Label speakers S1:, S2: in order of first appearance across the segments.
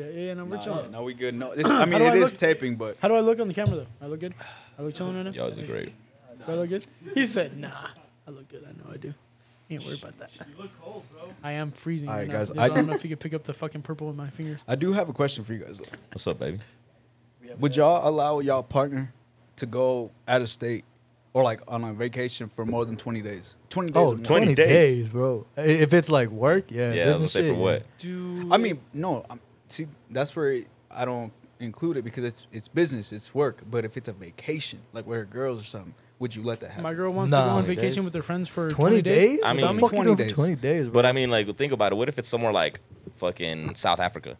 S1: Yeah, yeah, no, we're
S2: Nah,
S1: chilling.
S2: no, we good. No, it's, I mean
S1: do I
S2: it is
S1: look?
S2: taping, but
S1: How do I look on the camera though? I look good. I look chilling right now.
S3: Y'all was great.
S1: Do I look good? He said, "Nah, I look good. I know I do. You ain't worried about that." You look cold, bro. I am freezing.
S2: All
S1: All
S2: right,
S1: right,
S2: guys,
S1: Now. Dude,
S2: I
S1: I, don't
S2: do-
S1: know if you could pick up the fucking purple with my fingers.
S2: I do have a question for you guys. though.
S3: What's up, baby?
S2: Would y'all allow y'all partner to go out of state or like on a vacation for more than twenty days? Twenty days.
S4: Oh,
S2: or more.
S4: 20
S3: days.
S4: days. bro. I- If it's like work, yeah.
S3: Yeah, I was gonna
S4: business
S3: say
S4: shit,
S3: for what?
S1: Dude,
S2: I mean, no. I'm, see, that's where I don't include it because it's it's business, it's work. But if it's a vacation, like with her girls or something, would you let that happen?
S1: my girl wants to
S4: Nah.
S1: go on
S4: 20
S1: vacation
S3: days.
S1: with her friends for
S4: 20,
S1: 20
S4: days?
S3: I
S4: What
S3: mean-
S4: the fuck you
S2: 20
S4: doing for
S2: days.
S4: 20 days, bro.
S3: But I mean, like, think about it. What if it's somewhere like fucking South Africa?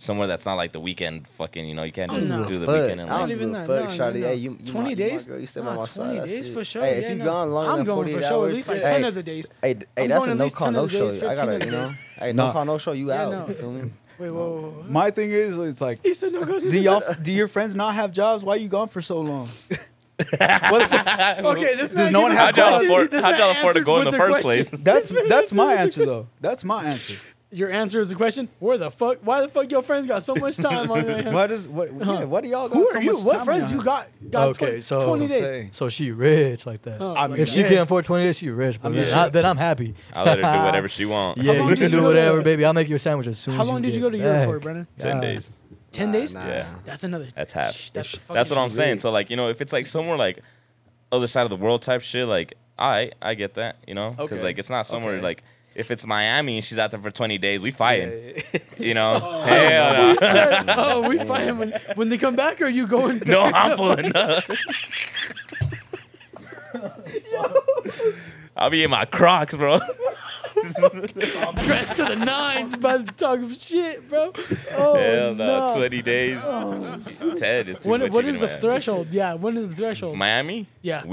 S3: Somewhere that's not like the weekend fucking, you know, you can't just
S1: No.
S3: do the
S5: Fuck,
S3: weekend. And,
S5: I
S3: like,
S5: don't give a
S1: no,
S5: fuck,
S1: no,
S5: Charlie.
S1: no.
S5: Hey, you, you my-
S1: 20
S5: you
S1: days?
S5: My girl, you step
S1: Nah,
S5: on my side.
S1: 20
S5: that's
S1: days
S5: it.
S1: for sure.
S5: Hey,
S1: Yeah,
S5: if you
S1: no.
S5: gone longer
S1: I'm
S5: than
S1: going
S5: 48
S1: for sure, at
S5: hours,
S1: least like
S5: hey,
S1: 10 of the days.
S5: Hey, d- hey,
S1: I'm
S5: that's
S1: going
S5: a
S1: at
S5: no
S1: least
S5: call,
S1: 10 of
S5: no
S1: the
S5: show.
S1: days,
S5: I
S1: 15 of
S5: gotta,
S1: the
S5: you know,
S1: days.
S5: hey, no
S2: Nah.
S5: call, no show. You
S1: Yeah,
S5: out.
S1: no.
S5: You feel me?
S1: Wait, whoa, whoa, whoa.
S2: My thing is, it's like,
S1: He said no go.
S2: do y'all, do your friends not have jobs? Why you gone for so long?
S1: Okay, this
S2: Does no one have
S3: How'd y'all
S2: Question,
S3: afford, how'd y'all afford to go in the first place?
S2: That's that's my answer though. That's my answer.
S1: Your answer is the question. Where the fuck? Why the fuck your friends got so much time on their hands?
S2: Why does what? Yeah, why do y'all? Got
S1: Who
S2: so
S1: are you?
S2: much
S1: What
S2: time
S1: friends
S2: on
S1: you
S2: it?
S1: got? got
S4: Okay,
S1: 20
S4: so-
S1: 20 days.
S2: Saying.
S4: so she rich like that.
S1: Oh,
S2: I
S1: my
S2: mean,
S4: if she
S2: yeah.
S4: can afford 20 days, she rich, bro.
S2: mean,
S4: If
S2: yeah.
S4: not, then I'm happy.
S3: I'll let her do whatever she wants.
S1: How
S4: Yeah,
S1: long
S4: you
S1: did
S4: can
S1: you
S4: do
S1: go to-
S4: whatever, baby. I'll make you a sandwich as soon
S1: How
S4: as you
S1: long did you
S4: get
S1: go to Europe for,
S4: back.
S1: Brennan?
S3: Ten
S4: God.
S3: days.
S1: 10 days?
S3: Yeah.
S1: That's another.
S3: That's half.
S1: Shh,
S3: That's,
S1: That's, fucking
S3: that's what I'm saying.
S2: weird.
S3: So like, you know, if it's like somewhere like other side of the world type shit, like I I get that, you know, because
S2: Okay.
S3: like it's not somewhere
S2: Okay.
S3: like if it's Miami and she's out there for 20 days, we fighting,
S2: Yeah,
S3: you know.
S1: Oh,
S3: Hell no.
S1: said, oh, we fight him when, when they come back, or are you going?
S3: No, I'm pulling up. I'll be in my Crocs, bro.
S1: dressed to the nines by the talk of shit, bro. Oh,
S3: Hell no,
S1: no. Oh.
S3: 20 days. Ted is too
S1: When,
S3: much.
S1: what
S3: you
S1: is
S3: can
S1: the
S3: imagine.
S1: threshold? Yeah, when is the threshold?
S3: Miami?
S1: Yeah.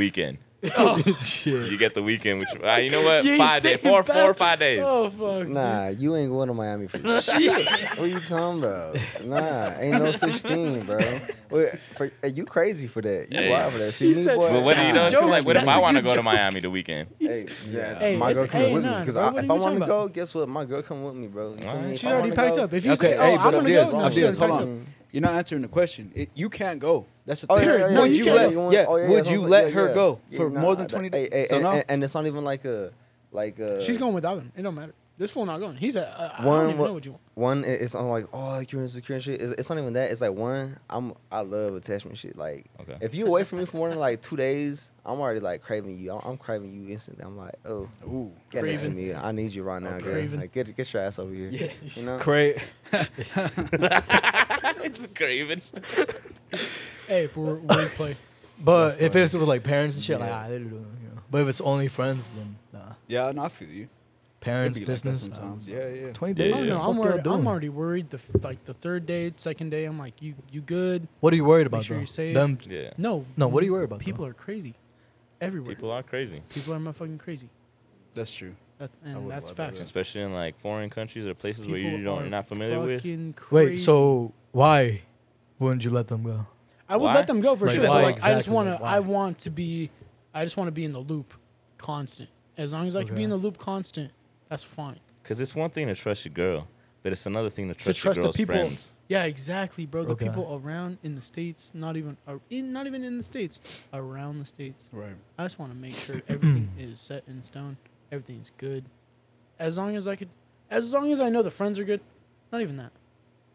S1: Oh,
S3: Weekend.
S4: Shit.
S3: You get the weekend, which uh, you know what?
S1: Yeah, he's
S3: five days,
S1: taking
S3: four,
S1: back-
S3: four or five days.
S1: Oh fuck.
S5: Nah, you ain't going to Miami for shit. what are you talking about? Nah, ain't no such thing, bro. Wait, for, hey, you crazy for that? You
S3: Hey.
S5: wild for that? See
S1: He
S5: me,
S1: said-
S5: boy.
S3: But what do
S1: That's
S3: you
S1: a
S3: know?
S1: joke.
S3: Like, what if
S1: That's
S3: I
S1: a
S3: want to
S1: good
S3: go to
S1: joke.
S3: Miami the weekend?
S5: Hey, yeah,
S1: Hey,
S5: my girl
S1: it's- hey,
S5: come with me
S1: nah,
S5: because
S1: bro, what
S5: I
S1: are
S5: if
S1: you
S5: I want to
S1: talking
S5: go,
S1: about?
S5: guess what? My girl come with me, bro. You feel
S3: Alright.
S5: me? If
S1: She's
S5: I
S1: already
S5: wanna
S1: packed
S5: go-
S1: up. If you
S2: Okay,
S1: say, "Oh,
S2: hey,
S1: I'm
S2: but
S1: gonna
S2: Abdias,
S1: go," no, she's already
S2: Abdias, hold
S1: packed up.
S2: on. You're not answering the question. It, you can't go. That's the
S5: Oh,
S2: thing.
S5: yeah, yeah,
S1: No,
S2: would
S1: you
S2: you
S1: can't
S2: let,
S5: go.
S2: Yeah,
S5: Oh, yeah,
S2: would
S5: yeah,
S2: you
S5: yeah,
S2: let
S5: yeah,
S2: her
S5: yeah.
S2: go
S5: Yeah,
S2: for
S5: nah,
S2: more than
S5: that-
S2: 20
S5: hey,
S2: days?
S5: hey,
S2: so
S5: and,
S2: no.
S5: and, and it's not even like a like a
S1: She's going without him. It don't matter. This fool not going. He's a. I
S5: One
S1: don't even
S5: wa-
S1: know what you want.
S5: one i- it's on like oh like you're insecure and shit. It's, it's not even that. It's like one I'm I love attachment shit. Like
S3: Okay.
S5: if you away from me for more than like two days, I'm already like craving you. I'm, I'm craving you instantly. I'm like oh
S2: Ooh.
S5: get next to
S1: Craving.
S5: me. I need you right now, girl.
S1: craving.
S5: Like get get your ass over here. You know.
S2: Great.
S3: it's craven.
S1: Hey, we're we're play.
S4: But if it's with like parents and shit, like, ah, they do, you know. But if it's only friends, then nah.
S2: Yeah, no, I feel you. It'd
S4: Parents,
S2: be like that
S4: business. um, nah.
S2: sometimes. Yeah, yeah.
S4: 20
S3: Yeah,
S4: days.
S3: yeah.
S4: what the
S1: I don't know.
S4: fuck
S1: Oh, I'm
S4: y'all
S1: worried.
S4: doing?
S1: I'm already worried. The f- like the third day, second day, I'm like, you you good?
S4: What are you worried about?
S1: sure
S4: though?
S1: you're safe.
S4: Them
S3: Yeah.
S1: No.
S4: No, what are you worried about,
S1: People are crazy. Everywhere. People,
S3: People are crazy,
S1: are motherfucking crazy.
S2: That's true.
S1: That,
S2: wouldn't
S1: and that's
S2: lie about
S1: facts.
S2: that.
S3: especially in like foreign countries or places
S1: People
S3: where you don't, you're
S1: are
S3: not familiar with.
S1: fucking
S4: Wait,
S1: crazy.
S4: so why wouldn't you let them go?
S1: I would
S3: Why?
S1: let them go for
S4: Like,
S1: sure. but
S4: why
S1: like, I just
S4: exactly?
S1: want to.
S4: Like, why?
S1: I want to be. I just want to be in the loop, constant. As long as I can be
S4: Okay.
S1: in the loop, constant. That's fine.
S3: Because it's one thing to trust your girl, but it's another thing to trust,
S1: to trust
S3: your
S1: the
S3: girl's
S1: people.
S3: friends.
S1: Yeah, exactly, bro. The
S4: Okay.
S1: people around in the states, not even ar- in, not even in the states, around the states.
S2: Right.
S1: I just want to make sure everything is set in stone. Everything's good. As long as I could, as long as I know the friends are good. Not even that.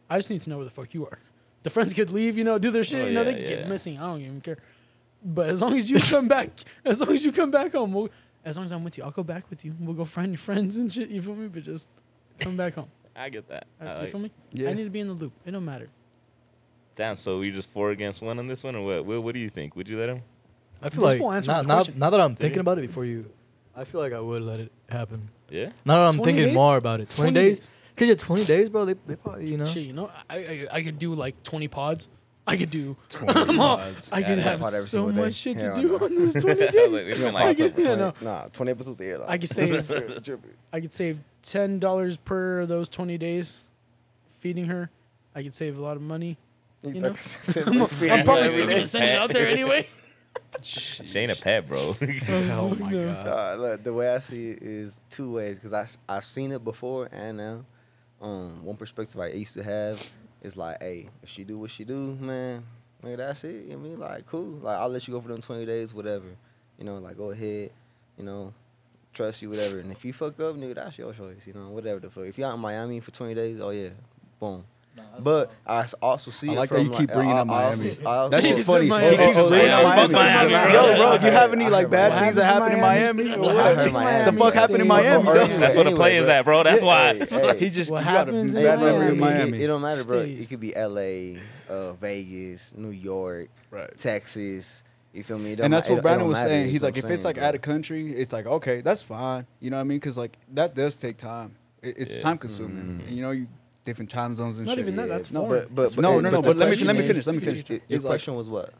S1: I just need to know where the fuck you are. The friends could leave, you know, do their shit.
S3: Oh,
S1: you know,
S3: yeah,
S1: they could
S3: yeah.
S1: get missing. I don't even care. But as long as you come back, as long as you come back home, we'll, as long as I'm with you, I'll go back with you. We'll go find your friends and shit. You feel me? But just come back home.
S3: I get that.
S1: I-
S3: I
S1: Uh, you
S3: like-
S1: feel me?
S2: Yeah.
S1: I need to be in the loop. It don't matter.
S3: Damn. So we just four against one on this one, or what? Will, what do you think? Would you let him?
S4: I feel
S1: This
S4: like
S1: fool answered
S4: now,
S1: my
S4: now,
S1: question.
S4: now that I'm
S3: he?
S4: thinking about it before you, I feel like I would let it happen.
S3: Yeah.
S4: Now that I'm
S1: 20
S4: thinking
S1: days?
S4: more about it, 20,
S1: 20
S4: days?
S1: days.
S4: Because yeah, 20 days, bro, they, they probably, you know.
S1: Shit, you know, I, I I could do like 20 pods. I could do. I
S5: Yeah,
S1: could
S5: I
S1: have
S5: pod every
S1: so
S5: single day.
S1: much shit to
S5: Hell
S1: do
S5: no.
S1: on those 20
S3: I was like,
S1: days.
S3: it's been
S1: I
S3: like,
S1: could, yeah, no.
S5: Nah, twenty episodes. Yeah,
S1: I could save. I could save ten dollars per those 20 days, feeding her. I could save a lot of money. You know? I'm probably still gonna send it out there anyway.
S3: she ain't a pet, bro.
S2: Oh my
S1: No.
S2: god.
S5: Uh, look, the way I see it is two ways because I s- I've seen it before and now. um one perspective I used to have is like, hey, if she do what she do, man, man, that's it. You know what I mean, like, cool. Like, I'll let you go for them twenty days, whatever. You know, like, go ahead. You know, trust you, whatever. And if you fuck up, nigga, that's your choice. You know, whatever the fuck. If you out in Miami for twenty days, oh yeah, boom. But I s- also see.
S2: I
S5: it
S2: like
S5: from,
S2: that you keep bringing
S5: I-
S2: up
S5: I
S2: Miami.
S5: also- I also-
S2: That shit's funny.
S1: Miami.
S2: He keeps
S5: Oh, oh,
S2: bringing up
S5: yeah,
S2: Miami.
S5: fuck Miami,
S2: Yo,
S5: bro.
S2: bro, if you have any
S5: I
S2: like
S5: heard
S2: bad
S5: Miami.
S2: things that happened in Miami, or
S1: I
S2: what?
S1: heard
S2: the
S1: Miami.
S2: fuck happened in Miami?
S5: Or-
S2: dog?
S3: That's where the play is at, bro. That's
S5: Yeah,
S3: why.
S5: hey,
S2: It's like
S5: hey.
S2: He just
S1: What
S2: you got a
S1: happens in
S2: bad memory
S1: Miami?
S2: in
S5: It, it
S2: Miami.
S5: don't matter, bro.
S1: Stays.
S5: It could be L.A., uh, Vegas, New York,
S2: Right.
S5: Texas. You feel me? It don't
S2: And that's
S5: ma- it-
S2: what
S5: it
S2: Brandon
S5: don't
S2: was
S5: matter,
S2: saying.
S5: is
S2: He's
S5: what
S2: like,
S5: I'm
S2: if it's
S5: saying,
S2: like out of country, it's like okay, that's fine. You know what I mean? Because like that does take time. It, it's time consuming. And, you know, you different time zones and
S1: Not
S2: shit.
S1: even that.
S5: Yeah,
S1: That's
S2: no,
S1: foreign.
S5: But, but, but-
S2: No,
S5: but
S2: no, no,
S5: the
S2: but let me-
S5: question
S2: let me
S5: is-
S2: finish, let me finish.
S5: Your
S2: It's like-
S5: question was what?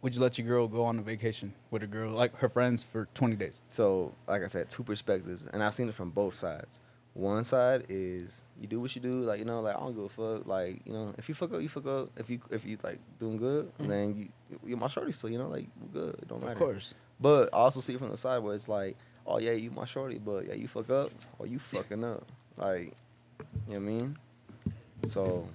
S2: Would you let your girl go on a vacation with a girl like her friends for twenty days?
S5: So, like I said, two perspectives, and I've seen it from both sides. One side is you do what you do, like you know, like I don't give a fuck, like you know, if you fuck up, you fuck up. If you if you like doing good, then you you're my shorty, so you know, like we good, it don't matter.
S2: Mm-hmm. Of course.
S5: But I also see it from the side where it's like, oh yeah, you my shorty, but yeah, you fuck up, or you fucking up. Like, you know what I mean? So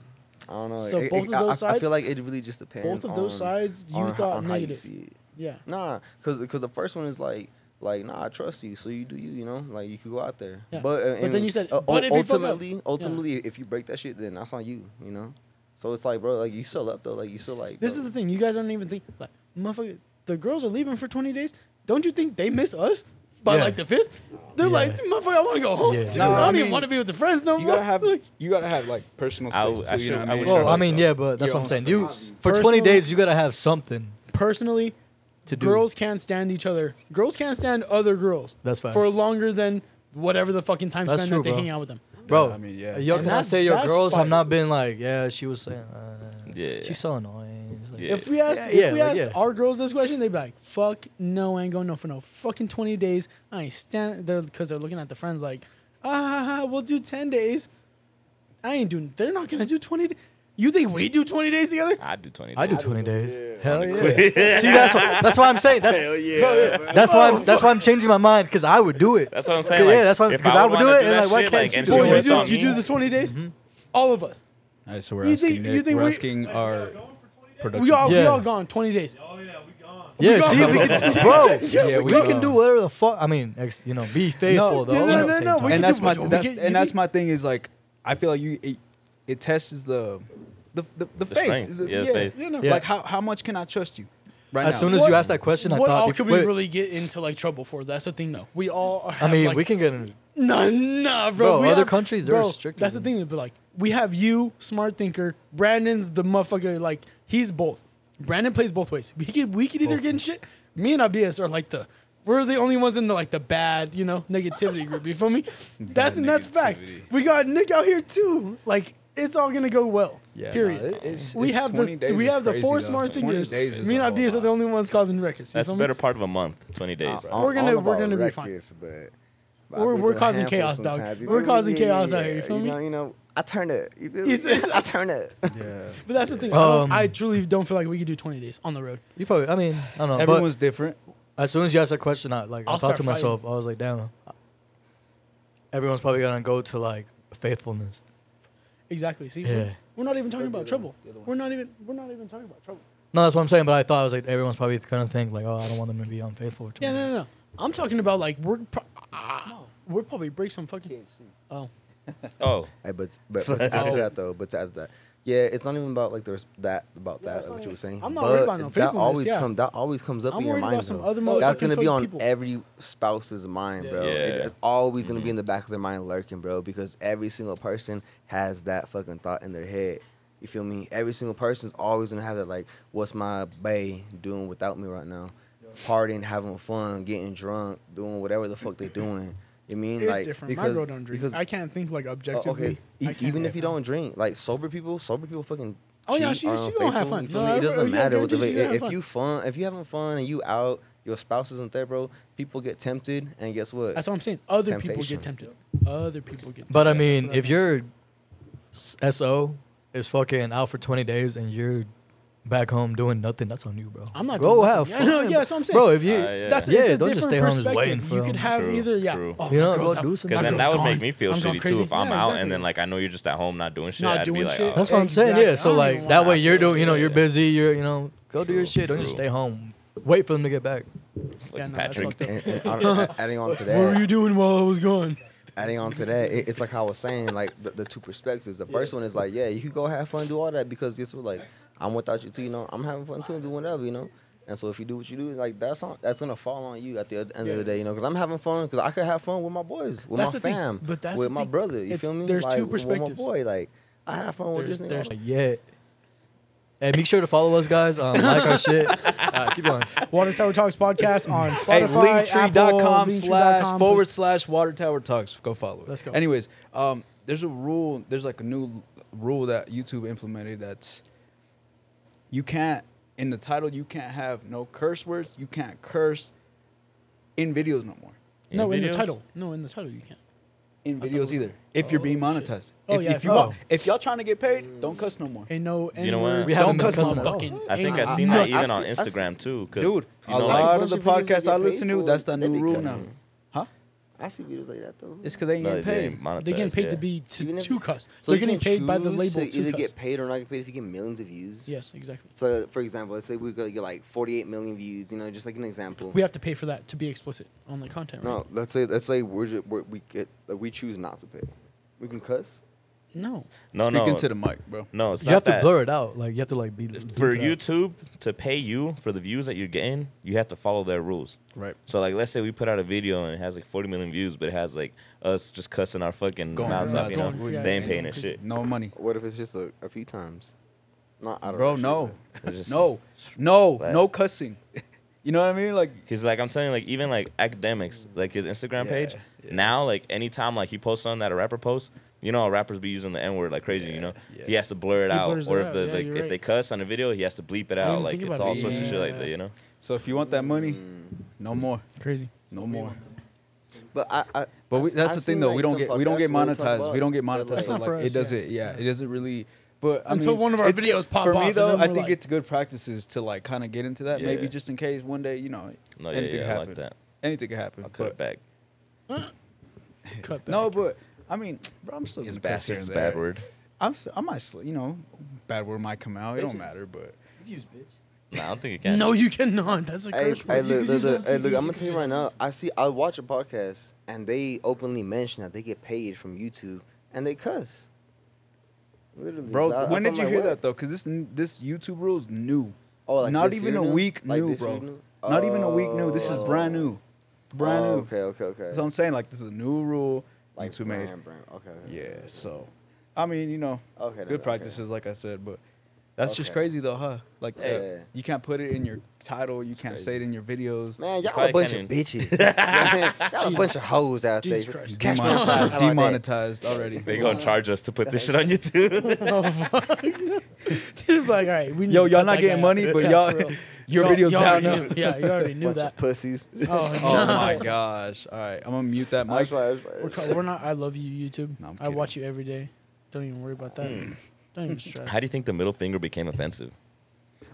S5: I don't know.
S1: So
S5: it- it-
S1: both of
S5: I-
S1: those
S5: I, I
S1: sides-
S5: feel like it really just depends.
S1: Both of those
S5: on-
S1: sides, you
S5: on ho-
S1: thought
S5: on how you
S1: negative.
S5: see it.
S1: Yeah.
S5: Nah, cause 'cause the first one is like like nah, I trust you, so you do you, you know, like you could go out there.
S1: Yeah.
S5: But uh,
S1: But then
S5: and
S1: you said,
S5: u-
S1: "But if you fuck up."
S5: ultimately,
S1: Yeah.
S5: ultimately, if you break that shit, then that's on you, you know. So it's like, bro, like you still up though, like you still like.
S1: This is
S5: bro,
S1: the thing. You guys don't even think like motherfucker. The girls are leaving for twenty days. Don't you think they miss us by
S4: Yeah.
S1: like the fifth? They're
S4: Yeah.
S1: like, motherfucker, I want to go home.
S4: Yeah.
S1: dude.
S2: Nah,
S1: I don't
S2: I
S1: even
S2: mean,
S1: want to be with the friends no
S2: You
S1: more.
S2: gotta have
S1: Like,
S2: you gotta have like personal
S3: I
S2: space.
S3: w- I
S2: too, you know
S3: should- I
S2: what mean?
S3: would
S4: Well,
S3: sure
S4: I
S3: hope
S4: mean,
S3: so.
S4: yeah, but that's
S2: Your
S4: what I'm
S2: own
S4: saying. You
S2: space.
S4: for
S1: Personally-
S4: 20 days, you gotta have something.
S1: personally,
S4: To do.
S1: girls can't stand each other. Girls can't stand other girls.
S4: That's facts.
S1: for longer than whatever the fucking time
S4: That's
S1: span
S4: true,
S1: that they
S4: bro.
S1: hang out with them.
S4: Bro,
S2: I mean, yeah.
S4: Y'all
S1: And
S4: cannot
S1: that-
S4: say your
S1: that's
S4: girls
S1: fire.
S4: have not been like, yeah, she was saying, uh,
S3: Yeah.
S4: she's so annoying. It's like-
S3: Yeah.
S1: If we asked,
S4: Yeah,
S1: if
S4: yeah,
S1: we
S4: like,
S1: asked
S4: yeah.
S1: our girls this question, they'd be like, "Fuck no, I ain't going no for no fucking twenty days. I ain't stand there because they're looking at the friends like, ah, we'll do ten days. I ain't doing. They're not gonna do twenty. da- You think we do twenty days together?
S3: I do twenty.
S4: I do
S3: days.
S4: 20 days. Hell yeah. See, that's why, that's why I'm saying. That's, Hell yeah. That's why I'm, that's why I'm changing my mind because I would do it.
S3: That's what I'm saying.
S4: Yeah,
S3: like,
S4: that's why-
S3: if
S4: 'cause I would do
S3: wanna
S4: it, and,
S3: that
S4: like, why
S3: shit,
S4: can't she
S3: and
S4: do
S3: she
S4: it?
S1: Boy, you
S3: worked
S1: do.
S3: on
S1: You
S3: me,
S1: do the twenty days.
S4: Mm-hmm.
S1: All of us.
S2: All right, so we're
S1: You
S2: asking
S1: think- you
S2: Nick-
S1: think
S2: we're
S1: we-
S2: asking our production.
S1: We all we
S4: Oh, Yeah.
S1: all gone twenty days.
S4: Yeah,
S1: got-
S4: see, if we can, bro,
S2: Yeah,
S4: we,
S2: we
S4: can
S2: got-
S4: do whatever the fuck. I mean, ex, you know, be faithful
S2: No,
S4: though.
S1: no,
S4: you
S1: no,
S4: know,
S1: no,
S4: same
S1: no,
S4: time.
S1: we
S2: and
S1: can
S2: that's
S1: do
S2: my
S1: what you- we
S2: that's,
S1: can- you
S2: and that's
S1: can-
S2: my thing is like I feel like you it, it tests the the the, the, faith.
S3: strength.
S2: The-
S3: Yeah, the faith.
S2: you know,
S4: Yeah.
S2: Like how, how much can I trust you? Right
S4: as
S2: now.
S4: soon as
S1: What-
S4: you asked that question, I
S1: what
S4: thought.
S1: all
S4: bec-
S1: could we
S4: wait,
S1: really get into like trouble for? That's the thing, though. We all.
S4: I
S1: Have,
S4: mean,
S1: like,
S4: we can get. in
S1: Nah, nah, bro.
S4: Bro,
S1: we
S4: other
S1: have-
S4: countries, they're stricter
S1: That's the
S4: than-
S1: thing. But like, we have you, smart thinker. Brandon's the motherfucker. Like, he's both. Brandon plays both ways. We could we could either get in shit. Me and Abdias are like the we're the only ones in the like the bad you know negativity group. You feel me? That's and that's facts.
S2: negativity.
S1: We got Nick out here too. Like, it's all gonna go well.
S2: Yeah,
S1: period.
S2: nah, it- it's-
S1: we
S2: it's
S1: have
S2: 20
S1: the
S2: days
S1: we
S2: is
S1: have the
S2: crazy,
S1: four
S2: though.
S1: smart
S2: 20
S1: thinkers.
S2: days is
S1: Me
S2: a
S1: and Abdias
S2: whole
S1: are the
S2: lot.
S1: only ones causing records. You
S3: That's
S1: feel me? Uh,
S3: better part of a month. Twenty days.
S5: I- I
S1: We're
S5: don't
S1: gonna-
S5: know
S1: we're
S5: about
S1: gonna be fine.
S5: reckless, but- but I
S1: We're-
S5: be
S1: we're
S5: doing
S1: causing
S5: handful
S1: chaos, dog.
S5: sometimes, you
S1: We're
S5: feel me?
S1: causing
S5: Yeah,
S1: chaos
S5: yeah,
S1: out here, you
S5: yeah.
S1: feel me?
S5: know, you know, I turned it. You feel
S1: It's-
S5: me?
S1: it's-
S5: I turned it.
S2: yeah.
S1: But that's the thing. I, don't-
S4: Um,
S1: I truly don't feel like we could do 20 days on the road.
S4: You probably. I mean, I don't know. But
S2: Everyone's different.
S4: as soon as you asked that question, I like.
S1: I'll
S4: I thought
S1: start
S4: to myself, I was like, damn. Everyone's probably gonna go to like faithfulness.
S1: Exactly. See,
S4: Yeah.
S1: we're not even talking about trouble. We're not even we're not even talking about trouble.
S4: No, that's what I'm saying. But I thought I was like, everyone's probably gonna think like, oh, I don't want them to be unfaithful. to
S1: Yeah,
S4: me.
S1: no, no, no. I'm talking about like we're pro- ah, we're probably break some fucking. Oh,
S3: Oh,
S5: Hey, but but, but to answer that though, but to answer that, yeah, it's not even about like there's that about
S1: Yeah,
S5: that
S1: it's
S5: like
S1: not
S5: what you
S1: even-
S5: were saying.
S1: I'm not
S5: but
S1: worried about no
S5: that
S1: faithfulness,
S5: always
S1: yeah.
S5: come that always comes up
S1: I'm
S5: in your
S1: worried about
S5: mind.
S1: some
S5: though.
S1: other
S5: That's
S1: motherfucking
S5: gonna be
S1: fake
S5: on
S1: people.
S5: every spouse's mind, bro. It-
S3: Yeah. Mm-hmm.
S5: it's always gonna be in the back of their mind lurking, bro, because every single person has that fucking thought in their head. You feel me? Every single person's always gonna have that like, what's my bae doing without me right now? Partying, having fun, getting drunk, doing whatever the fuck they're doing. You mean
S1: it's
S5: like
S1: different. My girl don't drink.
S5: because-
S1: I can't think like
S5: Oh,
S1: objectively.
S5: E-
S1: I can't
S5: even
S1: think.
S5: if you don't drink, like sober people, sober people fucking.
S1: Oh, yeah,
S5: cheat,
S1: she's-
S5: are
S1: she gonna have
S5: unfaithful,
S1: fun.
S5: you feel
S1: No,
S5: me?
S1: I-
S5: it
S1: I
S5: doesn't matter what the
S1: guarantee she's gonna
S5: if,
S1: have
S5: if you fun, if you having fun and you out, your spouse isn't there, bro. People get tempted, and guess what?
S1: That's what I'm saying. Other people
S5: Temptation.
S1: get tempted. Other people get.
S4: But I
S1: tempted. That's
S4: mean,
S1: what
S4: if
S1: I'm saying.
S4: your s- SO is fucking out for 20 days and you're back home doing nothing, that's on you, bro.
S1: I'm not
S4: Go
S1: doing
S4: have
S1: nothing. Yeah, I know,
S4: fun.
S1: yeah, that's what I'm saying.
S4: Bro, if you
S3: Uh, yeah.
S1: That's
S4: yeah, don't
S1: it's a different
S4: just stay home
S1: perspective.
S4: just waiting for
S1: you
S4: them.
S1: could have
S3: True,
S1: either yeah.
S3: true.
S1: Oh,
S4: You
S1: my
S4: know,
S1: girl's
S4: go
S1: out.
S4: do
S1: My
S3: Because
S4: something.
S3: then
S1: girl's
S3: that would
S1: gone.
S3: make me feel
S1: I'm going
S3: shitty
S1: crazy.
S3: too if I'm
S1: Yeah,
S3: out and
S1: exactly.
S3: then like I know you're just at home not doing shit.
S1: Not
S3: I'd
S1: doing
S3: be like,
S1: shit.
S3: oh,
S4: That's what I'm saying. Yeah. So
S1: Exactly. I don't
S4: like
S1: even
S4: that
S1: wanna
S4: way you're doing. You know,
S3: Yeah.
S4: you're busy. You're you know, go do your
S3: True,
S4: shit. Don't just
S3: true.
S4: stay home. Wait for them to get back.
S3: fucking
S1: Yeah, no, that's
S3: Patrick.
S1: fucked up.
S5: And, and I- adding on to that,
S1: What were you doing while I was gone?
S5: adding on to that, it, it's like I was saying, like the, the two perspectives. The first one is like, yeah, you could go have fun, do all that because guess what? Like, I'm without you too. You know, I'm having fun too, do whatever. You know. And so if you do what you do, like that's on, that's gonna fall on you at the end of the day, you know. Because I'm having fun, because I could have fun with my boys, with
S1: That's
S5: my
S1: the thing,
S5: fam,
S1: but that's
S5: with
S1: the
S5: my
S1: thing,
S5: brother. You
S1: it's-
S5: feel me?
S1: there's two
S5: Like, With
S1: perspectives.
S5: my boy, like I have fun
S1: There's-
S5: with this
S1: there's-
S5: nigga.
S4: Like, yeah. Hey, make sure to follow us, guys. Um, like our shit. Uh, keep going.
S1: Water Tower Talks podcast on
S2: Hey,
S1: Spotify, Apple,
S2: linktree.com
S1: linktree.com,
S2: slash forward
S1: please.
S2: slash water tower talks. Go follow it.
S1: Let's go.
S2: Anyways, um, there's a rule. There's like a new rule that YouTube implemented that's you can't, in the title, you can't have no curse words. You can't curse in videos no more.
S1: No, in the
S3: videos?
S1: title. No, in the title you can't.
S2: In
S1: thought it was
S2: videos either.
S1: like-
S2: If you're being
S1: Oh, shit.
S2: monetized.
S1: Oh,
S2: if,
S1: yeah,
S2: if,
S1: if
S2: you
S1: you-
S2: want, if y'all trying to get paid, don't cuss no more.
S1: Ain't no N
S3: You know what?
S1: words.
S3: We
S1: Don't
S4: haven't been
S1: cuss
S4: cussing at all.
S1: motherfucking.
S3: I think
S1: N
S3: I've
S5: I-
S3: seen
S5: I-
S3: that
S5: I've
S3: even on
S5: seen- I've
S3: Instagram too. 'cause,
S2: Dude,
S3: you
S2: a
S3: know,
S5: like-
S2: lot of the
S5: Bunch of videos that
S2: podcasts I
S5: get
S2: listen
S5: paid
S2: to,
S5: for,
S2: that's the
S5: they
S2: new
S5: be
S2: rule now.
S5: cussing.
S2: Huh?
S5: I see videos like that though.
S2: It's because they ain't
S3: no,
S2: getting
S3: they
S2: paid.
S3: ain't monetized.
S1: They're getting paid
S3: yeah.
S1: to be to,
S5: Even if-
S1: to cuss.
S5: So
S1: They're
S5: you
S1: getting
S5: can
S1: paid by the
S5: choose
S1: label
S5: to either
S1: to cuss.
S5: get paid or not get paid if you get millions of views.
S1: Yes, exactly.
S5: So, for example, let's say we could get like 48 million views, you know, just like an example.
S1: We have to pay for that to be explicit on the content. Right?
S5: no, let's say let's say we're just, we're, we get like, we choose not to pay. We can cuss.
S1: No.
S3: No,
S2: Speaking
S3: no,
S2: to the mic, bro.
S3: no. It's
S4: you
S3: not
S4: have to
S3: that.
S4: blur it out. Like you have to like be
S3: for
S4: beep it out.
S3: YouTube to pay you for the views that you're getting, you have to follow their rules.
S2: Right.
S3: So like, let's say we put out a video and it has like 40 million views, but it has like us just cussing our fucking
S2: Going
S3: mouths
S2: nuts.
S3: up. You know,
S1: Going- yeah,
S3: they ain't
S1: yeah,
S3: paying
S1: yeah.
S3: a shit.
S2: No money.
S5: What if it's just a, a few times? Not I don't
S2: Bro,
S5: actually
S2: no.
S5: know.
S3: It's just-
S2: No. No.
S3: Flat.
S2: No cussing. You know what I mean? Like
S3: Cause like I'm telling you, like even like academics, like his Instagram
S2: Yeah,
S3: page now, like anytime like he posts something that a rapper posts, you know, how rappers be using the N word like crazy. you know,
S2: yeah.
S3: he has to blur it
S1: He
S3: out,
S1: blurs
S3: or
S1: it
S3: if the
S1: out, yeah,
S3: like
S1: you're
S3: if
S1: right.
S3: they cuss on a video, he has to bleep it
S1: didn't
S3: out.
S1: even
S3: Like
S1: think
S3: it's
S1: about
S3: all
S1: it.
S3: sorts of shit like
S1: Yeah.
S3: that. You know,
S2: so if you want that money, no more.
S1: Crazy.
S2: No more.
S5: But I, I
S2: But we,
S5: I've-
S2: that's
S5: I've
S2: the thing
S5: seen,
S2: though.
S5: like,
S2: we don't
S5: some
S2: get we don't get
S5: podcasts where they talk
S2: monetized. We
S5: about
S2: don't get
S5: that,
S2: monetized.
S5: like,
S2: so,
S1: not
S2: like,
S1: for
S2: it
S1: us,
S2: doesn't. Yeah.
S1: yeah.
S2: it doesn't really. But I
S1: Until
S2: mean,
S1: one of our
S2: it's-
S1: videos pop
S2: for
S1: off
S2: me
S1: and
S2: though,
S1: then
S2: I
S1: we're
S2: think
S1: like-
S2: it's good practices to like kind of get into that.
S3: Yeah,
S2: Maybe
S3: yeah.
S2: just in case one day you know
S3: no, yeah,
S2: anything could
S3: yeah, I
S2: happen.
S3: like that.
S2: Anything could happen.
S3: I'll cut it
S2: but-
S3: back.
S1: Cut back.
S2: No, but I mean, bro, I'm still
S3: Is
S2: gonna cuss here
S3: bastard's a
S2: and
S3: bad
S2: there.
S3: word.
S2: I'm s- I might sl- you know bad word might come out. It don't
S5: Bitches.
S2: matter, but
S3: No, I don't think it can.
S1: no, you cannot. That's a
S5: Hey,
S1: curse
S5: hey,
S1: word. You
S5: look,
S1: could
S5: look,
S1: use
S5: look,
S1: that
S5: hey,
S1: on
S5: look,
S1: TV.
S5: I'm gonna tell you right now. I see. I watch a podcast and they openly mention that they get paid from YouTube and they cuss. Literally,
S2: Bro,
S5: So I- I
S2: when
S5: felt
S2: did you
S5: like,
S2: hear
S5: what?
S2: that though? Because this n- this YouTube rule's new.
S5: Oh, like
S2: not
S5: this
S2: even
S5: year
S2: a
S5: new?
S2: week
S5: Like
S2: new,
S5: this year
S2: bro.
S5: new?
S2: Not even a week new. This is
S5: Oh.
S2: brand new, brand
S5: Oh,
S2: new.
S5: Okay, okay, okay.
S2: So I'm saying like this is a new rule
S5: like
S2: YouTube made.
S5: brand, brand. Okay. okay.
S2: Yeah. So, I mean, you know,
S5: Okay. then,
S2: good
S5: okay.
S2: practices, like I said, but. That's just
S5: Okay.
S2: crazy though, huh? Like,
S5: Yeah.
S2: uh, you can't put it in your title. You can't say it in your videos.
S5: Man, y'all
S3: probably
S5: a bunch
S3: can't
S5: of bitches. y'all a bunch of hoes out there.
S1: Jesus Christ.
S5: Catch me
S2: Demon-
S5: outside. How about that?
S2: demonetized already.
S3: They gonna charge us to put this shit on YouTube.
S1: Oh, fuck. Dude, like, all right, we need
S2: Yo,
S1: to
S2: y'all
S1: cut
S2: not
S1: that
S2: getting
S1: guy
S2: money,
S1: out.
S2: but
S1: Yeah,
S2: y'all,
S1: for real.
S2: your
S1: Y'all-
S2: videos
S1: y'all
S2: down
S1: already
S2: now.
S1: knew- Yeah, you already knew
S5: Bunch
S1: that.
S5: of pussies.
S1: Oh, no.
S2: Oh my gosh! All right, I'm gonna mute that
S5: That's
S2: mic.
S5: why- that's why-
S1: We're, co- we're not. I love you, YouTube.
S2: No, I'm Hmm.
S1: I watch you every day. Don't even worry about that. Don't even stress.
S3: How do you think the middle finger became offensive?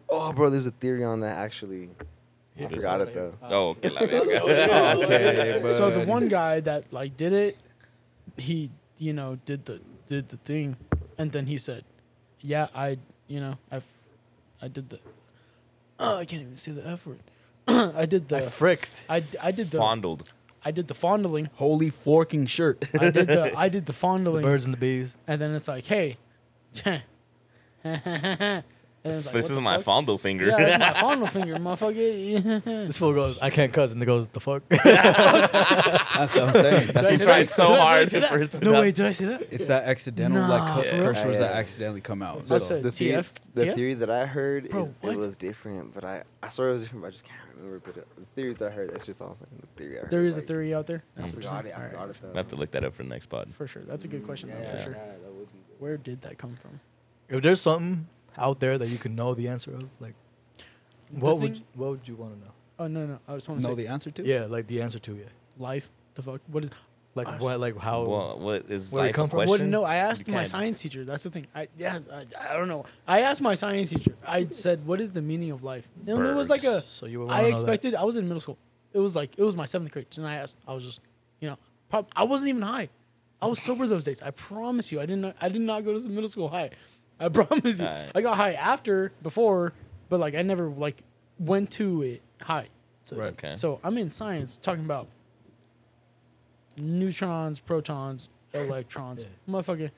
S5: Oh, bro, there's a theory on that actually. I
S3: us
S5: forgot it though.
S3: Oh, que la verga.
S2: Okay,
S1: so the
S2: bud.
S1: one guy that like did it, he you know did the did the thing, and then he said, "Yeah, I you know I, f- I did the, oh I can't even say the F word. I did the
S4: I fricked.
S1: I, d- I did the
S3: Fondled.
S1: I did the fondling.
S2: holy forking shirt.
S1: I did the I did the
S4: The
S1: fondling.
S4: birds and the bees.
S1: And then it's like, hey, and it's like,
S3: this
S1: what
S3: is
S1: the
S3: my
S1: fuck?
S3: fondle finger.
S1: Yeah, that's my fondle finger, motherfucker.
S4: This fool goes, I can't cuss, and it goes, the fuck.
S2: That's what I'm saying. That's
S3: She
S2: what
S1: Did I
S2: I'm saying.
S3: tried so
S1: did I
S3: hard
S1: say
S3: to
S1: that?
S3: for it to
S1: no
S3: not-
S1: way, did I say that?
S2: It's that accidental, like cuss,
S1: Nah.
S2: curse words that
S5: Yeah.
S2: accidentally come
S1: I
S2: out. So.
S1: said-
S5: the theory,
S1: TF?
S5: the
S1: TF?
S5: theory that I heard
S1: Bro,
S5: is
S1: what?
S5: it was different, but I I swear it was different, but I just can't remember. But the- the theories that I heard, that's just awesome. The theory I heard.
S1: There
S5: is
S1: is a
S5: like-
S1: theory out there.
S5: I
S1: That's what
S5: forgot it. I
S2: Mm-hmm.
S1: Alright,
S5: forgot it
S3: I have to
S5: though.
S3: look that up for the next pod.
S1: For sure. That's a good question, though,
S5: Yeah,
S1: for sure.
S5: yeah, that would be good.
S1: Where did that come from?
S4: if there's something out there that you can know the answer of, like, what would
S1: thing-
S4: what would you want to know?
S1: Oh, no, no. I just want to
S2: know
S1: say
S2: the answer to?
S4: Yeah, like the answer to yeah.
S1: life. The fuck? What is
S4: Like what? Like how?
S3: Well, what is
S4: Where they
S3: life
S4: come
S3: a
S4: from?
S3: question?
S4: Well,
S1: Well, no, I asked
S3: You
S1: my
S3: can't-
S1: science teacher. That's the thing. I yeah, I, I don't know. I asked my science teacher. I said, "What is the meaning of life?" And it was like a.
S4: so you would wanna
S1: I
S4: know that.
S1: expected. I was in middle school. It was like it was my seventh grade, and I asked. I was just, you know, prob- I wasn't even high. I was sober those days. I promise you, I didn't. I did not go to middle school high. I promise you.
S3: Alright.
S1: I got high after, before, but like I never like went to it high. So,
S2: Right.
S3: Okay.
S1: so I'm in science talking about neutrons, protons, electrons, motherfucker.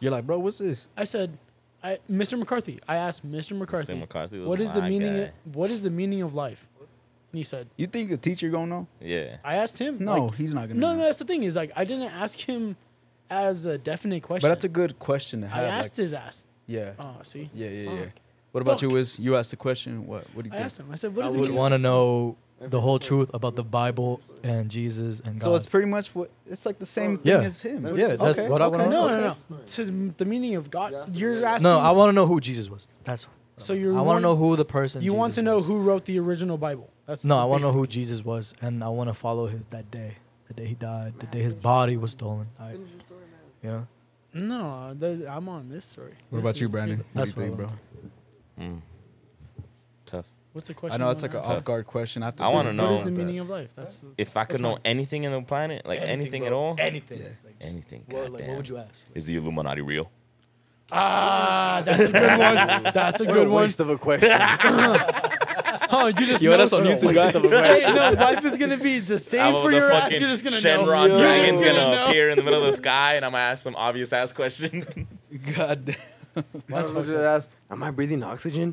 S2: You're like, bro, what's this?
S1: I said, I, Mr. McCarthy. I asked Mr. McCarthy,
S3: McCarthy was
S1: what is the
S3: my
S1: meaning?
S3: guy.
S1: what is the meaning of life? And he said,
S2: You think a teacher gonna know?
S3: yeah.
S1: I asked him.
S2: No,
S1: like,
S2: he's not gonna.
S1: no,
S2: know.
S1: no. That's the thing is like I didn't ask him as a definite question.
S2: But that's a good question to
S1: I
S2: have.
S1: asked
S2: like,
S1: his ass.
S2: Yeah.
S1: Oh, see.
S2: yeah, yeah,
S1: Fuck.
S2: yeah. What about
S1: Fuck.
S2: you? Is you asked the question? What? What do you
S1: I
S2: think?
S1: asked him. I said, "What
S4: I
S1: is the
S4: would
S1: meaning?"
S4: want to know the whole truth about the Bible and Jesus and God.
S2: So it's pretty much what it's like the same thing
S4: Yeah.
S2: as him.
S4: Yeah, that's what I wanna
S1: no,
S4: know.
S1: no, no. To the- the meaning of God,
S6: Yeah, so
S1: you're
S6: yeah.
S1: asking.
S4: no, I want to know who Jesus was. That's
S1: So you're.
S4: I want to know who the person.
S1: You want
S4: Jesus
S1: to know
S4: was.
S1: who wrote the original Bible? That's
S4: No,
S1: the
S4: I want to know
S1: basic-
S4: who Jesus was, and I want to follow his that day, the day he died, the day his body was stolen. I, you know,
S1: No, th- I'm on this story.
S2: What
S1: This
S2: about
S1: is-
S2: you,
S1: this
S2: Brandon?
S1: is-
S2: What
S4: That's
S2: do you think,
S4: what I
S2: bro?
S3: Mm. Tough.
S1: What's the
S2: Hmm. I
S1: question?
S2: know
S1: you
S2: it's like
S1: wanna
S2: an
S1: ask?
S2: off guard question. I, have to
S3: I
S2: think
S3: wanna
S2: about
S1: What is
S3: know.
S1: the
S2: that.
S1: meaning of life? That's
S3: If I could
S1: That's
S3: know
S1: mine.
S3: anything in the planet, like anything, at all,
S4: anything,
S2: Yeah.
S4: like, just-
S3: anything.
S4: What, like,
S3: goddamn.
S4: what would you ask?
S3: Is the Illuminati real?
S1: ah, that's a good one. That's a
S5: What
S1: good
S5: a
S1: one.
S5: waste of a question.
S1: Huh, you just
S2: Yo,
S1: know
S2: that's
S1: so
S2: on
S1: well.
S2: YouTube, guys.
S1: Hey, no, life is gonna be the
S3: I'm
S1: same
S3: a-
S1: for
S3: the
S1: your ass.
S3: fucking
S1: You're just gonna
S3: Shenron
S1: know. You're
S3: dragon's
S1: just
S3: gonna,
S1: know.
S3: appear in the middle of the sky, and I'm gonna ask some obvious ass question.
S2: God damn.
S5: That's what asked. Am I breathing oxygen?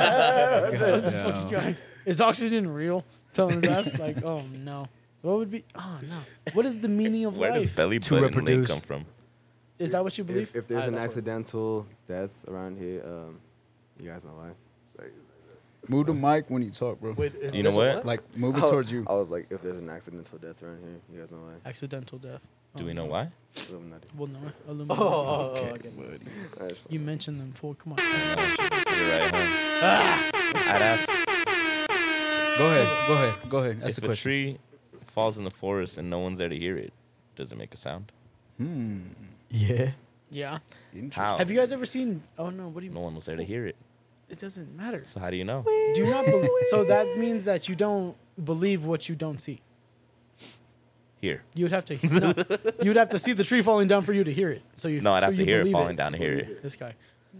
S1: That's the fucking guy. Is oxygen real? Tell him that's like, oh no. What would be? Oh no. What is the meaning of
S3: Where does
S1: life?
S3: belly
S4: To
S3: button link
S4: reproduce.
S3: come from?
S1: Is that what you believe?
S5: if, if there's
S1: Ah,
S5: an
S1: that's what-
S5: accidental death around here, um, you guys know why.
S2: Move the mic when you talk, bro.
S3: You know what?
S2: Like move it
S1: Oh.
S2: towards you.
S5: I was like, if there's an accidental death around here, you guys know why.
S1: Accidental death.
S3: Do we
S1: Oh,
S3: know
S1: no.
S3: why?
S5: Illuminati.
S1: Well, no.
S4: Oh,
S1: Illuminati.
S4: oh, oh, okay.
S5: I just-
S1: You mentioned them. Fool. Come on.
S3: You're right, huh? I'd ask
S2: Ah. Go ahead. Go ahead. Go ahead. That's
S3: if
S2: the
S3: a
S2: question.
S3: tree falls in the forest and no one's there to hear it, does it make a sound?
S2: Hmm.
S4: Yeah.
S1: Yeah.
S3: How?
S1: Have you guys ever seen? Oh no. What do you?
S3: No one was there to hear it.
S1: It doesn't matter.
S3: So how do you know?
S1: Do you not believe. so that means that you don't believe what you don't see.
S3: Here.
S1: You would have to. No, you would have to see the tree falling down for you to hear it. So you.
S3: No, I'd
S1: so
S3: have to
S1: you
S3: hear it
S1: believe
S3: falling down to hear it.
S1: This guy.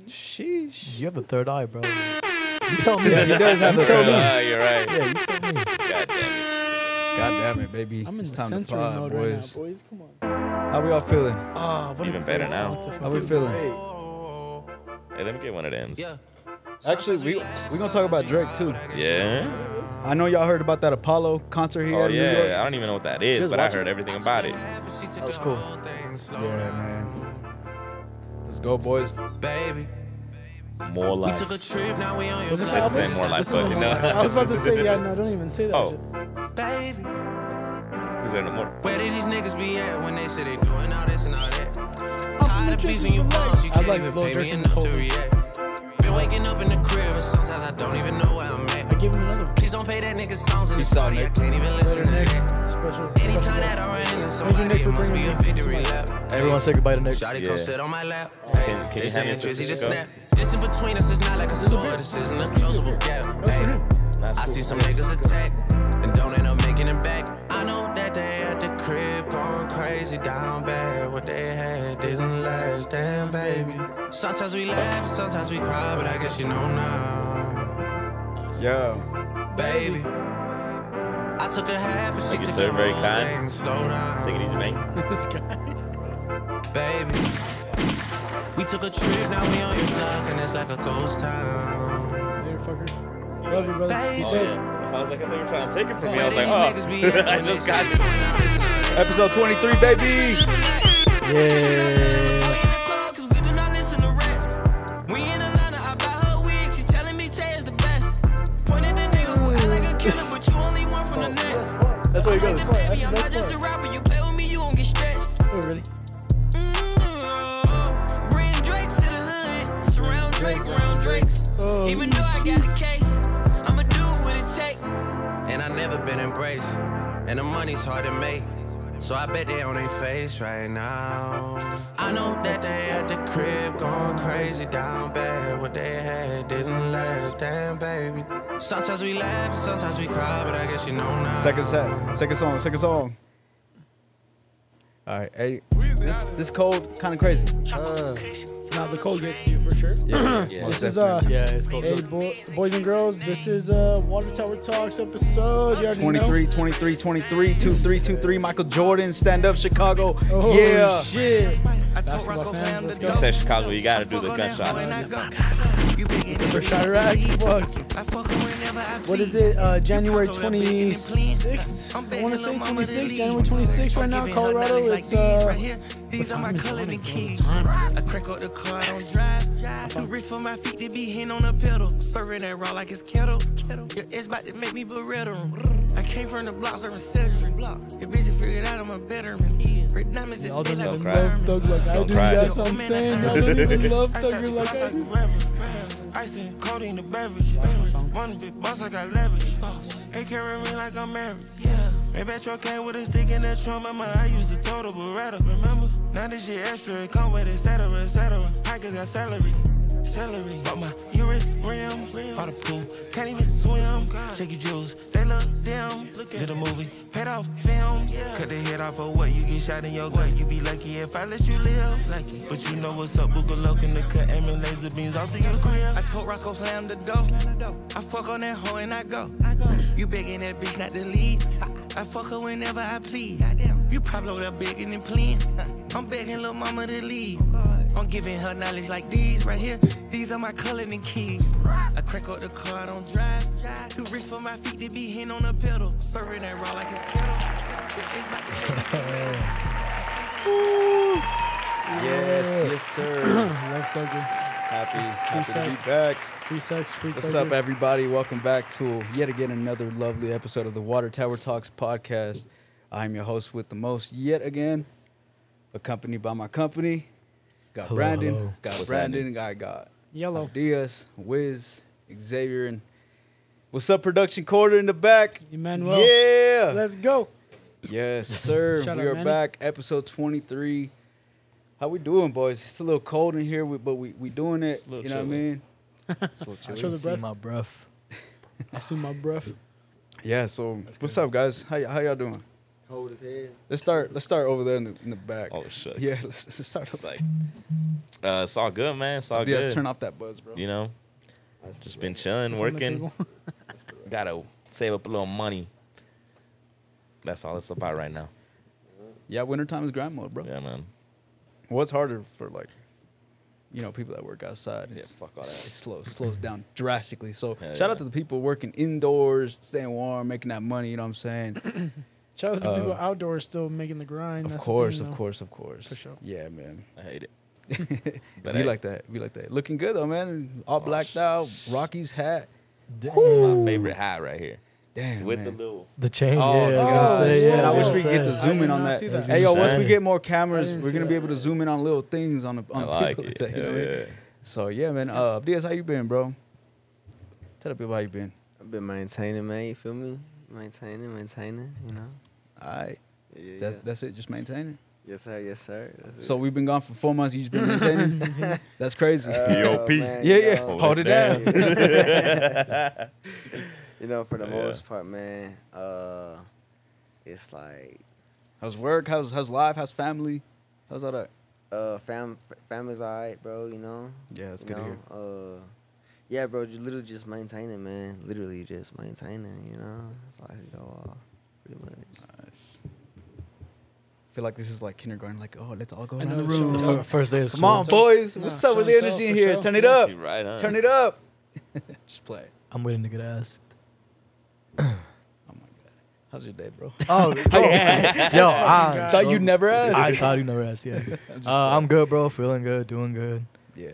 S2: Sheesh.
S4: You have a third eye, bro. You tell me.
S2: He does have a third
S3: Ah,
S2: eye.
S3: you're right.
S4: Yeah, you tell me.
S3: God damn it.
S2: God damn it, baby.
S1: I'm in
S2: it's
S1: the
S2: time to
S1: sensory
S2: pod,
S1: mode right now,
S2: boys.
S1: boys. Come on.
S2: How we all feeling?
S1: Ah, what a
S3: Even better
S1: great
S3: now.
S1: song to
S2: How we
S1: fucking-
S2: feeling?
S3: Hey, let me get one of them. Yeah.
S2: Actually, we we gonna talk about Drake too.
S3: Yeah.
S2: I know y'all heard about that Apollo concert here
S3: Oh
S2: in New
S3: yeah. I
S2: York.
S3: don't even know what that is,
S4: Just
S3: but I
S4: watch
S3: heard everything about it.
S4: That was cool.
S2: Yeah, man. Let's go, boys.
S7: Baby,
S3: More
S7: we
S3: like.
S7: took a trip, now we on your
S1: Was this
S7: block.
S3: Say
S1: album?
S3: more like
S1: This is the
S3: fucking
S1: one-
S3: no.
S1: I was about to say, yeah, no, don't even say that.
S3: Oh.
S1: shit.
S7: Baby,
S3: Is there no more?
S7: where did these niggas be at when they say they doing all this and all that? Tired of beats when you bumps, you
S1: I
S7: can't
S1: like
S7: even
S1: Lil
S7: pay
S1: Durk
S7: me
S1: in this
S7: enough to
S1: whole-
S7: react. Been waking up in the crib and sometimes I don't even know where I'm at.
S1: Give him another one.
S7: Please don't pay that nigga songs in the
S2: Peace out,
S7: party, I
S2: Nick.
S7: can't even listen to
S1: Nick,
S7: that.
S1: special.
S7: Anytime that I run into
S1: Nick
S7: somebody,
S1: for
S7: it must be
S1: bringing
S7: a
S1: me
S7: victory
S1: somebody.
S7: lap.
S4: Everyone say goodbye to Nick.
S7: Shawty
S3: Yeah.
S7: come sit on my lap. Hey,
S3: can you
S7: they
S3: hand me a
S7: saying Drizzy just
S3: Prosecco?
S7: snap. This in between us is not like a store. This isn't a closable gap. Hey,
S3: That's
S7: I
S3: cool.
S7: see some niggas attack and don't end up making it back. I know that they at the crib going crazy down bad. What they had didn't last, damn baby. Sometimes we laugh, and sometimes we cry, but I guess you know now,
S2: Yeah.
S7: baby. I took a half and she
S3: Thank you,
S7: took
S3: sir.
S7: the
S3: Very
S7: whole
S3: kind.
S7: thing. Slow down
S3: Take it easy, man.
S1: This guy.
S7: baby. We took a trip, now we on your block, and it's like a ghost town.
S1: Later, fucker. Love you, brother. Be
S7: Babe.
S3: Oh,
S1: safe.
S3: yeah. I was like, I thought you were trying to take it from me. I
S7: Where
S3: was
S7: did
S3: like,
S7: these niggas
S3: oh,
S7: be at
S3: I
S7: when they
S3: just
S7: say
S3: got
S7: they
S3: it.
S7: doing all this and all that?
S2: Episode 23, baby.
S4: Yeah.
S7: We in the club 'cause we do not listen to rest. We in Atlanta, I buy her wig, she telling me Tay is the best. Pointed the nigga who act like a killer, but you only one from the next.
S4: That's where he goes.
S7: The baby, I'm
S1: best
S7: not just a rapper, you play with me, you gon' get stretched.
S1: Oh, really?
S7: Mm, Bring Drake to the hood. Surround Drake, round Drakes.
S1: Oh,
S7: Even though I got a case, I'ma do what it take. And I never been embraced. And the money's hard to make.
S8: So I bet they on their face right now. I know that they at the crib going crazy down bad. What they had didn't last, damn baby. Sometimes we laugh and sometimes we cry, but I guess you know now.
S2: Second set. Second song. Second song. All right. Hey, this this cold kind of crazy.
S1: Uh, Now the cold gets to you for sure.
S2: Yeah.
S3: Yeah.
S1: This
S2: most
S1: is uh,
S2: definitely.
S4: Yeah, it's cold.
S1: hey bo- boys and girls, this is uh Water Tower Talks episode. You already
S2: 23,
S1: know.
S2: 23, 23, 23, 23. Michael Jordan, stand up, Chicago.
S1: Oh
S2: yeah.
S1: shit!
S8: I told
S1: Basketball
S8: Rocco
S1: fans,
S8: fam
S1: let's
S8: to
S1: go.
S3: I said Chicago, you gotta do the gunshots.
S8: You big and
S1: For Chirac, fuck.
S8: I fuck her whenever I
S1: What is it? Uh, January 26th. I want to say 26th. January 26th right now, Colorado. It's uh,
S8: These are my colors and keys. I crack up the car, I don't drive. Too rich for my feet to be hitting on a pedal. Serving that raw like it's kettle. Your it's about to make me belittle. I came from the block, serving Cedric block. Your bitch figured out I'm a better man. Rick Diamonds
S1: y'all
S8: the
S1: don't
S8: like
S1: even
S3: cry.
S1: love thug like I
S3: Don't
S1: do.
S3: cry.
S1: That's what I'm saying. Y'all don't even love thugger like I do.
S8: Icing, coating the beverage. One big boss, I got leverage. They carry me like I'm married. Maybe I truck came with a stick and a trauma, man. I used to total Beretta, remember? Now this shit extra, it come with et cetera, et cetera. Pockets got salary, celery. Bought my Urus rims, bought a pool. Can't even swim, check your jewels. They look dim, did a movie, paid off films. Cut the head off of what you get shot in your gut. You be lucky if I let you live. Lucky. But you know what's up, Booga Loke in the cut, aiming laser beams off the your crib. I told Roscoe slam the door. I fuck on that hoe and I go. You begging that bitch not to leave. I, I fuck her whenever I please. You probably over there begging and pleading. I'm begging little mama to leave. I'm giving her knowledge like these right here. These are my colors and keys. I crack up the car, I don't drive. Too rich for my feet to be hitting on a pedal. Serving that raw like it's kettle. It's my-
S2: Yes, yes, sir.
S1: Love thugger.
S2: happy, happy to
S1: sex.
S2: be back.
S1: Free sex, free
S2: What's
S1: thugger.
S2: up, everybody? Welcome back to yet again another lovely episode of the Water Tower Talks podcast. I'm your host with the most yet again, accompanied by my company. Got
S4: Hello,
S2: Brandon,
S4: hello.
S2: got
S3: What's
S2: Brandon, I got
S1: Yellow.
S2: Diaz, Wiz, Xavier, and what's up, production quarter in the back?
S1: Emmanuel.
S2: Yeah.
S1: Let's go.
S2: Yes, sir.
S1: Shout
S2: we
S1: out,
S2: are
S1: Manny.
S2: back, episode twenty-three. How we doing, boys? It's a little cold in here, we- but we we doing it.
S3: a little
S2: You know what I
S3: chilly.
S2: mean?
S1: Show the
S4: See
S1: breath.
S4: my breath.
S1: I see my breath.
S2: Yeah. So what's up, guys? How y- how y'all doing?
S9: Cold as hell.
S2: Let's start. Let's start over there in the, in the back.
S3: Oh shit.
S2: yeah. Let's, let's start.
S3: It's
S2: Up.
S3: like, uh, it's all good, man. It's all
S2: yeah,
S3: good.
S2: let's turn off that buzz, bro.
S3: You know, just been chilling,
S1: It's on the
S3: working.
S1: table.
S3: Gotta save up a little money. That's all it's about right now.
S2: Yeah, wintertime is grind mode, bro.
S3: Yeah, man.
S2: What's harder for like, you know, people that work outside? It's,
S3: fuck all
S2: it's-
S3: that.
S2: It slows slows down drastically. So
S3: Yeah,
S2: shout
S3: yeah.
S2: out to the people working indoors, staying warm, making that money. You know what I'm saying?
S1: Shout out to
S2: Uh,
S1: people outdoors still making the grind.
S2: of
S1: That's the
S2: course,
S1: thing,
S2: of
S1: though.
S2: course, of course.
S1: For sure.
S2: Yeah, man.
S3: I hate it.
S2: But
S3: But
S2: we
S3: hey.
S2: like that. We like that. Looking good though, man. All blacked
S3: sh-
S2: out. Rocky's hat.
S4: Damn.
S3: My favorite hat right here
S2: Damn.
S3: with
S2: man.
S3: the little.
S4: The chain.
S2: Oh,
S4: yeah, I was
S1: yeah.
S4: gonna say, yeah.
S1: Oh,
S2: I
S1: was
S2: wish
S1: gonna
S2: we could get the
S1: say.
S2: zoom in
S1: I
S2: on
S1: did not
S2: that.
S1: see that.
S2: Hey, yo, once we
S3: Insane.
S2: get more cameras,
S1: didn't
S2: we're
S1: see
S2: gonna be
S1: that.
S2: able to zoom in on little things on the,
S3: I
S2: on
S3: like
S2: people.
S3: it.
S2: that, you know
S3: Hell
S2: what I mean?
S3: yeah.
S2: So yeah, man. Uh, Diaz, how you been, bro? Tell the people how you been.
S5: I've been maintaining, man. You feel me? Maintaining, maintaining. You know.
S2: All right,
S5: Yeah, yeah.
S2: that's, that's it. Just maintaining.
S5: yes, sir. Yes, sir. That's
S2: So we've been gone for four months. You just been maintaining. that's crazy.
S3: Uh,
S5: it.
S3: P.O.P..
S5: man,
S2: yeah,
S5: you
S2: yeah.
S5: know,
S2: Hold,
S3: Hold
S2: it
S3: it
S2: down.
S5: You know, for the
S3: Yeah.
S5: most part, man. Uh, it's like
S2: how's work? How's how's life? How's family? How's all that?
S5: uh, fam, family's alright, bro. You know.
S2: Yeah, that's
S5: you
S2: good to hear.
S5: know, Uh, yeah, bro. You literally just maintaining, man. Literally just maintaining. You know, it's like go off, pretty much.
S2: Nice. I feel like this is like kindergarten. Like, oh, let's all go
S1: I
S2: around
S1: know,
S2: the
S1: it's
S2: room.
S1: showing
S4: Fir-
S1: off.
S4: First day of school.
S2: Come on, boys.
S1: Nah,
S2: What's up with the
S1: showing off,
S2: energy in
S1: for
S2: here?
S1: sure.
S2: Turn it up.
S3: You right on.
S2: Turn it up. Just play.
S4: I'm waiting to get asked.
S2: Oh my god. How's your day, bro?
S4: Oh, yo, I
S1: God.
S2: Thought you'd never
S4: I
S2: ask.
S4: thought you never asked. Yeah, uh, I'm good, bro. Feeling good, doing good.
S2: yeah.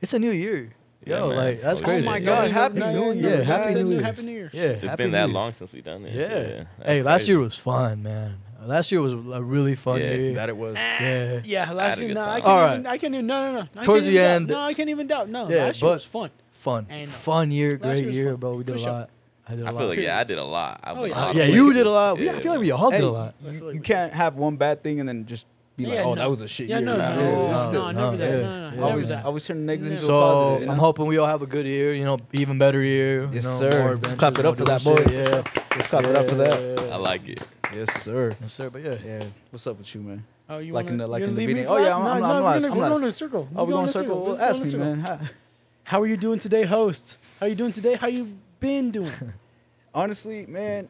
S4: It's a new year.
S3: Yeah,
S4: Yo,
S3: man.
S4: like that's
S3: Oh,
S4: crazy.
S2: my God, happy
S1: no,
S2: New
S1: no,
S2: Year.
S1: no,
S2: Happy
S1: no,
S2: New
S1: no,
S2: Year.
S1: Happy New Year.
S4: Yeah,
S3: It's
S4: happy
S3: been
S4: New
S3: that
S4: Year.
S3: long since we done it.
S4: Yeah.
S3: that's
S4: Hey, last
S3: crazy.
S4: year was fun, man. Last year was a really fun
S3: Yeah,
S4: year.
S2: That it was.
S4: yeah.
S1: Eh, Yeah,
S3: I
S1: last
S3: had a
S1: year.
S3: good
S1: No, I
S3: time.
S1: can't.
S4: All
S1: even,
S4: right.
S1: I can't even. No, no, no. I
S4: Towards
S1: can't
S4: the
S1: even doubt.
S4: end-
S1: No, I can't even doubt. No,
S4: Yeah,
S1: last year
S4: but-
S1: was fun.
S4: Fun.
S1: I know.
S4: Fun year,
S1: Last year
S4: great
S1: was
S4: year,
S1: fun,
S4: bro. We did
S1: for
S4: a
S1: sure.
S4: lot. I did a
S3: I
S4: lot.
S3: feel like yeah, I did a lot. I
S1: Oh,
S3: went a
S1: yeah.
S3: lot of
S4: yeah, you
S3: places.
S4: did a lot. We, I
S3: Yeah.
S4: feel like we all
S2: Hey,
S4: did a lot.
S1: I feel
S2: You,
S1: like
S2: you
S1: we-
S2: can't have one bad thing and then just be
S1: Yeah,
S2: like, oh,
S1: no.
S2: that was a shit
S1: Yeah,
S2: year.
S1: no,
S2: Nah,
S1: no,
S2: yeah,
S1: no,
S2: just
S1: no,
S2: to-
S1: never that.
S4: yeah,
S1: No, no,
S4: yeah.
S1: no, never
S2: Always,
S1: that.
S2: always turn negative into a
S1: So,
S2: positive.
S4: So
S2: you know?
S4: I'm hoping we all have a good year. You know, even better year. you
S2: Yes,
S4: know,
S2: sir.
S4: more
S2: Let's
S4: adventures,
S2: clap it
S4: more
S2: up for that
S4: doing
S2: boy.
S4: shit. Yeah.
S2: Let's clap it up for that.
S3: I like it.
S2: Yes, sir.
S4: Yes, sir. But yeah.
S2: Yeah. What's up with you, man?
S1: Oh, you
S2: Like in
S1: wanna,
S2: the- like
S1: you
S2: in
S1: gonna
S2: the
S1: leave me
S2: beginning.
S1: for
S2: Oh, yeah,
S1: last?
S2: I'm-
S1: No,
S2: I'm
S1: no,
S2: not-
S1: we're
S2: I'm
S1: gonna-
S2: not-
S1: We're going in a circle.
S2: Oh, we're going
S1: in
S2: in circle.
S1: Let's go in
S2: Ask
S1: a
S2: me,
S1: circle.
S2: man. Hi-
S1: How are you doing today, host? How are you doing today? How you been doing?
S2: Honestly, man,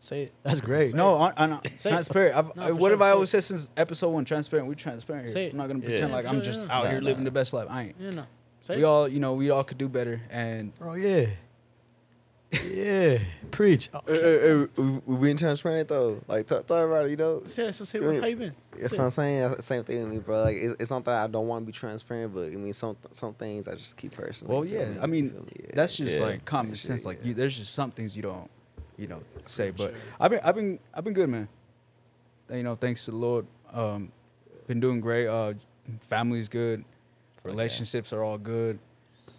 S1: Say it.
S4: That's great.
S2: no, on, on,
S1: Say it.
S2: transparent. I've,
S1: No,
S2: I-
S1: for
S2: what
S1: sure,
S2: have I
S1: say
S2: always
S1: it.
S2: said since episode one? Transparent. We transparent
S1: Say
S2: here.
S1: it.
S2: I'm not gonna
S3: Yeah.
S2: pretend like I'm
S1: Sure,
S2: just
S1: yeah.
S2: out
S3: Nah,
S2: here
S3: nah.
S2: living the best life. I ain't.
S1: Yeah, no. Say
S2: We
S1: it.
S2: all, you know, we all could do better, and
S4: Oh yeah. Yeah. Preach.
S8: Hey, hey, we- we being transparent though. Like talk, talk about it, you know.
S1: Say, so say what, how you been?
S8: That's
S1: Say
S8: what I'm
S1: it.
S8: saying. Same thing with me, bro. Like it's, it's not that I don't want to be transparent, but I mean some some things I just keep personal.
S2: well,
S8: you feel
S2: yeah.
S8: me?
S2: I
S8: You
S2: mean,
S8: feel me? Yeah.
S2: that's just
S3: Yeah.
S2: like common
S8: Same
S2: sense.
S8: shit,
S2: Like,
S8: yeah.
S2: you, there's just some things you don't, you know, say. But I've been, I've been, I've been good, man. You know, thanks to the Lord, um, been doing great. Uh, family's good, relationships are all good.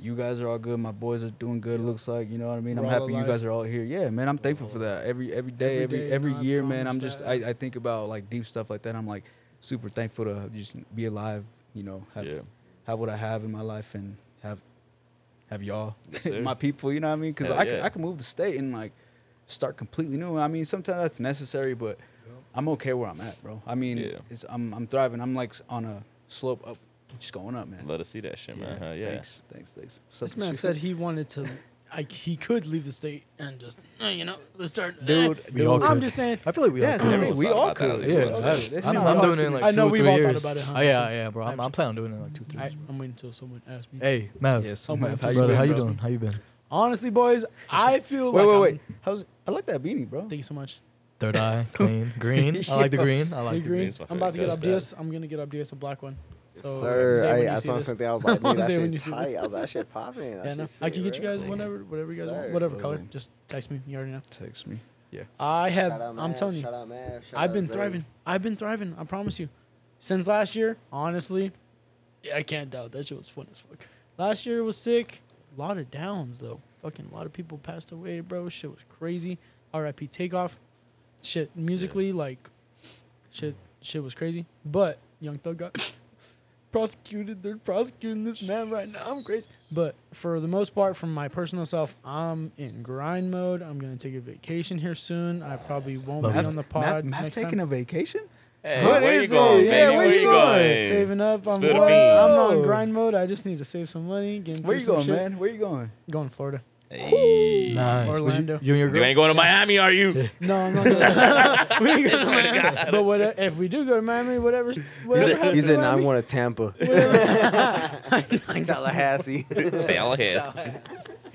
S2: You guys are all good. My boys are doing good. Looks like you know what I mean.
S1: We're
S2: I'm
S1: all
S2: happy
S1: alive.
S2: you guys are all here. Yeah, man. I'm thankful for that. Every every day,
S1: Every
S2: every
S1: day,
S2: every,
S1: no, I
S2: year, man.
S1: promise
S2: I'm just
S1: that.
S2: I, I think about like deep stuff like that. I'm like super thankful to just be alive. You know, have
S3: Yeah.
S2: have what I have in my life and have have y'all,
S3: Yes, sir.
S2: my people. You know what I mean? Because
S3: Hell
S2: I could
S3: yeah.
S2: I could move the state and like start completely new. I mean, sometimes that's necessary, but I'm okay where I'm at, bro. I mean,
S3: Yeah.
S2: it's, I'm I'm thriving. I'm like s- on a slope up, just going up, man.
S3: Let us see that shit, man. Huh, yeah.
S2: Thanks, thanks, thanks. What's up
S1: This
S2: with
S1: man
S2: you?
S1: said he wanted to. I, he could leave the state and just, uh, you know, let's start. eh.
S2: dude,
S4: We all
S1: I'm
S4: could.
S1: just saying.
S4: I feel like we
S2: Yes,
S4: all. could.
S2: I mean,
S3: Everyone's
S2: we
S3: thought
S2: all
S3: about that
S2: could.
S3: at
S2: Yeah,
S3: least once.
S2: that's-
S3: I've-
S2: that's
S4: I'm,
S2: not
S4: I'm
S2: hard
S4: doing
S2: to
S4: it in
S2: do.
S4: like two
S1: I know
S4: or
S1: we've
S4: three
S1: all thought
S4: years.
S1: about it, huh?
S4: Oh, yeah, yeah, bro. I'm, I'm
S1: Absolutely.
S4: planning on doing it in like two, three.
S1: I,
S4: years.
S1: I'm waiting until someone asks me.
S4: Hey, Mav.
S2: Yes,
S1: Oh,
S2: Mav,
S1: man,
S2: how you
S4: brother,
S2: been,
S4: how you
S2: bro?
S4: doing? How you been?
S1: Honestly, boys, I feel
S2: Wait,
S1: like.
S2: wait,
S1: I'm-
S2: wait. How's I like that beanie, bro?
S1: Thank you so much.
S4: Third eye, clean, green. I like the green. I
S1: Hey,
S4: like the green.
S1: green.
S3: green's my
S1: I'm about to get
S3: favorite.
S1: Abdias. I'm gonna get Abdias a black one. So
S8: Sir,
S1: say when
S8: I,
S1: you
S8: I
S1: see
S8: saw
S1: this.
S8: something. I was like,
S1: I'll
S8: nigga, that
S1: say when
S8: shit
S1: you see
S8: tight.
S1: this.
S8: I was like, that shit popping. That
S1: Yeah,
S8: shit
S1: no,
S8: sick,
S1: I can get you
S8: bro.
S1: guys whatever, whatever you guys want,
S8: Sir.
S1: whatever
S2: Oh.
S1: color. Just text me. You already know.
S2: Text me.
S1: I have.
S8: Shout out,
S1: I'm
S8: Mav.
S1: telling you,
S8: Shout out, Mav. Shout
S1: I've
S8: out
S1: been
S8: Zay.
S1: thriving. I've been thriving. I promise you. Since last year, honestly, yeah, I can't doubt that shit was fun as fuck. Last year was sick. A lot of downs though. Fucking a lot of people passed away, bro. Shit was crazy. R.I.P. Takeoff. Shit musically, like, shit, shit was crazy. But Young Thug got prosecuted. They're prosecuting this man right now. I'm crazy. But for the most part, from my personal self, I'm in grind mode. I'm gonna take a vacation here soon. I probably won't
S4: Love
S1: be
S4: it.
S1: on the pod next time.
S2: a vacation?
S3: Hey,
S2: What
S3: where you
S2: is
S3: going,
S2: it?
S3: baby?
S2: Yeah, where
S3: where
S2: you
S3: you
S2: going?
S3: going?
S1: saving up. I'm,
S3: Spill the
S1: working-
S3: beans.
S1: I'm not
S2: Whoa.
S1: on grind mode. I just need to save some money. Getting through
S2: Where you
S1: some
S2: going,
S1: shit.
S2: man? Where you going?
S1: Going to Florida.
S3: Hey.
S4: Nice. Would you-
S1: Orlando.
S4: You, and your girl.
S3: You ain't going to Miami, are you?
S1: No, I'm not. Gonna, we ain't gonna, but what, if we do go to Miami, whatever, whatever happens
S8: He
S1: to
S3: uh,
S8: said, "Nah, I'm
S1: Miami,
S8: going to Tampa, Tallahassee."
S3: Tallahassee. I like it.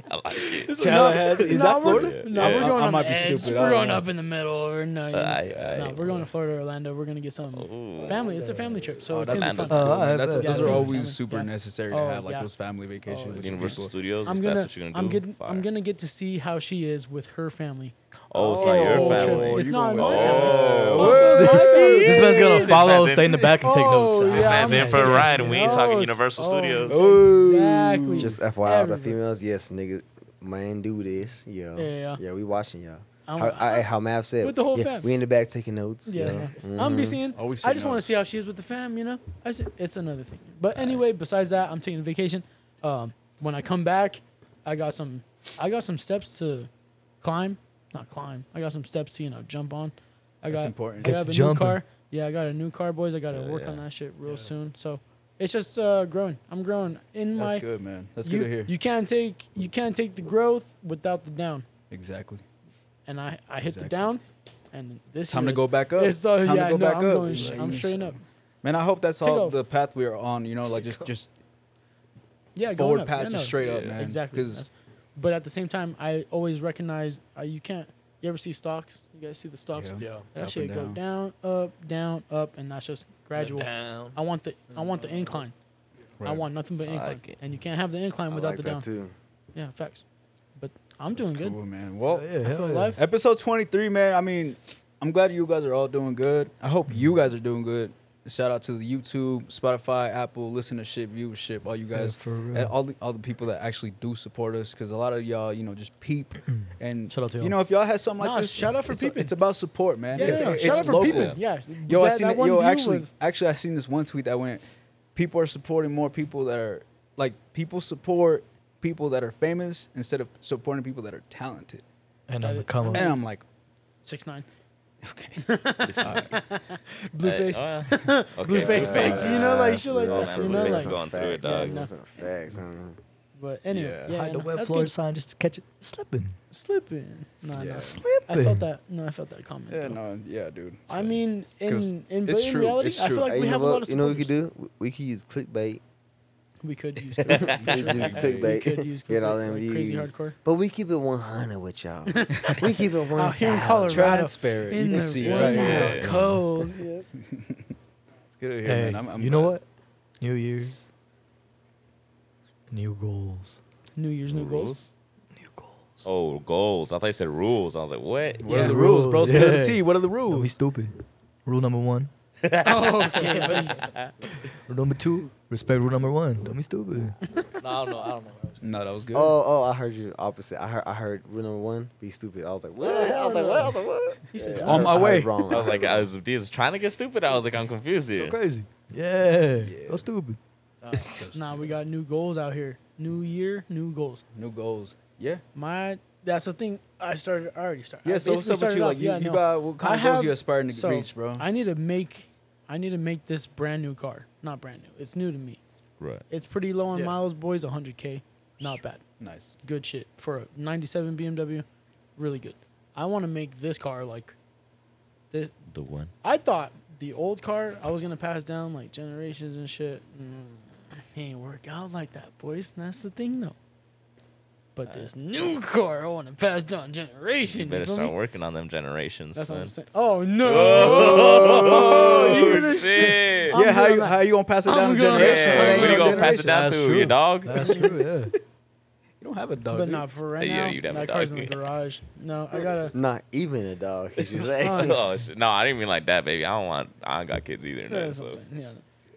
S2: Tallahassee. Is that
S1: no, we're-
S2: Florida?
S1: No,
S3: Yeah.
S1: we're going
S2: I- I
S1: on
S2: might
S1: the
S2: be
S1: edge.
S2: stupid. I
S1: We're
S2: don't
S1: going
S2: know.
S1: up in the middle. Or no, you-
S3: Aye, aye. Oh,
S1: no, we're going to Florida, Orlando. We're gonna get some
S3: Ooh.
S1: family. It's a family trip, so it's
S2: that's
S1: gonna
S3: Orlando's
S1: be fun.
S3: cool.
S4: Oh, I
S2: That's,
S4: bet.
S1: Yeah,
S2: those
S1: it's
S2: are
S1: a
S2: always
S1: family,
S2: super
S1: yeah.
S2: necessary
S1: Oh,
S2: to have, like
S1: yeah.
S2: those family vacations.
S1: Oh,
S2: with
S1: yeah.
S3: Universal
S2: people.
S3: Studios.
S1: I'm
S3: if
S1: gonna,
S3: that's what you're gonna
S1: I'm
S3: do.
S1: getting, I'm
S3: Fire.
S1: gonna get to see how she is with her family.
S3: Oh, it's not
S2: Oh,
S3: your
S2: trip.
S3: family.
S1: It's not
S2: Oh,
S3: family.
S1: my This man's my family.
S4: This man's gonna
S3: This
S4: follow,
S3: man's
S4: stay in the back, and take notes.
S1: Oh,
S3: This
S1: yeah,
S3: man's
S1: I'm
S3: in for a
S1: gonna-
S3: ride, and we ain't talking
S1: Oh,
S3: Universal
S1: oh,
S3: Studios.
S1: Exactly.
S8: Just FYI, the
S1: Everybody.
S8: females, yes, nigga, man, do this, yo.
S1: Yeah, yeah.
S8: yeah, we watching y'all.
S1: I'm-
S8: How, I, how Mav said,
S1: With the whole
S8: yeah,
S1: fam.
S8: we in the back taking notes. Mm-hmm. you
S1: Yeah, yeah.
S8: know?
S1: I'm
S4: Mm-hmm.
S1: gonna be seeing.
S3: Oh,
S2: Always
S1: I
S2: say
S1: just want to
S2: notes.
S1: see how she is with the fam. You know, I just, it's another thing. But anyway, besides that, I'm taking a vacation. Um, when I come back, I got some. I got some steps to climb. Not climb. I got some steps to you know jump on. I
S2: That's
S1: got.
S2: important.
S1: I
S4: Get
S1: got
S4: to
S1: a new
S4: jumping.
S1: car. Yeah, I got a new car, boys. I got to
S3: Yeah,
S1: work
S3: yeah.
S1: on that shit real soon. So it's just uh, growing. I'm growing in my.
S2: That's good, man. That's
S1: you,
S2: good to hear.
S1: You can't take you can't take the growth without the down.
S2: Exactly.
S1: And I I hit
S2: Exactly.
S1: the down, and this
S2: Time
S1: year
S2: to
S1: is-
S2: go back up.
S1: It's, uh,
S2: Time
S1: yeah,
S2: to go
S1: no,
S2: back
S1: I'm
S2: up.
S1: Going, sh- I'm
S2: Like,
S1: straighten up.
S2: Man, I hope that's
S1: Take
S2: all
S1: off.
S2: the path we are on. You know, like just
S1: Take
S2: just
S1: Yeah, going
S2: forward
S1: up.
S2: path,
S1: Yeah,
S2: just
S1: no,
S2: straight up,
S3: yeah,
S2: man.
S1: Exactly.
S2: Because
S1: That's- But at the same time, I always recognize uh, you can't. You ever see stocks? You guys see the stocks?
S2: Yeah.
S4: Yeah.
S1: That
S2: Up
S1: shit
S2: and
S1: go down, up, down, up, and that's just gradual.
S4: Down.
S1: I want the I want the incline. I
S2: Right.
S1: want nothing but
S3: Mm-hmm. I
S1: incline,
S3: like it.
S1: and you can't have the incline
S8: I
S1: without
S8: like
S1: the
S8: that
S1: down.
S8: too.
S1: Yeah, facts. But I'm doing good.
S2: cool, man. Well,
S4: Yeah,
S1: I
S4: hell
S1: feel
S4: yeah.
S1: alive.
S4: Mm-hmm.
S2: Episode 23, man. I mean, I'm glad you guys are all doing good. I hope you guys are doing good. Shout out to the YouTube, Spotify, Apple, listenership, viewership, all you guys,
S4: for real.
S2: and all the all the people that actually do support us, because a lot of y'all, you know, just peep and
S4: Mm-hmm. Shout out to
S2: you
S4: y'all.
S2: know if y'all had something like
S1: Nah,
S2: this,
S1: shout out for
S2: it's a-
S1: peeping.
S2: it's about support, man.
S1: Yeah,
S2: If-
S1: yeah, yeah.
S2: it's
S1: shout out for
S2: local.
S1: people. Yeah,
S2: Yo, I
S1: that,
S2: seen
S1: that
S2: it-
S1: one
S2: yo,
S1: view
S2: actually,
S1: was-
S2: actually, I seen this one tweet that went, people are supporting more people that are like people support people that are famous instead of supporting people that are talented.
S4: And on the come up.
S2: And I'm like,
S1: six nine,
S2: okay,
S1: blue
S3: Hey,
S1: face,
S3: oh, yeah. okay,
S1: uh, blue face,
S3: Blueface.
S1: like you know, like shit like
S3: Oh,
S1: that.
S3: man,
S1: You
S3: blue
S1: know,
S3: face is
S1: like,
S3: going through it, dog.
S1: no.
S8: Some facts, huh?
S1: but eh, anyway,
S2: Yeah.
S1: yeah,
S4: Hide the
S1: no,
S4: web
S1: that's
S4: floor
S1: good.
S4: sign just to catch it slipping.
S1: Slipping, nah, nah. I
S4: Slipping.
S1: felt that. No, I felt that comment.
S2: yeah,
S1: though.
S2: no, yeah, dude.
S1: I mean,
S2: 'Cause
S1: in in,
S2: it's
S1: but in
S2: true,
S1: reality,
S2: it's
S1: I
S2: true.
S1: feel like
S8: Hey,
S1: we
S8: you know
S1: have a lot
S8: what?
S1: of.
S8: You know what we could
S1: supporters.
S8: do? We- We could use clickbait.
S1: We could use. clickbait, for
S8: We
S1: sure.
S8: just
S1: We
S8: clickbait.
S1: could use
S8: Get all
S1: clickbait,
S8: them
S1: like crazy
S8: views.
S1: hardcore.
S8: But we keep it 100 with y'all. we keep it 100.
S1: Out here in Colorado,
S2: Transparent. You
S1: in
S2: can
S1: the
S2: see it
S1: one
S2: right
S1: out
S2: here. Yeah.
S1: cold. Yeah.
S2: Let's get out of here,
S4: Hey,
S2: man. I'm, I'm
S4: you know
S2: glad.
S4: what? New Year's, new goals,
S1: New Year's, new goals.
S3: Rules?
S4: new goals.
S3: Oh, goals. I thought you said rules. I was like, what?
S2: What
S4: Yeah.
S2: are the rules, bro?
S4: Rules,
S2: Spill
S4: yeah.
S2: the tea. What are the
S4: Don't be
S2: rules?
S4: stupid. Rule number one.
S1: okay, buddy.
S4: Rule number two. Respect rule number one. Don't be stupid. no, I don't know. I don't know.
S2: No, that was good.
S8: Oh, oh, I heard you opposite. I heard, I heard rule number one, be stupid. I was like, what? I was like, what? I was like, what?
S1: He said,
S8: Yeah, I
S2: On
S8: heard-
S2: my
S8: I heard
S2: way.
S8: Wrong.
S3: I was like, I was, he was trying to get stupid. I was like, I'm confused here.
S4: Go crazy. Yeah. Go stupid.
S1: Uh, Nah, we got new goals out here. New year, new goals.
S2: New goals. Yeah.
S1: My that's the thing. I started. I already started. I
S2: Yeah. So what's
S1: basically
S2: up with
S1: started
S2: you?
S1: off-
S2: Like, you,
S1: yeah,
S2: you
S1: no.
S2: got what kind
S1: I
S2: of goals
S1: have-
S2: you aspiring to
S1: so,
S2: reach, bro?
S1: I need to make. I need to make this brand new car. Not brand new. It's new to me.
S3: Right.
S1: It's pretty low on
S2: Yeah.
S1: miles, boys. 100k. Not bad.
S2: nice.
S1: Good shit for a 97 BMW. Really good. I want to make this car like. This.
S3: The one.
S1: I thought the old car I was gonna pass down like generations and shit. Mm, ain't work out like that, boys. And that's the thing though. But this new car I want to pass down generation.
S3: Uh, You better
S1: feel me?
S3: start working on them generations.
S1: That's what I'm
S3: son.
S1: saying. Oh no!
S3: Oh,
S1: You're gonna shit.
S3: shit.
S1: I'm
S2: yeah. How
S1: good on
S2: you
S1: that.
S2: how you gonna pass it
S1: I'm
S2: down to
S1: good on that.
S2: generation?
S1: Yeah,
S2: How
S1: we
S3: gonna
S2: gonna generation?
S3: pass it down
S4: That's
S3: to
S4: true.
S3: your dog.
S4: That's true. Yeah.
S2: You don't have a dog.
S1: But
S2: dude.
S1: not for right
S3: Yeah,
S1: now.
S3: you'd have a
S1: that car's in the
S3: dog.
S1: garage. No, I gotta.
S8: Not even a dog, as you say.
S1: Oh, no.
S3: oh shit. No, I didn't mean like that, baby. I don't want. I ain't got kids either.
S1: Yeah,
S3: Now,
S1: that's
S3: so.
S1: what I'm saying. Yeah.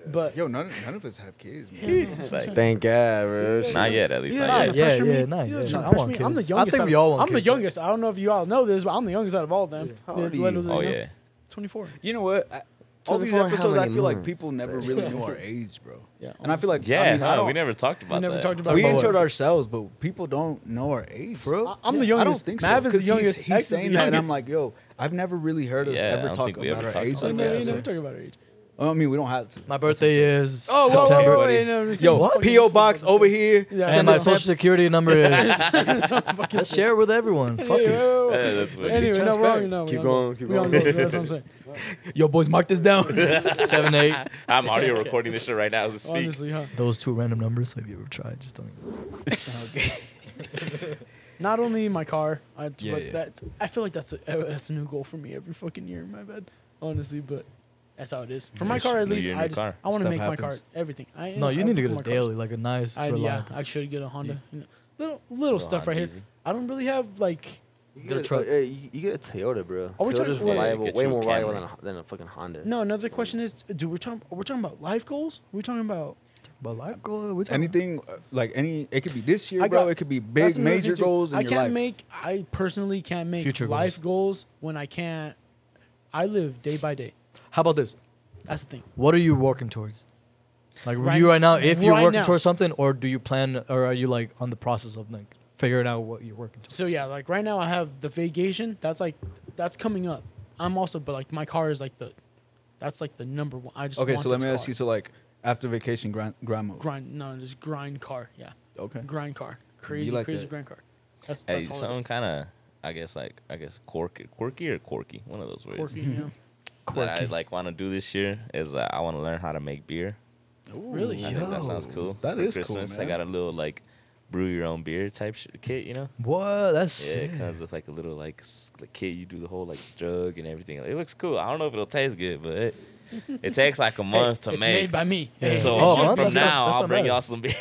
S1: But
S2: Yo, none, none of us have kids, man.
S3: It's like,
S8: Thank God, bro.
S3: not yet, at least
S1: Yeah,
S3: not
S1: yeah,
S3: yet.
S4: Yeah,
S1: pressure
S4: yeah,
S1: me.
S4: nice,
S1: You're
S4: yeah,
S1: trying to
S4: I
S1: push
S4: want
S1: me.
S4: kids.
S1: I'm the
S4: I
S1: youngest.
S4: think
S1: out
S4: we
S1: of-
S4: all want
S1: I'm the
S4: kids, right?
S1: youngest. I don't know if you all know this, but I'm the youngest out of all of them.
S8: How old are
S1: Literally,
S8: you?
S3: Oh
S1: know?
S3: yeah.
S1: 24.
S2: You know what? I, all these
S8: 24, how
S2: episodes, I
S8: many
S2: feel like mm.
S8: months?
S2: people never
S8: Say.
S2: really knew our age, bro.
S1: Yeah,
S2: and I feel like
S3: Yeah.
S2: I mean, I
S3: huh,
S2: don't-
S3: we never talked about
S1: We never
S3: that.
S1: talked about.
S2: we
S1: that.
S2: introed ourselves, but people don't know our age, bro.
S1: I- I'm the youngest.
S2: I don't think so.
S1: Mav is the
S2: 'cause
S1: youngest.
S2: He's,
S1: X
S2: he's
S1: is the
S2: saying that, and I'm
S1: youngest.
S2: like, yo, I've never really heard us
S3: Yeah, I
S2: ever
S3: don't
S2: talk
S3: think
S2: about
S3: we ever
S2: our
S3: talked
S2: age
S1: We
S2: like
S1: never,
S2: that.
S1: we never
S2: So.
S1: talk about our age.
S2: I mean, we don't have to.
S4: My birthday is
S1: Oh, whoa,
S4: September.
S1: whoa, whoa, wait, no,
S2: Yo,
S1: Fuck you,
S2: PO
S1: fuck
S2: box
S1: you.
S2: over here.
S1: Yeah.
S4: And my social security number is.
S1: So fucking-
S4: Let's share it with everyone. Fuck it.
S1: Yo.
S3: Yeah, that's what
S2: be
S1: Anyway, no, we're on.
S2: transparent.
S1: No,
S8: Keep
S1: we're
S8: going,
S1: on.
S8: keep
S1: We're on.
S8: going.
S1: That's what I'm saying.
S2: Yo, boys, mark this down.
S4: Seven, eight.
S3: I'm audio recording this shit right now as I speak.
S1: Honestly, huh?
S4: Those two random numbers. So if you ever tried, just don't.
S1: Not only my car, I,
S2: Yeah,
S1: but
S2: yeah.
S1: that's. I feel like that's a, uh, that's a new goal for me every fucking year. My bad, honestly, but that's how it is. For my
S3: Nice.
S1: car, at
S3: New
S1: least
S3: year,
S1: I
S3: new
S1: just
S3: car.
S1: I want to
S2: Stuff
S1: make my car
S2: happens.
S1: everything. I,
S4: No, you
S1: I,
S4: need to
S1: I-
S4: get
S1: my
S4: a
S1: cars.
S4: daily, like a nice.
S1: I, yeah,
S4: reliable-
S1: I should get a Honda. You know, little little
S3: Little
S1: stuff right
S3: Hondas.
S1: here. I don't really have like.
S8: You
S4: Get a
S8: get a,
S4: truck.
S8: uh, you, you get a Toyota, bro.
S1: Are Oh, we talking-
S8: Toyota's
S1: wait,
S8: reliable,
S3: get
S8: way
S3: you a
S8: more reliable than
S3: Camry.
S8: a, than a fucking Honda.
S1: No, another question is, dude, we're talking we're talking about life goals. We're talking about
S4: But life goal. What's
S2: Anything uh, like any, it could be this year,
S1: I
S2: bro.
S1: got-
S2: It could be
S1: That's
S2: big,
S1: another
S2: major
S1: thing, too.
S2: goals in
S1: I
S2: your
S1: can't
S2: life.
S1: make. I personally can't make
S4: Future
S1: life goals when I can't. I live day by day.
S4: How about this?
S1: That's the thing.
S4: What are you working towards? Like
S1: Right-
S4: you right now, if you're
S1: right
S4: working
S1: now.
S4: towards something, or do you plan, or are you like on the process of like figuring out what you're working towards?
S1: So yeah, like right now I have the vacation. That's like that's coming up. I'm also, but like my car is like the. That's like the number one. I just
S2: okay,
S1: want
S2: so let
S1: this
S2: me
S1: car.
S2: ask you. So like after vacation, grind, grind mode.
S1: grind. No, just grind car. Yeah,
S2: Okay.
S1: grind car. Crazy,
S2: like
S1: crazy
S2: that.
S1: grind car. That's
S3: Hey,
S1: that's all. it
S3: sound
S1: is.
S3: kind of, I guess, like, I guess, quirky, quirky or quirky, one of those words.
S1: Quirky, yeah.
S3: That I like want to do this year is uh, I want to learn how to make beer.
S1: Really?
S3: I think that sounds cool.
S2: that
S3: for
S2: is cool,
S3: Christmas, I
S2: man.
S3: got a little like brew your own beer type sh- kit, you know.
S4: What? That's
S3: Yeah,
S4: sick.
S3: it comes with like a little like, s- like kit. You do the whole like jug and everything. It looks cool. I don't know if it'll taste good, but it, it takes like a month to
S1: it's
S3: make.
S1: made by me.
S4: Yeah.
S1: Hey,
S3: so
S4: Oh,
S3: a
S4: huh?
S3: month from
S4: That's not-
S3: now,
S4: that's
S3: I'll
S4: not
S3: bring
S4: bad.
S3: y'all some beer.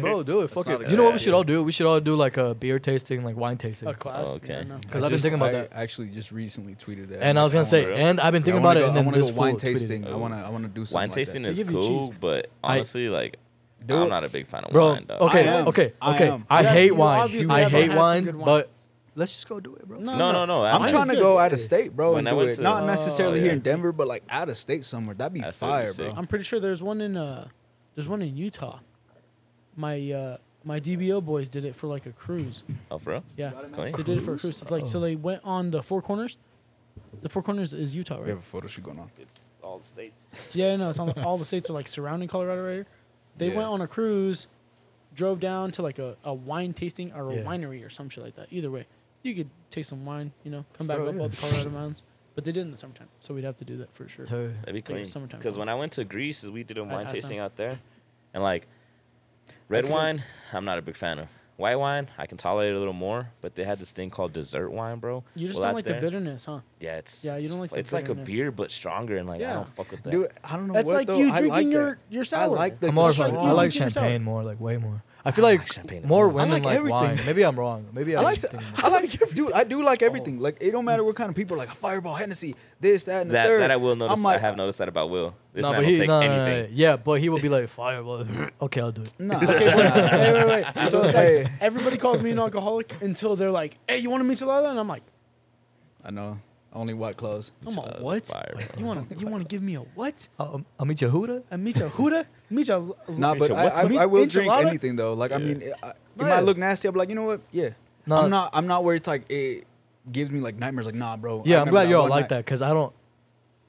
S4: Bro, do it. Fuck
S3: not
S4: it.
S3: a
S4: You know what we
S3: good
S4: should all do? We should all do like a beer tasting, like wine tasting.
S1: A class.
S3: Okay.
S1: no.
S4: Because I've been thinking about that.
S2: Actually, just recently tweeted that.
S4: And I was gonna say,
S3: real?
S4: and I've been thinking about it. And
S2: I
S4: then
S2: want to
S4: this
S2: go wine
S4: fool tweeted it.
S2: tasting. I want to. I want to do something.
S3: wine
S2: like that.
S3: tasting
S1: They
S3: is
S1: give you
S3: cool,
S1: cheese.
S3: but
S4: I-
S3: honestly, like,
S2: Do
S3: I'm
S2: it.
S3: not a big fan of
S4: Bro,
S3: wine. dog.
S4: okay,
S2: I am.
S4: okay,
S2: I
S4: okay.
S2: am.
S4: I
S1: Yeah,
S4: hate
S1: you
S4: wine.
S1: obviously
S4: I
S1: haven't
S4: hate
S1: had some
S4: wine,
S1: good wine.
S4: but let's just go do it, bro.
S3: No, no, no.
S2: I'm
S1: Mine's
S2: trying to
S1: good.
S2: go out of state, bro,
S3: When
S2: and
S3: I
S2: do
S3: went
S2: it.
S3: to-
S2: Not
S3: Oh,
S2: necessarily
S3: yeah.
S2: here in Denver, but like out of state somewhere. That'd be
S3: That's
S2: fire,
S3: what you
S2: bro.
S3: say.
S1: I'm pretty sure there's one in uh, there's one in Utah. My uh, my DBO boys did it for like a cruise.
S3: Oh, for real?
S1: Yeah,
S3: Clean.
S1: they did it for a cruise. It's like so they went on the Four Corners. The Four Corners is Utah,
S2: We
S1: right?
S2: have a photo shoot going on.
S3: It's all the states.
S1: Yeah, no, it's on all the states are like surrounding Colorado right here. They
S2: Yeah.
S1: went on a cruise, drove down to like a, a wine tasting or a
S4: Yeah.
S1: winery or some shit like that. Either way, you could taste some wine, you know, come back
S4: Bro,
S1: up
S4: yeah.
S1: all the Colorado mountains. But they did in the summertime, so we'd have to do that for sure.
S4: Hey.
S3: That'd be
S1: It's like a
S3: clean.
S1: summertime
S3: Because
S1: thing.
S3: when I went to Greece, we did a wine
S1: asked them.
S3: tasting out there, and like red wine, I'm not a big fan of. White wine, I can tolerate a little more, but they had this thing called dessert wine, bro.
S1: You just
S3: Well, out
S1: don't like
S3: there-
S1: the bitterness, huh?
S3: Yeah, it's
S1: Yeah, you don't like the
S3: it's like a
S1: bitterness.
S3: beer but stronger, and like I
S1: Yeah.
S3: don't fuck with that.
S2: Dude, I don't know.
S1: That's
S2: what,
S1: like
S2: though.
S1: you
S2: I
S1: drinking
S2: like
S1: your
S2: that.
S1: your
S2: I
S1: sour.
S2: like the.
S4: I'm more
S2: just
S4: of
S1: like
S4: a,
S1: you
S4: I like
S1: drinking yourself.
S4: champagne more, like way more. I feel like
S3: champagne
S4: more
S3: anymore.
S4: women
S2: like
S4: like,
S2: everything.
S4: wine. Maybe I'm wrong. Maybe
S2: I
S4: I'm
S2: like to, I like dude. I do like everything. Like it don't matter what kind of people. Like a Fireball, Hennessy, this, that, and the
S3: that
S2: third.
S3: that I will notice.
S2: I'm like,
S3: I have noticed that about Will. This
S4: No,
S3: man
S4: but
S3: will
S4: he,
S3: take
S4: no, no, no,
S3: anything.
S4: no. yeah, but he will be like fireball. okay, I'll do it.
S2: Nah.
S1: Wait, wait, wait. So it's
S2: Hey.
S1: like everybody calls me an alcoholic until they're like, "Hey, you want a michelada?" And I'm like,
S2: I know. Only white clothes.
S1: "I'm a
S3: Micheladas are
S1: what?
S3: fire,
S1: Like,
S3: bro.
S1: you want to you want to give me a what?
S4: I'll, I'll meet you, Huda.
S1: A michahuda? Micha?
S2: Nah, but
S3: Mitchell,
S2: I,
S3: what's
S2: I,
S1: up?
S2: I will drink
S1: Enchilada?
S2: anything though. Like I mean, it, I, it
S4: No, yeah.
S2: might look nasty. I'm like, you know what? Yeah.
S4: No.
S2: I'm not. I'm not where it's like it gives me like nightmares. Like nah, bro.
S4: Yeah, I'm
S2: I remember
S4: glad
S2: that
S4: you're all
S2: one
S4: like
S2: night.
S4: that because I don't,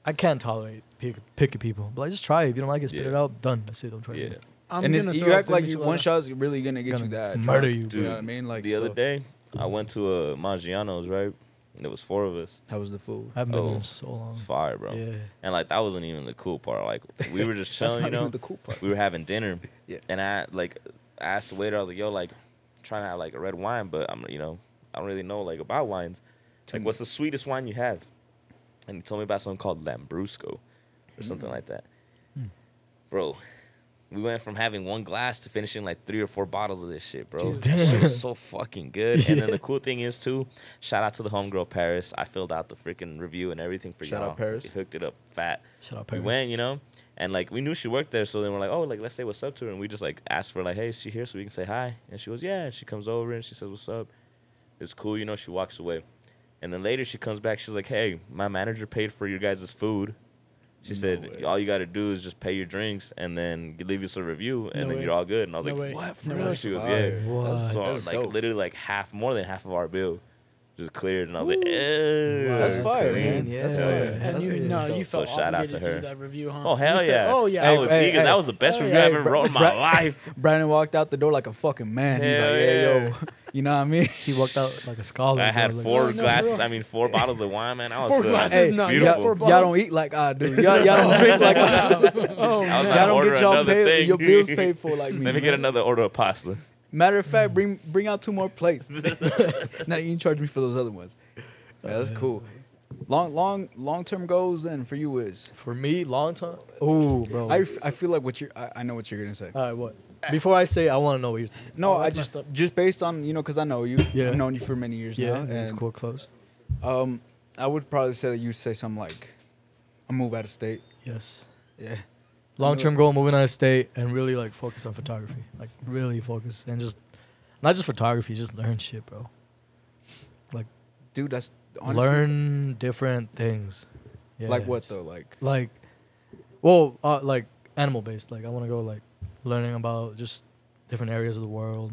S4: I can't tolerate pick, picky people. But like, just try it. If you don't like it, spit
S3: Yeah.
S4: it out. Done. That's it. Don't try
S2: Yeah.
S4: it.
S1: I'm
S2: and it's,
S1: gonna
S2: you
S1: throw up
S2: act
S1: the
S2: like you, one
S1: michelada.
S2: shot's really gonna get
S4: Gonna
S2: you that.
S4: murder you,
S2: Dude, you know
S3: dude.
S2: what I mean? Like
S3: the other
S2: so-
S3: day, I went to a Maggiano's, right? And there was four of us.
S2: How was the food?
S4: I haven't been there
S3: Oh,
S4: in so long.
S3: Fire, bro.
S4: Yeah.
S3: And like that wasn't even the cool part. Like we were just
S2: That's
S3: chilling,
S2: not
S3: you know.
S2: even the cool part.
S3: we were having dinner.
S2: Yeah.
S3: And I like asked the waiter, I was like, yo, like trying to have like a red wine, but I'm you know, I don't really know like about wines. Like, what's the sweetest wine you have? And he told me about something called Lambrusco
S4: Mm.
S3: or something like that.
S4: Hmm.
S3: Bro, we went from having one glass to finishing like three or four bottles of this shit, bro.
S4: Jesus.
S3: This shit was so fucking good. And then the cool thing is too, shout out to the homegirl Paris. I filled out the freaking review and everything for
S2: Shout
S3: y'all.
S2: out Paris.
S3: Hooked it up fat.
S4: Shout out
S3: We
S4: Paris.
S3: went, you know, and like we knew she worked there, so then we're like, oh, like let's say what's up to her, and we just like asked for like, hey, is she here so we can say hi? And she goes, yeah. And she comes over and she says, what's up? It's cool, you know. She walks away, and then later she comes back. She's like, hey, my manager paid for your guys' food. She
S2: No
S3: said,
S2: way.
S3: all you got to do is just pay your drinks and then leave us a review, and
S1: No
S3: then
S1: way.
S3: you're all good. And I was
S1: No
S3: like,
S1: way.
S3: what? For
S1: No
S3: real?"
S1: way.
S3: She goes,
S2: Fire.
S3: yeah.
S4: What?
S2: That's
S3: So
S2: dope.
S3: like
S2: Dope.
S3: literally like half, more than half of our bill, just cleared, and I was like, ew.
S2: That's fire,
S4: clean,
S2: man. That's
S4: yeah.
S2: fire.
S4: And
S1: And
S2: That's
S1: you,
S2: it.
S1: no, you
S2: Dope.
S1: felt
S3: So shout out
S1: obligated
S3: to
S1: to,
S3: her.
S1: do that review, huh?
S3: Oh hell
S1: You said,
S3: yeah!
S1: oh yeah. Oh,
S2: Hey,
S3: I was
S2: hey,
S3: eager.
S2: hey.
S3: That was the best
S1: Hey,
S3: review I
S2: hey,
S3: ever
S2: bro-
S3: wrote in my
S2: bro-
S3: life.
S2: Brandon walked out the door like a fucking man. He's
S3: Hell
S2: like, yeah,
S3: yeah.
S2: yo. You know what I mean?
S4: He walked out like a scholar.
S3: I
S4: bro,
S3: had
S4: like-
S3: four
S1: no, for
S3: glasses.
S1: real.
S3: I mean, four bottles of wine, man. I was
S1: Four
S3: feeling
S1: glasses,
S2: Hey,
S1: no, you
S3: beautiful.
S1: got four
S2: y'all, y'all don't eat like I do. Y'all, y'all don't drink like I do.
S1: oh
S3: I was
S1: man.
S3: like,
S2: Y'all don't
S3: order
S2: get y'all
S3: another
S2: pay,
S3: thing.
S2: your bills paid for like me.
S3: Let me
S2: you
S3: get
S2: know?
S3: another order of pasta.
S2: Matter of fact, bring bring out two more plates. now you can charge me for those other ones. Yeah, that's cool. Long long long term goals then for you is
S4: For me, long time. Ooh, bro.
S2: I, f- I feel like what you're I, I know what you're gonna say.
S4: all right, what? Before I say, I want to know what you're.
S2: No,
S1: Oh,
S2: I
S1: that's
S2: just
S1: messed up.
S2: just based on you know because I know you.
S4: Yeah.
S2: I've known you for many years
S4: Yeah,
S2: now.
S4: that's
S2: and,
S4: cool. Close.
S2: Um, I would probably say that you say something like, "I move out of state."
S4: Yes.
S2: Yeah.
S4: long term goal moving out of state and really like focus on photography like really focus and just not just photography just learn shit bro
S2: Dude, that's honestly,
S4: learn different things yeah,
S2: Like what
S4: just-
S2: though? Like
S4: like well uh, like animal based like i want to go like learning about just different areas of the world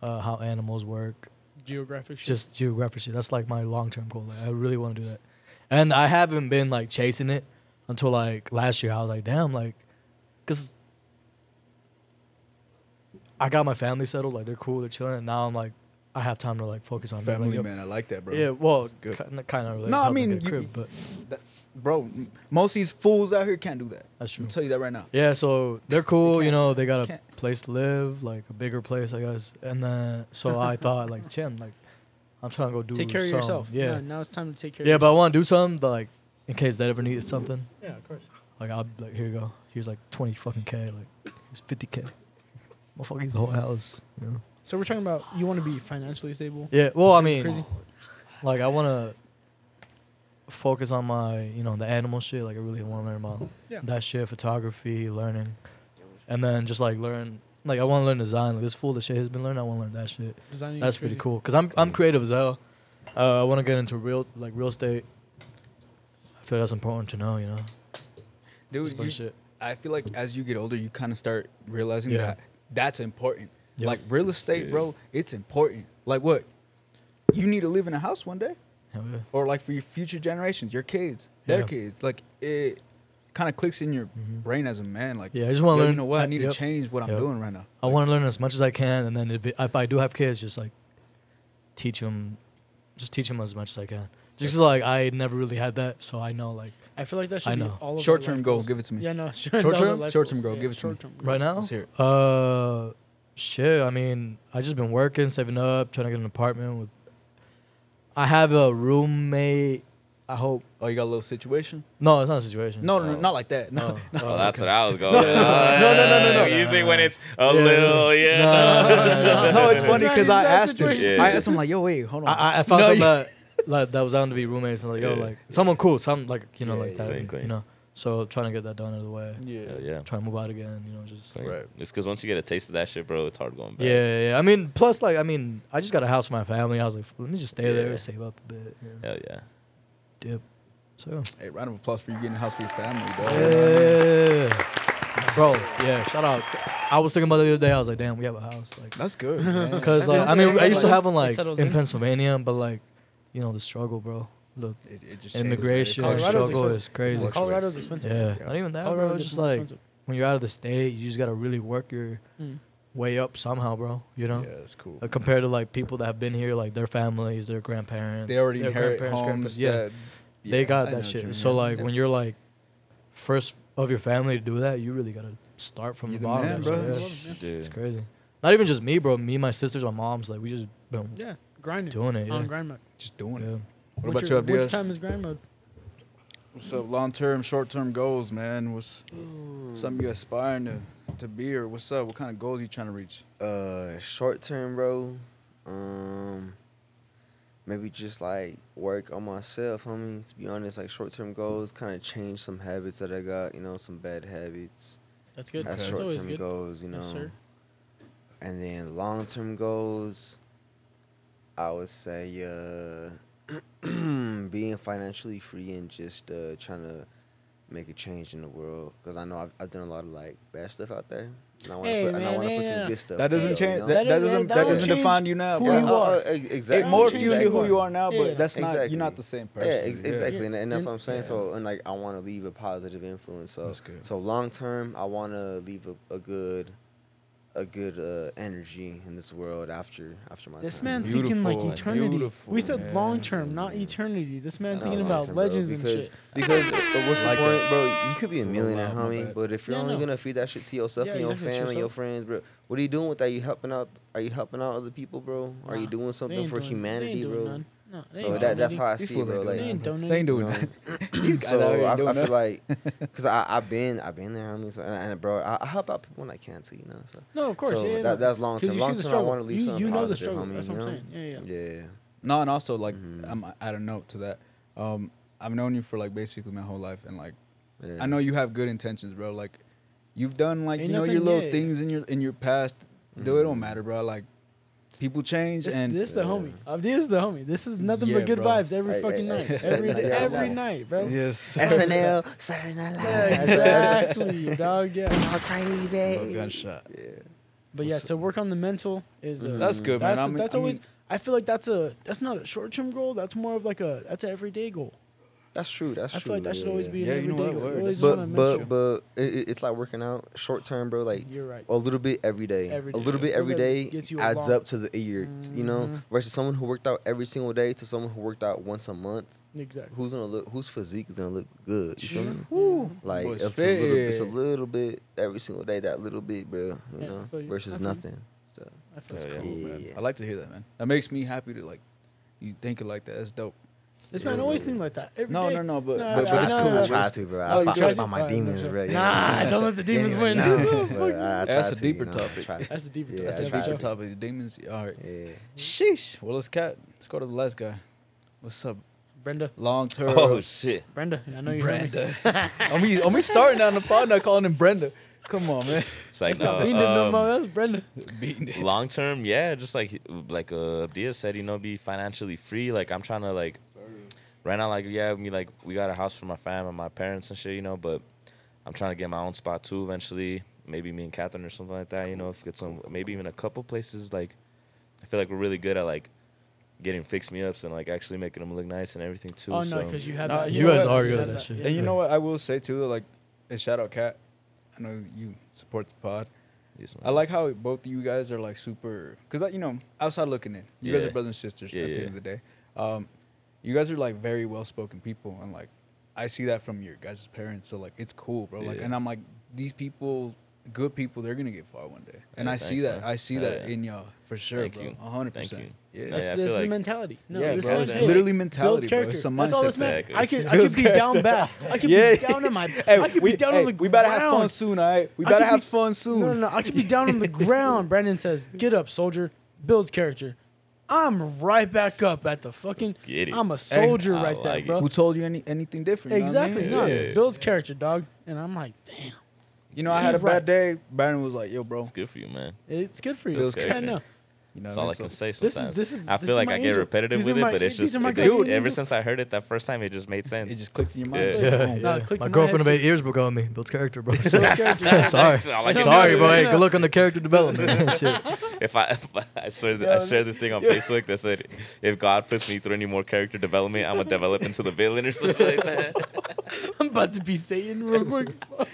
S4: uh, how animals work
S1: Geographic shit.
S4: just geographic shit that's like my long term goal like i really want to do that and i haven't been like chasing it until like last year i was like damn like because I got my family settled, like they're cool, they're chilling, and now I'm like, I have time to like focus on them, like,
S2: family
S4: yo-
S2: man. I like that, bro.
S4: Yeah, well,
S2: good.
S4: kind of, kind of related.
S2: No,
S4: to
S2: I
S4: helping
S2: mean,
S4: get a
S2: you-
S4: crib, but
S2: bro. m- Most of these fools out here can't do that.
S4: that's true.
S2: I'm tell you that right now.
S4: Yeah, so they're cool, you know, they got a
S2: can't.
S4: place to live, like a bigger place, I guess. And then so I thought, like, Tim, like, I'm trying to go do
S1: Take care of
S4: something."
S1: yourself.
S4: Yeah,
S1: No, now it's time to take care.
S4: yeah,
S1: of
S4: but I
S1: yourself.
S4: want to do something, but like, in case that ever needed something,
S1: yeah, of course.
S4: like I'll be like, here you go. Here's like 20 fucking K, like here's 50 K. Motherfucker's whole house. You know?
S1: So we're talking about you want to be financially stable.
S4: Yeah. Well, I
S1: That's
S4: mean,
S1: crazy.
S4: like I want to focus on my, you know, the animal shit. Like I really want to learn about
S1: Yeah.
S4: that shit, photography, learning, and then just like learn. Like I want to learn design. Like this fool, the shit has been learning. I want to learn that shit.
S1: Designing
S4: That's
S1: is
S4: pretty
S1: crazy.
S4: cool. Cause I'm I'm creative as hell. Uh, I want to get into real like real estate. I feel that's important to know. You know, this
S2: Dude, you-
S4: shit.
S2: I feel like as you get older, you kind of start realizing
S4: Yeah.
S2: that that's important.
S4: Yeah.
S2: Like real estate,
S3: It
S2: bro, it's important. Like what? You need to live in a house one day,
S4: Hell yeah.
S2: or like for your future generations, your kids, their
S4: Yeah. Mm-hmm.
S2: kids. Like it kind of clicks in your brain as a man. Like
S4: Yeah, I just wanna
S2: yo, You
S4: learn-
S2: know what? I
S4: uh,
S2: need
S4: yep.
S2: to change what I'm
S4: Yep.
S2: doing right now.
S4: I want to learn as much as I can, and then if, it- if I do have kids, just like teach them, just teach them as much as I can. Just 'cause, like I never really had that, so I know like
S1: I feel like that should
S4: I
S1: be
S4: know.
S1: all of our
S2: Short-term
S1: life
S2: goal,
S1: goals.
S2: give it to me.
S1: Yeah, no. Short
S2: Short-term? Short-term goal, give it to me.
S4: right now.
S2: Let's hear it.
S4: Uh, shit. I mean, I just been working, saving up, trying to get an apartment with. I have a roommate. I hope. uh,
S2: Oh, you got a little situation?
S4: No, it's not a situation.
S2: No, no, no,
S3: Oh.
S2: not like that. No,
S4: Oh.
S2: no.
S3: Oh, that's what I was going. no,
S4: no, no, no, no.
S3: Usually when it's a
S4: Yeah.
S3: little, yeah.
S4: No, no, no, no, no.
S2: no, it's funny
S1: not-
S2: because
S1: it's
S2: I
S1: not a
S2: asked him.
S1: situation.
S2: I
S3: Yeah.
S2: asked him like, "Yo, wait, hold on."
S4: I, I- I found
S2: No,
S4: some
S2: you-
S4: that like that was bound to be roommates. And I was like, yo,
S3: Yeah.
S4: like someone cool, some like you know,
S5: Yeah,
S4: like
S5: yeah,
S4: that,
S3: clean,
S4: you
S3: clean.
S4: know. So trying to get that done out of the way.
S3: Hell yeah.
S4: Try to move out again, you know, just.
S3: Like,
S2: Right.
S3: It's because once you get a taste of that shit, bro, it's hard going back.
S4: Yeah, yeah, yeah. I mean, plus, like, I mean, I just got a house for my family. I was like, let me just stay
S3: Yeah.
S4: there, save up a bit, you know,
S3: Hell yeah.
S4: dip. So,
S2: Hey, round of applause for you getting a house for your family, dog.
S4: yeah. Bro, yeah, shout out. I was thinking about it the other day. I was like, damn, we have a house. Like,
S2: That's good. man.
S4: because, like, I
S1: That's
S4: mean,
S1: what
S4: I
S1: I'm
S4: used to
S1: saying.
S4: have one,
S1: It
S4: like,
S1: settles
S4: in
S1: in.
S4: Pennsylvania, but, like, you know, the struggle, bro. The
S2: It- it just changes, man. It
S4: immigration
S2: fluctuates.
S1: Colorado's
S4: struggle
S1: expensive.
S4: is crazy.
S2: Fluctuates.
S1: Colorado's expensive.
S4: Yeah,
S2: Yeah.
S4: not even that,
S1: Colorado
S4: bro. It's
S1: gets
S4: just
S1: more
S4: like
S1: expensive.
S4: when you're out of the state, you just gotta really work your
S1: Mm.
S4: way up somehow, bro. You know,
S2: Yeah, that's cool.
S4: Uh, compared to like people that have been here, like their families, their grandparents,
S2: They already
S4: their
S2: inherit
S4: grandparents, grandparents,
S2: homes.
S4: Yeah,
S2: that-
S4: they
S2: yeah, I
S4: got
S2: know
S4: that
S2: what you
S4: shit. So
S2: mean.
S4: like
S2: Yeah.
S4: when you're like first of your family to do that, you really gotta start from
S2: You
S4: the
S2: the
S4: bottom.
S2: man,
S4: so,
S2: bro.
S4: yeah, It's
S3: Dude.
S4: crazy. Not even just me, bro. Me, my sisters, my mom's like we just been
S1: Yeah, grinding.
S4: doing it.
S1: On
S4: Yeah.
S1: grind mode.
S2: just doing it.
S4: yeah.
S2: What
S1: Winter-
S2: about you,
S1: Winter
S2: Abdias?
S1: time is grind mode.
S2: What's up? Long term, short term goals, man. What's something you aspiring to to be or what's up? What kind of goals you trying to reach?
S5: Uh, short term, bro. Um, maybe just like work on myself, homie. To be honest, like short term goals, kind of change some habits that I got. You know, some bad habits.
S1: That's good.
S5: That's
S1: That's
S5: short
S1: always
S5: term
S1: good.
S5: goals, you know.
S1: Yes, sir.
S5: And then long term goals, I would say uh, being financially free and just uh, trying to make a change in the world. Because I know I've, I've done a lot of like bad stuff out there. And I want to
S1: Hey,
S5: put, and I
S1: man,
S5: wanna put
S1: yeah.
S5: some good stuff.
S2: That doesn't
S5: too, you
S2: change.
S5: know?
S2: That, that
S1: That-
S2: doesn't.
S1: that
S2: That
S1: will
S2: doesn't
S1: change
S2: define you now.
S1: who
S2: bro.
S1: you
S5: oh,
S1: are.
S5: oh, e- exactly.
S2: It morphed you into
S5: exactly.
S2: who you are now,
S1: Yeah.
S2: but that's not.
S5: Exactly.
S2: You're not the same
S5: Yeah,
S2: person.
S5: ex- exactly, And, and that's
S1: Yeah.
S5: what I'm saying.
S1: Yeah.
S5: So, and like, I want to leave a positive influence. So,
S2: That's good.
S5: so long term, I want to leave a, a good, a good uh, energy in this world after after my
S1: This
S5: time.
S1: man thinking like
S2: Beautiful,
S1: eternity.
S2: beautiful,
S1: we said
S2: man.
S1: long term, not eternity. This man
S5: No,
S1: thinking
S5: long
S1: about
S5: term, bro,
S1: legends and
S5: because-
S1: shit.
S5: Because uh, what's
S2: Like
S5: the point, bro? You could be a
S2: It's a little
S5: millionaire,
S2: loud, my
S5: homie,
S2: bad.
S5: but if you're
S1: Yeah,
S5: only
S1: no.
S5: gonna feed that shit to yourself
S1: Yeah,
S5: and your
S1: exactly, to
S5: family, and your
S1: yourself.
S5: friends, bro, what are you doing with that? You helping out? Are you helping out other people, bro? Are you
S1: Nah,
S5: doing
S1: They
S5: something
S1: ain't
S5: for
S1: doing- they ain't
S5: humanity,
S1: doing
S5: bro?
S1: none. No, they
S5: So that
S1: ain't doing
S5: that's
S1: nothing.
S5: how I
S2: These
S5: see, it,
S2: fools
S5: bro.
S2: ain't
S5: Like,
S1: They ain't doing
S2: They
S1: nothing.
S2: ain't doing
S5: you know?
S2: that.
S5: so I, I feel like, cause I I've been I've been there, homie. So and, and bro, I, I help out people when I can too, you know. So
S1: No, of course.
S5: so
S1: yeah,
S5: that,
S1: yeah, no.
S5: that's long
S1: 'Cause
S5: term.
S1: you
S5: Long
S1: see the
S5: term, I want
S1: struggle.
S5: to leave
S1: You,
S5: something
S1: you know the
S5: positive,
S1: struggle.
S5: homie,
S1: That's
S5: you
S1: what I'm
S5: know?
S1: saying. Yeah, yeah.
S5: Yeah,
S2: No, and also like
S5: Mhm.
S2: I'm at a note to that. Um, I've known you for like basically my whole life, and like
S5: yeah.
S2: I know you have good intentions, bro. Like you've done like
S1: Ain't
S2: you know
S1: nothing-
S2: your little
S1: yeah.
S2: things in your in your past. Though it don't matter, bro. Like people change,
S1: This,
S2: and
S1: this the
S5: Mm-hmm. Yeah.
S1: homie. Abdi is the homie. This is nothing
S2: Yeah,
S1: but good
S2: bro.
S1: vibes every
S5: Hey,
S1: fucking
S5: hey,
S1: night.
S5: hey.
S1: Every day,
S5: Yeah,
S1: every
S5: yeah.
S1: night, bro.
S2: yes,
S8: SNL, Saturday Night Live.
S1: Yeah,
S8: Saturday-
S1: exactly, dog. Yeah.
S8: All
S2: No
S8: crazy.
S2: gunshot. Mm-hmm.
S1: But yeah, to work on the mental is uh,
S2: That's good, man.
S1: That's,
S2: I mean-
S1: that's
S2: I
S1: always.
S2: mean-
S1: I feel like that's a that's not a short term goal. That's more of like a that's an everyday goal.
S5: that's true. That's
S1: I
S5: true.
S1: feel like that should
S5: yeah,
S1: always
S5: yeah.
S1: be an
S2: Yeah, you know
S1: everyday
S2: what?
S1: goal.
S2: Word.
S1: You always
S5: But
S1: wanna
S5: but
S1: mention-
S5: but it, it- it's like working out short term, bro. Like
S1: you're right.
S5: a little bit every day.
S1: Every
S5: A
S1: day.
S5: little bit
S1: Little
S5: every
S1: bit
S5: day
S1: gets you
S5: adds
S1: along.
S5: up to the a year, you know.
S1: Mhm.
S5: Versus someone who worked out every single day to someone who worked out once a month.
S1: Exactly.
S5: Who's gonna look? Whose physique is gonna look good? You feel me?
S1: Woo.
S5: Like
S2: Boy,
S5: it's a, little, it's a
S2: spit.
S5: little bit every single day. That little bit, bro. You
S1: Yeah,
S5: know,
S1: I feel you. I
S5: versus
S1: feel you.
S5: nothing. So
S1: I feel
S3: Hell
S1: it's
S3: yeah.
S1: cool.
S5: yeah,
S2: I like to hear that, man. That makes me happy to like you think it like that. That's dope.
S1: This man always think like that. every
S2: No,
S1: day.
S2: no, no, but,
S1: No,
S5: But,
S2: but
S5: but it's
S1: no,
S5: cool.
S1: no,
S5: I
S1: no.
S5: try to, bro.
S1: Oh,
S5: I
S1: you
S5: fight
S1: try
S5: fight
S1: to?
S5: by my
S1: Alright,
S5: demons,
S1: that's
S5: bro.
S1: right.
S5: Yeah,
S1: Nah,
S5: yeah.
S1: don't let the demons
S5: Anyway,
S1: win.
S5: nah, but I- I
S2: That's
S5: try
S2: a
S5: to, you
S2: deeper
S5: know,
S2: topic.
S5: try to-
S1: That's a deeper
S5: Yeah,
S1: topic.
S2: that's a
S5: tried
S2: deeper
S5: to.
S2: topic. Demons. All right.
S5: Yeah.
S2: Sheesh. Well, let's cat. Let's go to the last guy. What's up?
S1: Brenda,
S2: Long term.
S3: Oh shit!
S1: Brenda, I know you hear me.
S2: Brenda. I'm me. I'm me starting on the pod now calling him Brenda. Come on, man.
S3: It's like
S1: That's
S3: no,
S1: not Brenda no
S3: um,
S1: more. That's Brenda.
S2: Beating it.
S3: long term, yeah, just like like uh Abdia said, you know, be financially free. Like I'm trying to like right now, like yeah, me like we got a house for my fam and my parents and shit, you know, but I'm trying to get my own spot too eventually. Maybe me and Catherine or something like that, you know, if get some maybe even a couple places like I feel like we're really good at like getting fix me ups and like actually making them look nice and everything too.
S1: Oh no,
S3: so
S1: because you had
S2: Nah,
S1: that.
S2: you guys
S1: had
S4: are
S1: you
S4: good
S1: had
S4: at that shit.
S1: yeah.
S2: And you know what? I will say too, like, and shout out Cat. I know you support the pod.
S3: yes, man.
S2: I like how both of you guys are like super, cause like, you know, outside looking in, you guys
S3: Yeah.
S2: are brothers and sisters
S3: Yeah,
S2: at the
S3: yeah.
S2: end of the day. Um, you guys are like very well spoken people, and like I see that from your guys' parents. So like it's cool, bro. Like,
S3: Yeah.
S2: and I'm like these people, good people, they're gonna get far one day, and
S3: Yeah,
S2: I see
S3: thanks,
S2: that.
S3: man.
S2: I see
S3: Yeah,
S2: that
S3: yeah.
S2: in y'all for sure,
S3: Thank
S2: bro.
S3: you.
S2: A hundred
S3: Thank
S2: percent.
S3: you.
S1: That's,
S2: Yeah.
S3: Yeah, I
S1: that's
S3: feel
S1: the
S3: like-
S1: mentality. No,
S2: yeah,
S1: this
S2: bro.
S1: man's
S2: It's
S1: doing.
S2: literally
S1: builds
S2: mentality, bro.
S1: character.
S2: It's a mindset.
S1: That's all this man.
S3: Exactly.
S1: I could, I
S2: Builds
S1: could be down
S2: character.
S1: bad. I could
S2: Yeah.
S1: be down on my.
S2: Hey,
S1: I could
S2: we,
S1: be down
S2: hey,
S1: on the
S2: we better have fun
S1: ground.
S2: soon, all right? We
S1: I
S2: better
S1: could
S2: have
S1: be-
S2: fun soon.
S1: No, no, no. I could be down on the ground. Brandon says, "Get up, soldier. Builds character." I'm right back up at the fucking.
S3: Let's get it.
S1: I'm a soldier
S3: I
S1: right there,
S3: like it.
S1: bro.
S2: Who told you any anything different? you know what I mean?
S1: Exactly. No,
S3: Yeah.
S1: builds character, dog. And I'm like, damn,
S2: You know, I had a
S1: Right.
S2: bad day. Brandon was like, "Yo, bro."
S3: it's good for you, man.
S1: it's good for you.
S2: Builds
S1: I know.
S2: You know,
S3: That's all I
S2: so-
S3: can say
S1: This
S3: sometimes.
S1: is- this is-
S3: I
S1: this
S3: feel
S1: is
S3: like
S1: my
S3: I get
S1: angel.
S3: repetitive
S1: These
S3: with
S1: are
S3: it,
S1: my-
S3: but it's
S1: these
S3: just
S1: are my
S3: it-
S1: guardian
S3: dude, ever
S1: angels.
S3: since I heard it that first time, it just made sense.
S2: It just clicked in your mind.
S3: Yeah.
S2: It's
S4: Yeah,
S2: like, boom.
S1: No,
S4: yeah.
S1: it clicked
S4: My
S1: in my
S4: girlfriend
S1: head
S4: about eight years ago got me. Builds character, bro.
S1: Builds character.
S4: sorry.
S3: That's all I can
S4: sorry,
S3: do.
S4: bro. Hey, good luck on the character development. Shit.
S3: if I if I, I shared I shared this thing on Facebook that said if God puts me through any more character development, I'm gonna develop into the villain or something like that.
S1: I'm about to be Satan real quick. Fuck.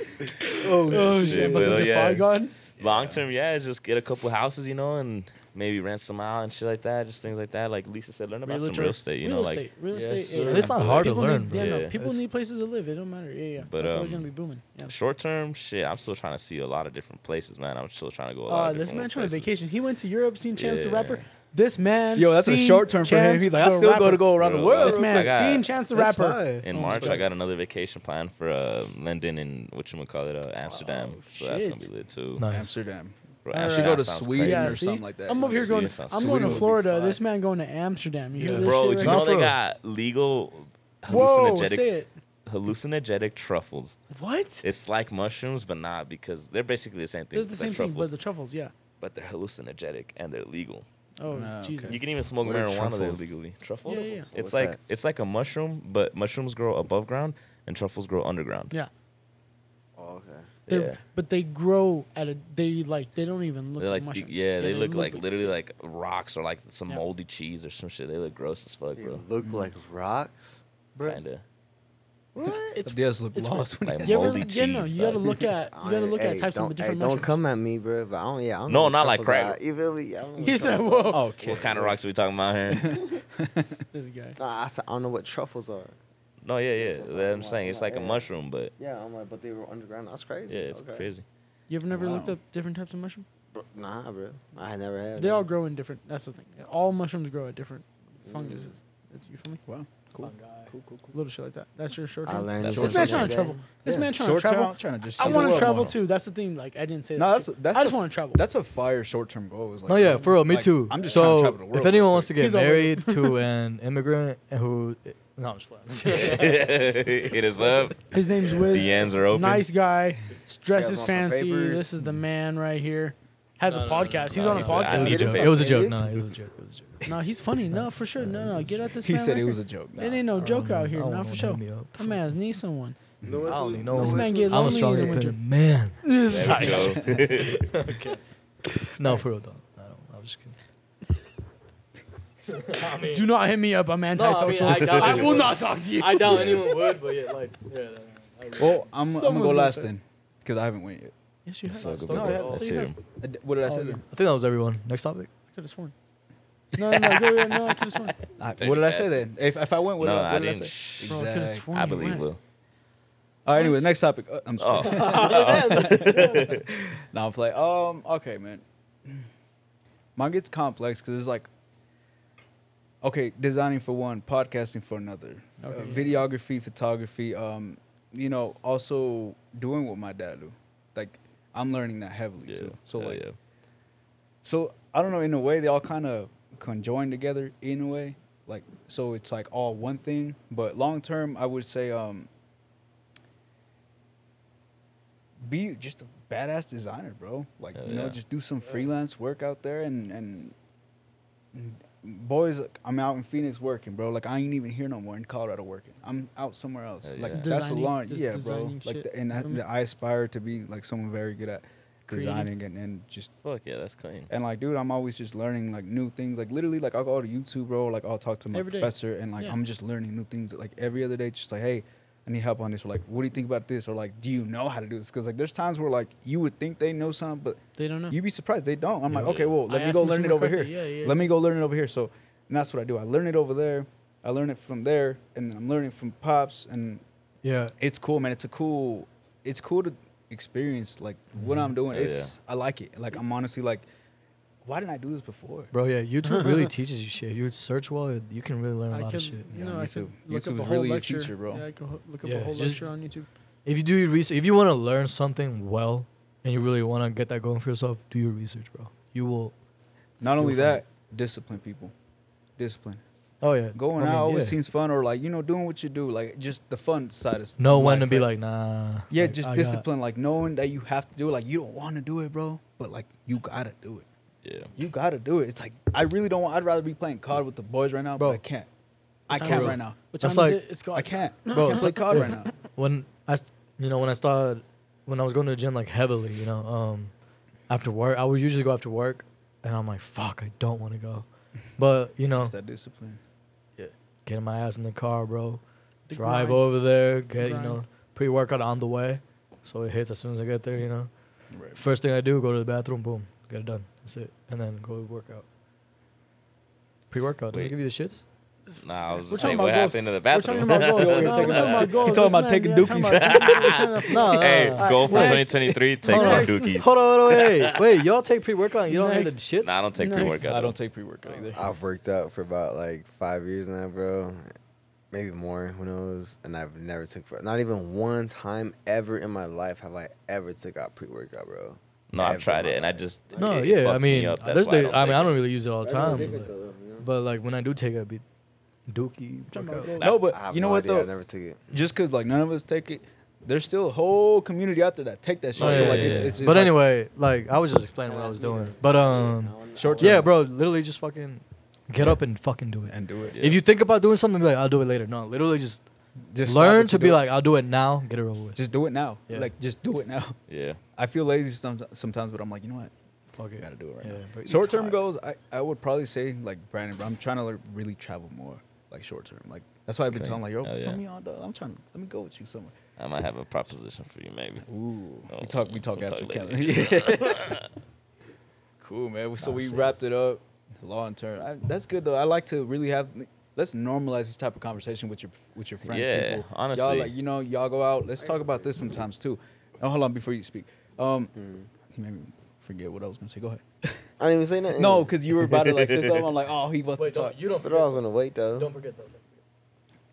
S2: Oh,
S1: oh
S3: shit,
S1: shit! I'm about
S3: but,
S1: to
S3: uh,
S1: defy
S3: yeah.
S1: God.
S3: Long term, yeah, just get a couple houses, you know, and maybe rent some out and shit like that, just things like that. Like Lisa said, learn about
S1: Realtor.
S3: some real estate, you
S1: real
S3: know,
S1: estate, real
S2: Yes,
S1: estate.
S2: sir.
S4: And it's not
S1: People
S4: hard to
S1: need-
S4: learn, bro.
S1: Yeah, no,
S3: Yeah.
S1: people
S4: It's-
S1: need places to live. It don't matter. Yeah, yeah.
S3: But,
S1: But, it's always
S3: um,
S1: gonna be booming. Yeah.
S3: like short term, shit. I'm still trying to see a lot of different places, man. I'm still trying to go a lot.
S1: Uh,
S3: of
S1: this man
S3: different
S1: trying to
S3: places.
S1: vacation. He went to Europe, seen Chance the
S3: Yeah.
S1: Rapper. This man.
S2: Yo, that's a
S1: seen
S2: short term for him.
S1: Chance
S2: He's like, I
S1: the
S2: still got
S1: Rapper.
S2: to go around the
S3: Bro,
S2: world.
S1: This man,
S3: I got-
S1: seen Chance the
S2: That's
S1: Rapper.
S2: fine.
S3: In
S2: Oh,
S3: March, I
S2: respect.
S3: got another vacation plan for uh, London and what you call it, uh, Amsterdam.
S1: Oh,
S3: so that's gonna
S1: shit.
S3: be lit too.
S4: Nice.
S2: Amsterdam.
S3: Bro,
S1: I
S2: I
S1: Alright.
S2: should
S3: Amsterdam
S2: go to
S3: sounds
S2: Sweden
S3: crazy.
S1: Yeah,
S2: or
S1: see?
S2: something like that.
S1: I'm over here
S3: Sweden
S1: going.
S3: sounds-
S1: I'm
S2: Sweden
S1: going to
S2: would be
S1: Florida.
S2: fine.
S1: This man going to Amsterdam. You hear this
S3: Bro,
S1: shit
S3: do you
S1: right
S3: know they
S4: for-
S3: got legal
S1: now? Whoa,
S3: hallucinogenic
S1: say it.
S3: hallucinogenic truffles?
S1: What?
S3: It's like mushrooms, but not because they're basically the same thing.
S1: They're the same thing, but
S3: truffles,
S1: the truffles, yeah.
S3: but they're hallucinogenic and they're legal.
S1: Oh
S2: Ah, okay.
S1: Jesus.
S3: You can even smoke
S5: What are
S3: marijuana there
S5: truffles?
S3: legally. Truffles?
S1: Yeah, yeah, yeah.
S3: It's
S5: What's
S3: like
S5: that?
S3: it's like a mushroom, but mushrooms grow above ground and truffles grow underground.
S1: Yeah.
S5: Oh, okay.
S1: They're,
S3: Yeah.
S1: But they grow at a. They like. They don't even look
S3: They're
S1: like
S3: like
S1: mushrooms.
S3: yeah, they, look, like
S1: like-
S3: literally like rocks or like some
S1: Yeah. Mm.
S3: moldy cheese or some shit. They look gross as fuck,
S5: They
S3: bro.
S5: look like rocks.
S3: Kinda
S1: It's
S2: Diaz looked
S1: it's
S2: lost when he
S3: like
S2: asked
S1: you ever,
S3: moldy
S2: that.
S1: yeah, no,
S3: cheese,
S1: you gotta
S3: like-
S1: look at you gotta look at types
S5: don't,
S1: from different
S5: Hey, don't
S1: mushrooms.
S5: come at me, bro. But I don't. Yeah, I don't.
S3: No,
S5: know
S3: not like
S5: truffles are.
S3: crack.
S5: You feel me? I don't know
S1: He
S5: what
S1: said,
S5: truffles are.
S1: "Whoa,
S2: Okay.
S3: What kind of rocks are we talking about here?
S1: this guy."
S5: Nah, I said, I don't know what truffles are.
S3: no, yeah, yeah.
S5: That's what
S3: That I'm
S5: I'm
S3: saying it's like
S5: like,
S3: a
S5: yeah.
S3: mushroom, but
S5: Yeah, I'm like, but they were underground. That's crazy.
S3: yeah, it's
S5: Okay.
S3: crazy.
S1: You ever never looked
S2: Wow.
S1: up different types of mushroom?
S5: Bro, nah, bro. I had never had.
S1: They
S5: it.
S1: all grow in different. That's the thing. All mushrooms grow at different funguses. That's you feel me?
S2: Mm. Wow. Cool.
S1: Cool, cool, cool. Little shit like that. That's your short
S5: I
S1: term.
S5: learned
S3: That's
S1: This
S3: short
S1: man
S3: term.
S1: trying to travel. This
S2: Yeah.
S1: man trying to
S2: Short term,
S1: travel.
S2: I'm trying to just.
S1: I
S2: see
S1: want
S2: the
S1: to
S2: world
S1: travel
S2: more.
S1: too. That's the thing. Like I didn't say.
S2: No,
S1: that
S2: that's
S1: too.
S2: that's
S1: I just
S2: a-
S1: want to travel.
S2: That's a fire short term goal. Is like,
S4: No, yeah,
S2: just-
S4: for real. Me
S2: like,
S4: too.
S2: I'm just
S4: so,
S2: trying to travel the world.
S4: if anyone wants to get
S1: He's all over
S4: married to an immigrant who, no, I'm just playing.
S3: Hit us up.
S1: His name's Wiz.
S3: DMs are open.
S1: Nice guy.
S5: You guys want
S1: Dresses
S5: some
S1: fancy.
S5: papers?
S1: This is the man right here. Has
S4: No,
S1: a
S4: no, no, no,
S1: podcast. He's
S3: no,
S1: on a
S3: he's a-
S4: It was
S1: podcast.
S4: a
S3: Get it
S4: joke.
S3: back.
S4: It was a
S5: It
S4: joke.
S5: is?
S4: No, it was a joke. It was a joke.
S1: no, he's funny. No, for sure. No, no. Get at this
S2: He
S1: man.
S2: said
S1: right
S2: it was a
S1: here.
S2: joke.
S1: It ain't no joke out here.
S4: I don't
S1: Not for
S4: wanna
S1: sure.
S4: hang me up.
S1: That man's need someone.
S5: No,
S4: I
S5: it's-
S4: don't even know.
S5: no,
S1: This
S5: it's-
S1: man get
S4: I'm a
S1: lonely
S4: strong
S1: in the winter.
S4: independent man.
S1: This is
S3: There we go.
S4: No, for real, don't. I don't. I was just kidding.
S1: Do not hit me up. I'm antisocial.
S4: I doubt
S1: I
S4: it.
S1: will not talk to you.
S4: I doubt anyone would, but yeah, like, yeah.
S2: Well, Oh, I'm I'm gonna
S1: Someone's
S2: go
S1: gonna
S2: last
S1: pay.
S2: then, because I haven't went yet.
S1: Yes, you have.
S3: So good,
S1: No,
S3: bro.
S1: I have-
S3: Let's
S1: you
S3: hear
S1: have.
S3: 'em.
S2: I d- What did I
S1: Oh,
S2: say
S1: yeah.
S2: then?
S4: I think that was everyone. Next topic.
S1: I could have sworn. No, no, no, no, no, I could have sworn.
S2: I-
S3: Take
S2: What did I
S3: that.
S2: say then? If if I went, what
S3: No,
S2: did I
S3: I
S2: what did I
S3: didn't.
S2: say?
S3: Shh.
S1: Bro, I could have
S2: Exact.
S1: sworn.
S3: I
S1: you
S3: believe
S1: went.
S3: Will.
S2: All right, anyways, next topic. Uh, I'm just kidding.
S3: Oh,
S2: Now I'm like, um, okay, man. Mine gets complex because it's like okay, designing for one, podcasting for another,
S1: Okay,
S2: uh,
S1: yeah.
S2: videography, photography. Um, you know, also doing what my dad do. Like I'm learning that heavily
S3: Yeah.
S2: too. So
S3: hell
S2: like,
S3: yeah.
S2: so I don't know. In a way, they all kind of conjoin together. In a way, like so, it's like all one thing. But long term, I would say, um, be just a badass designer, bro. Like
S3: Hell
S2: you know,
S3: yeah.
S2: just do some freelance work out there and and. Boys, like, I'm out in Phoenix working, bro. Like I ain't even here no more in Colorado working. I'm out somewhere else.
S3: Hell
S2: Like
S3: yeah.
S2: that's a
S1: Designing-
S2: long,
S1: just
S2: yeah, bro.
S1: designing
S2: Like,
S1: shit.
S2: the, and I,
S1: Mhm.
S2: I aspire to be like someone very good at
S1: Creative.
S2: designing and, and just
S3: Fuck yeah, that's clean.
S2: and like, dude, I'm always just learning like new things. Like literally, like I'll go to YouTube, bro. Like I'll talk to my
S1: Every day.
S2: professor, and like
S1: Yeah.
S2: I'm just learning new things. Like every other day, just like, hey, I need help on this. Or like, what do you think about this? Or like, do you know how to do this? Because like, there's times where like you would think they know something, but
S1: They don't know.
S2: you'd be surprised they don't. I'm like,
S3: Yeah.
S2: okay, well,
S1: I
S2: let me
S1: asked
S2: go
S1: Mr.
S2: learn it over here.
S1: McCarthy, Yeah, yeah.
S2: Let me go learn it over here. So, and that's what I do. I learn it over there. I learn it from there, and I'm learning from pops, and
S4: Yeah.
S2: it's cool, man. It's a cool, it's cool to experience like what
S4: Mm-hmm.
S2: I'm doing.
S3: Oh, yeah.
S2: it's I like it. Like I'm honestly like, why didn't I do this before?
S4: Bro, yeah, YouTube really teaches you shit. You search well, you can really learn a
S1: I
S4: lot
S1: can,
S4: of shit.
S2: Yeah,
S1: no,
S2: on
S1: I
S2: YouTube.
S1: could look up
S2: YouTube's
S1: a whole
S2: really a
S1: lecture.
S2: teacher, bro.
S1: Yeah, I could ho- look up a
S4: Yeah,
S1: whole
S4: just-
S1: lecture on YouTube.
S4: If you do your research, if you want to learn something well, and you really want to get that going for yourself, do your research, bro. You will.
S2: Not only
S4: You'll find
S2: that, discipline people. Discipline.
S4: Oh yeah,
S2: Going
S4: I mean,
S2: out always
S4: yeah.
S2: seems fun, or like you know doing what you do, like just the fun side of s-
S4: Know when to
S2: life,
S4: be
S2: right?
S4: like, nah.
S2: Yeah,
S4: like,
S2: just
S4: I got-
S2: discipline, like knowing that you have to do it. Like you don't want to do it, bro, but like you gotta do it.
S3: Yeah.
S2: You gotta do it. It's like I really don't want. I'd rather be playing COD with the boys right now,
S4: Bro.
S2: but I can't. I
S1: time
S2: can't
S1: is it?
S2: right now.
S1: What time
S4: That's
S1: is
S4: like-
S1: it? It's called.
S2: I can't.
S4: Bro,
S2: I can't
S4: it's
S2: play
S4: like-
S2: COD right now.
S4: when I, st- you know, when I started, when I was going to the gym like heavily, you know, um, after work, I would usually go after work, and I'm like, fuck, I don't want to go, but you know,
S2: It's that discipline.
S4: getting my ass in the car, bro,
S1: The
S4: drive
S1: grind.
S4: over there, get you
S1: grind.
S4: know, pre-workout on the way, so it hits as soon as I get there, you know.
S2: Right.
S4: First thing I do, go to the bathroom, boom, get it done, that's it, and then go work out. Pre-workout, did I
S3: Wait.
S4: give you the shits?
S3: Nah, I was
S1: We're
S3: just saying
S1: talking
S3: what
S1: about goals.
S3: happened in the
S1: We're
S3: bathroom.
S1: talking about goals.
S2: Yeah, we're
S1: No,
S2: talking
S1: we're
S2: about-
S1: talking about
S2: you're
S1: goals.
S2: talking about
S1: This
S2: taking
S1: man, yeah, talking about-
S4: No,
S3: hey,
S4: no, no.
S3: goal for
S1: Next.
S3: 2023, take
S4: Hold
S3: one
S4: on. Hold
S3: dookies.
S4: on, hold on, wait, wait, y'all take pre-workout, and you don't have the
S1: Next.
S4: shits?
S3: Nah, I don't take
S1: Nice.
S3: pre workout.
S2: I don't take pre-workout either.
S8: I've worked out for about like five years now, bro. Maybe more, who knows? And I've never took not even one time ever in my life have I ever took out pre workout, bro.
S3: No,
S8: Ever
S3: I've
S8: in
S3: tried
S8: my
S3: it and I
S8: life.
S3: just it
S4: No,
S3: fucked
S4: yeah, I
S3: me
S4: mean,
S3: up. That's
S4: there's
S3: why
S4: the, I, mean, I
S3: take
S4: don't
S3: it.
S4: really use it all the
S8: Everyone
S4: time,
S8: take
S4: but,
S8: it though, you know?
S4: but, like when I do take it, I be dookie.
S1: Talking
S4: workout.
S1: about goals.
S2: No,
S8: I
S2: but
S8: have
S2: you know
S8: no
S2: what
S8: idea, I
S2: though?
S8: never took it.
S2: just because like none of us take it, there's still a whole community out there that take that shit.
S4: Oh, yeah,
S2: so like
S4: yeah,
S2: it's,
S4: yeah.
S2: it's, it's
S4: but
S2: like,
S4: anyway, like I was just explaining what I was doing. But um,
S2: short term.
S4: yeah, bro, literally just fucking get up and fucking do it.
S2: and do it.
S3: Yeah.
S4: If you think about doing something, be like I'll do it later. No, literally just,
S2: Just stop
S4: learn
S2: what
S4: to
S2: you
S4: be
S2: do.
S4: like I'll do it now. Get it over with.
S2: just do it now.
S4: Yeah.
S2: Like just do it now.
S3: Yeah.
S2: I feel lazy sometimes, sometimes, but I'm like, you know what?
S4: fuck
S2: I
S4: it.
S2: gotta do it right
S4: Yeah,
S2: now.
S4: but
S2: Short term goals, I, I would probably say like Brandon, bro, I'm trying to like, really travel more. Like short term, like that's why I've been
S3: Okay.
S2: telling like, yo,
S3: Oh, yeah.
S2: put me on, dog. I'm trying. to Let me go with you somewhere.
S3: I might have a proposition for you, maybe.
S2: Ooh,
S3: Oh,
S2: we talk. We talk
S3: we'll
S2: after
S3: talk
S2: camera. cool, man. So
S4: Nah,
S2: we
S4: sick.
S2: wrapped it up. Long term, I, that's good though. I like to really have. Let's normalize this type of conversation with your with your friends.
S3: Yeah,
S2: people. y'all
S3: honestly.
S2: like you know y'all go out. Let's talk about this sometimes too. Oh, hold on before you speak. Um, you made me forget what I was gonna say. Go ahead.
S8: I didn't even say nothing.
S2: No, because you were about to like say something. I'm like, oh, he wants to talk.
S4: you don't.
S8: But I was gonna wait though.
S4: forget though.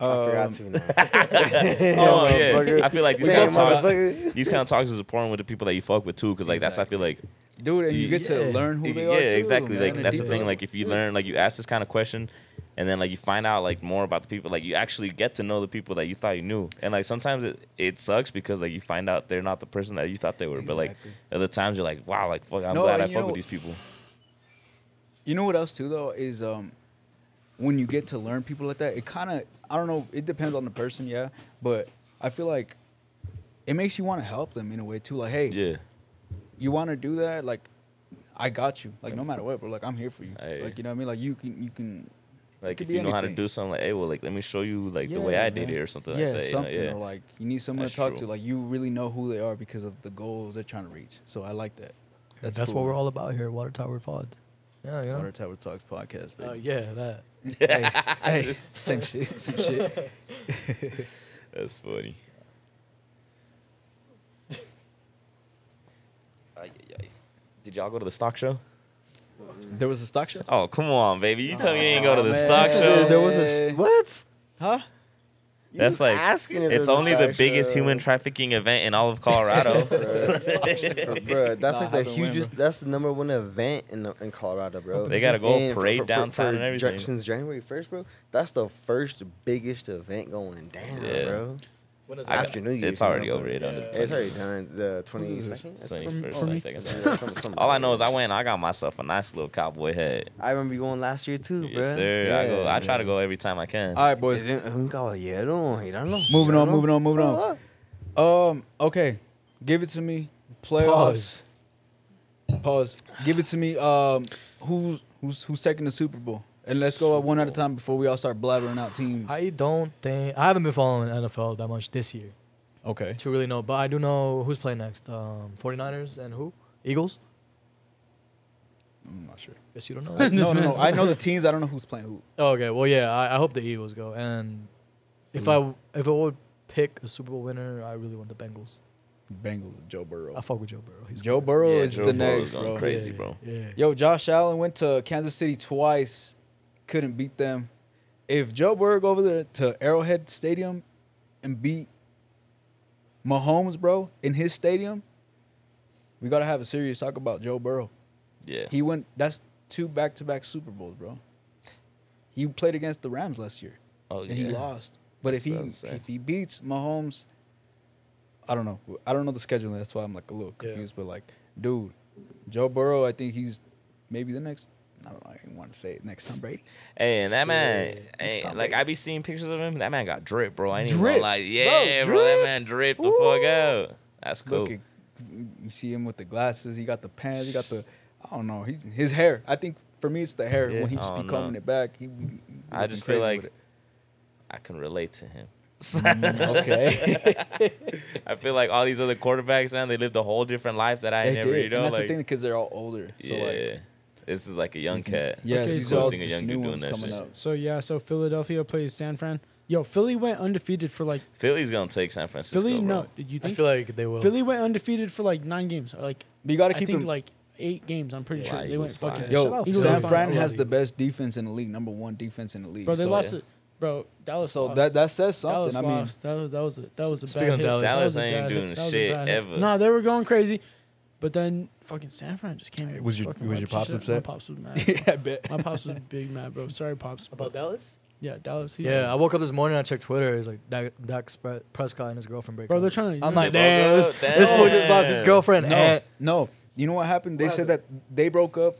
S8: I
S2: Um,
S8: forgot to now.
S3: oh
S8: motherfucker.
S3: yeah, I feel like these
S8: Damn,
S3: kind of talks,
S8: motherfucker.
S3: these kind of talks is important with the people that you fuck with too, because like that's I feel like
S2: dude, and you get to
S4: Yeah.
S2: learn who they
S3: yeah,
S2: are. too,
S3: exactly.
S2: man,
S3: Like
S2: on a
S3: that's the
S2: deep
S3: thing.
S2: level.
S3: Like if you learn, like you ask this kind of question, and then like you find out like more about the people, like you actually get to know the people that you thought you knew, and like sometimes it, it sucks because like you find out they're not the person that you thought they were, but like
S2: Exactly.
S3: other times you're like, wow, like fuck, I'm
S2: No,
S3: glad
S2: and
S3: I
S2: you
S3: fuck
S2: know-
S3: with these people.
S2: You know what else too though is um when you get to learn people like that, it kind of I don't know, it depends on the person, yeah, but I feel like it makes you want to help them in a way too. Like, hey,
S3: Yeah,
S2: you want to do that? Like, I got you. Like, no matter what, bro. Like, I'm here for you.
S3: Hey.
S2: Like, you know what I mean? Like, you can you can
S3: like
S2: could
S3: if
S2: be
S3: you know how to
S2: anything.
S3: do something, like hey, well, like let me show you like the way I did
S2: man.
S3: it or something
S2: Yeah,
S3: like that. you know,
S2: something
S3: uh, yeah.
S2: or like you need someone
S3: That's
S2: to talk
S3: true.
S2: to. Like, you really know who they are because of the goals they're trying to reach. So I like that.
S4: That's,
S2: cool,
S4: what we're
S2: man.
S4: all about here, at Water Tower Pods. Yeah, you know.
S2: Water Tower Talks podcast,
S4: Oh
S2: baby.
S4: yeah, that.
S2: hey, hey, same shit, same shit.
S3: That's funny. Ay, ay, ay. Did y'all go to the stock show?
S2: There was a stock show.
S3: Oh, come on, baby. You tell me you ain't go to the
S2: man.
S3: stock
S2: Dude,
S3: show.
S8: Oh, There was a
S2: Hey.
S8: sh- what?
S2: Huh?
S8: You
S3: That's
S8: was
S3: like
S8: asking if there
S3: it's
S8: was a
S3: only the
S8: stock
S3: biggest
S8: show.
S3: human trafficking event in all of Colorado.
S8: bro, that's
S2: Nah,
S8: like the
S2: I've been winning,
S8: hugest. that's the number one event in the, in Colorado, bro.
S3: They gotta go
S8: And
S3: parade downtown and
S8: Jan-
S3: everything.
S8: Since January first, bro, that's the first biggest event going down,
S3: Yeah.
S8: bro.
S4: What is
S3: I-
S4: that?
S8: After New Year's,
S3: it's already
S8: you know,
S3: over. It on the
S8: It's already done. The twenty second.
S3: 21st,
S1: For me.
S3: 22nd. All I know is I went. I got myself a nice little cowboy hat.
S8: I remember you going last year too, bro.
S3: Yes, sir. I go. I try to go every time I can.
S2: All right, boys. Moving on, moving on, moving on. Um, okay. Give it to me. Playoffs. Pause. Give it to me. Um, who's who's who's taking the Super Bowl? And let's go one at a time before we all start blabbering out teams.
S4: I don't think I haven't been following NFL that much this year
S2: Okay.
S4: to really know, but I do know who's playing next. Um, 49ers and who? Eagles?
S2: I'm not sure.
S4: Guess you don't know.
S2: No, no, no. I know the teams. I don't know who's playing who.
S4: Okay, well, yeah, I, I hope the Eagles go. And if I if I would pick a Super Bowl winner, I really want the Bengals.
S2: Bengals. Joe
S4: I
S2: Burrow.
S4: fuck with Joe Burrow. He's
S2: Joe
S4: good.
S2: Burrow
S3: Yeah,
S2: is
S3: Joe
S2: the
S3: Burrow's
S2: next,
S3: going
S2: bro.
S3: crazy.
S4: Yeah,
S3: bro.
S4: Yeah.
S2: Yo, Josh Allen went to Kansas City twice, couldn't beat them. If Joe Burrow go over there to Arrowhead Stadium and beat Mahomes, bro, in his stadium, we gotta have a serious talk about Joe Burrow.
S3: Yeah.
S2: He went. That's two back-to-back Super Bowls, bro. He played against the Rams last year
S3: oh
S2: and he lost. But if
S3: That's
S2: he
S3: what I was saying.
S2: if he beats Mahomes, I don't know. I don't know the scheduling. That's why I'm like a little
S4: Yeah.
S2: confused. But like, dude, Joe Burrow, I think he's maybe the next. I don't know. I didn't want to say it next Tom Brady.
S3: Hey, and that man,
S2: Next
S3: hey,
S2: time,
S3: like
S2: baby.
S3: I be seeing pictures of him. That man got drip, bro. I ain't
S2: Drip.
S3: even like, yeah, bro,
S2: drip.
S3: That man dripped the fuck out. That's cool.
S2: Look, at, you see him with the glasses. He got the pants. He got the. I don't know. He's his hair. I think for me, it's the hair.
S3: Yeah.
S2: When he's
S3: Oh,
S2: be
S3: no.
S2: combing it back, he. be- be
S3: I
S2: looking
S3: just feel
S2: crazy
S3: like-
S2: with it.
S3: I can relate to him.
S2: Mm, okay.
S3: I feel like all these other quarterbacks, man, they lived a whole different life that I
S2: they
S3: never,
S2: did.
S3: you know,
S2: and that's
S3: like,
S2: the thing because they're all older. So
S3: yeah.
S2: like,
S3: this is like a young cat.
S2: yeah,
S1: Okay,
S2: these
S1: so-
S2: are all
S3: Seeing a
S2: just
S3: young
S2: new
S3: dude doing
S2: ones
S3: that
S2: coming
S3: shit.
S2: up.
S1: So yeah, so Philadelphia plays San Fran. Yo, Philly went undefeated for like
S3: Philly's gonna take San Francisco.
S1: Philly.
S3: bro.
S1: No, did you
S4: I
S1: think
S4: feel like they will.
S1: Philly went undefeated for like nine games? or, Like
S2: But you got to
S1: I
S2: keep
S1: think
S2: in
S1: like eight games. I'm pretty
S3: Yeah,
S1: sure they
S3: Eagles
S1: went fucking.
S3: fine.
S2: Yo,
S1: Eagles
S2: San
S1: fine.
S2: Fran
S1: I love
S2: has the
S1: Eagles.
S2: best defense in the league, number one defense in the league.
S1: Bro, they
S2: so,
S1: lost it. Bro, Dallas.
S2: So
S1: lost.
S2: that that says something.
S1: Dallas
S2: I mean,
S1: lost. That was that was a, that was a
S4: Speaking
S1: bad
S4: of
S1: hit.
S4: Dallas-
S1: That was
S3: Dallas
S1: a
S3: ain't
S1: bad hit.
S3: doing
S1: That was a
S3: shit
S1: bad hit.
S3: ever.
S1: No, they were going crazy, but then fucking San Fran just came. in
S2: Was
S1: and
S2: your-
S1: fucking
S2: was
S1: wiped
S2: your pops
S1: shit. My
S2: upset?
S1: pops was mad.
S2: yeah, I bet.
S1: My pops was big mad, bro. Sorry, pops. About
S4: Dallas?
S1: yeah, Dallas. he's-
S4: Yeah, I woke up this morning. I checked Twitter. It's like Dak, Dak Spre- Prescott and his girlfriend break
S1: Bro,
S4: up.
S1: they're trying to.
S4: I'm
S1: you know,
S4: like,
S3: They broke
S4: damn,
S3: up,
S4: this, this fool just lost his
S3: damn."
S4: girlfriend.
S2: No,
S4: and-
S2: no. You know what happened? They
S4: What
S2: said that they broke up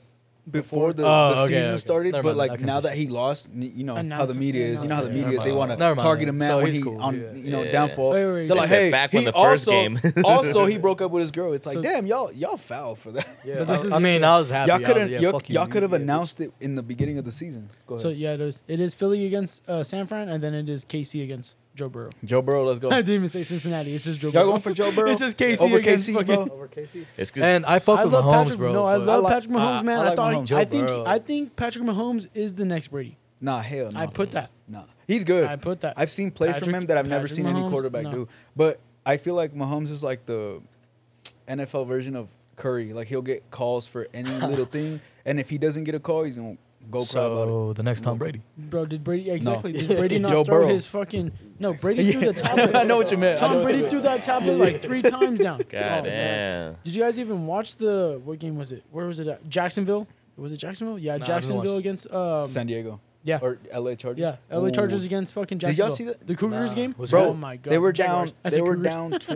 S2: before the,
S4: Oh,
S2: the
S4: okay,
S2: season
S4: okay.
S2: started,
S4: Never
S2: but
S4: mind, I
S2: like
S4: can
S2: now that
S4: understand.
S2: he lost, n- you know how
S1: Announce
S2: the
S1: it,
S2: media is. You know how the
S1: announce it.
S2: media is. They
S4: Never
S2: want to
S4: mind. Never mind.
S2: target a man
S4: So
S2: when
S4: he's
S2: he
S4: cool,
S2: on
S4: yeah.
S2: you know
S3: Yeah.
S2: downfall.
S1: Wait, wait,
S2: They're
S1: so-
S2: like,
S3: He said
S2: hey,
S3: back when
S2: he
S3: the first
S2: also
S3: game.
S2: also he broke up with his girl. It's like,
S1: So-
S2: damn, y'all y'all foul for that.
S4: Yeah,
S1: this is-
S4: I, I mean, I was happy. I
S2: Y'all
S4: was
S2: could
S4: like,
S2: have
S4: yeah,
S2: y'all,
S4: fuck you,
S2: y'all
S4: you
S2: could have
S4: idiot.
S2: announced it in the beginning of the season. Go ahead.
S1: So yeah, it is. It is Philly against uh, San Fran, and then it is KC against Joe Burrow.
S2: Joe Burrow, let's go.
S1: I didn't even say Cincinnati. It's just Joe
S2: Y'all
S1: Burrow.
S2: going for Joe Burrow?
S1: It's just KC
S2: Over
S1: against
S2: KC,
S1: fucking-
S2: bro.
S3: It's 'cause-
S4: And I fuck
S1: I
S4: with
S1: love
S4: Mahomes,
S1: Patrick.
S4: bro.
S1: no, I
S4: but-
S1: love
S2: like-
S1: Patrick Mahomes,
S2: I-
S1: man.
S2: I
S1: I,
S2: like
S1: thought.
S2: Mahomes.
S1: I
S2: Joe
S1: think.
S4: Burrow.
S1: I think Patrick Mahomes is the next Brady.
S2: Nah, hell no.
S1: I put that.
S2: nah. He's good.
S1: I put that.
S2: I've seen plays from
S1: Patrick-
S2: him that I've never
S1: Patrick
S2: seen any
S1: Mahomes,
S2: quarterback
S1: no.
S2: do. But I feel like Mahomes is like the NFL version of Curry. Like he'll get calls for any little thing, and if he doesn't get a call, he's gonna go cry about
S1: uh,
S2: it.
S4: So the next Tom Brady.
S1: Bro, did Brady yeah, exactly? Did Brady not
S2: Joe
S1: throw
S2: Burrow.
S1: his fucking? No, Brady threw the tablet.
S2: I know what you meant. I know
S1: Tom
S2: what you
S1: Brady
S2: meant.
S1: threw that tablet like three times down.
S3: God
S1: Oh, man.
S3: damn.
S1: Did you guys even watch the what game was it? Where was it at? Jacksonville? Was it Jacksonville?
S4: No,
S1: Yeah,
S4: I didn't watch
S1: Jacksonville
S4: it.
S1: against um
S2: San Diego
S1: yeah.
S2: or LA Chargers.
S1: yeah, LA Chargers
S2: Ooh.
S1: against fucking
S2: Did
S1: Jacksonville.
S2: y'all see that?
S1: The Cougars
S4: Nah.
S1: game?
S4: Was
S2: Bro,
S1: oh my god.
S2: they were down.
S1: Jaguars. I said
S2: They were
S1: Cougars.
S2: down. Tw-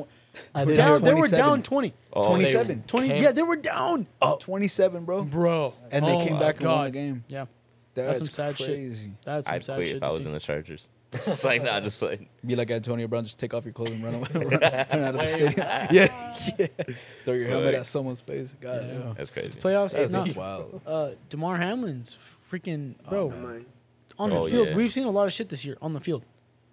S4: I
S2: didn't
S1: Down,
S2: hear
S4: down.
S1: they were
S2: 27.
S1: down 20.
S3: Oh,
S2: 27.
S1: 20.
S4: Cam-
S1: Yeah, they were down.
S4: Oh,
S2: 27, bro.
S1: Bro.
S2: And they
S1: Oh
S2: came
S1: my
S2: back and won the
S1: God.
S2: game.
S1: Yeah.
S2: That's,
S1: some sad shit.
S2: crazy.
S1: That's some
S3: I'd
S1: sad
S3: quit
S1: shit
S3: if
S1: to
S3: I was
S1: see.
S3: in the Chargers. It's like, nah, just like,
S2: Be like Antonio Brown, just take off your clothes and run away, run, run out of the stadium. Yeah, yeah. Throw your helmet
S3: Fuck.
S2: at someomeone's face. God,
S1: Yeah.
S2: yeah.
S3: that's crazy.
S1: Playoffs
S2: That's
S1: no.
S2: wild. Oh,
S1: Uh DeMar Hamlin's freaking bro. on the
S3: Oh,
S1: field.
S3: yeah.
S1: We've seen a lot of shit this year on the field.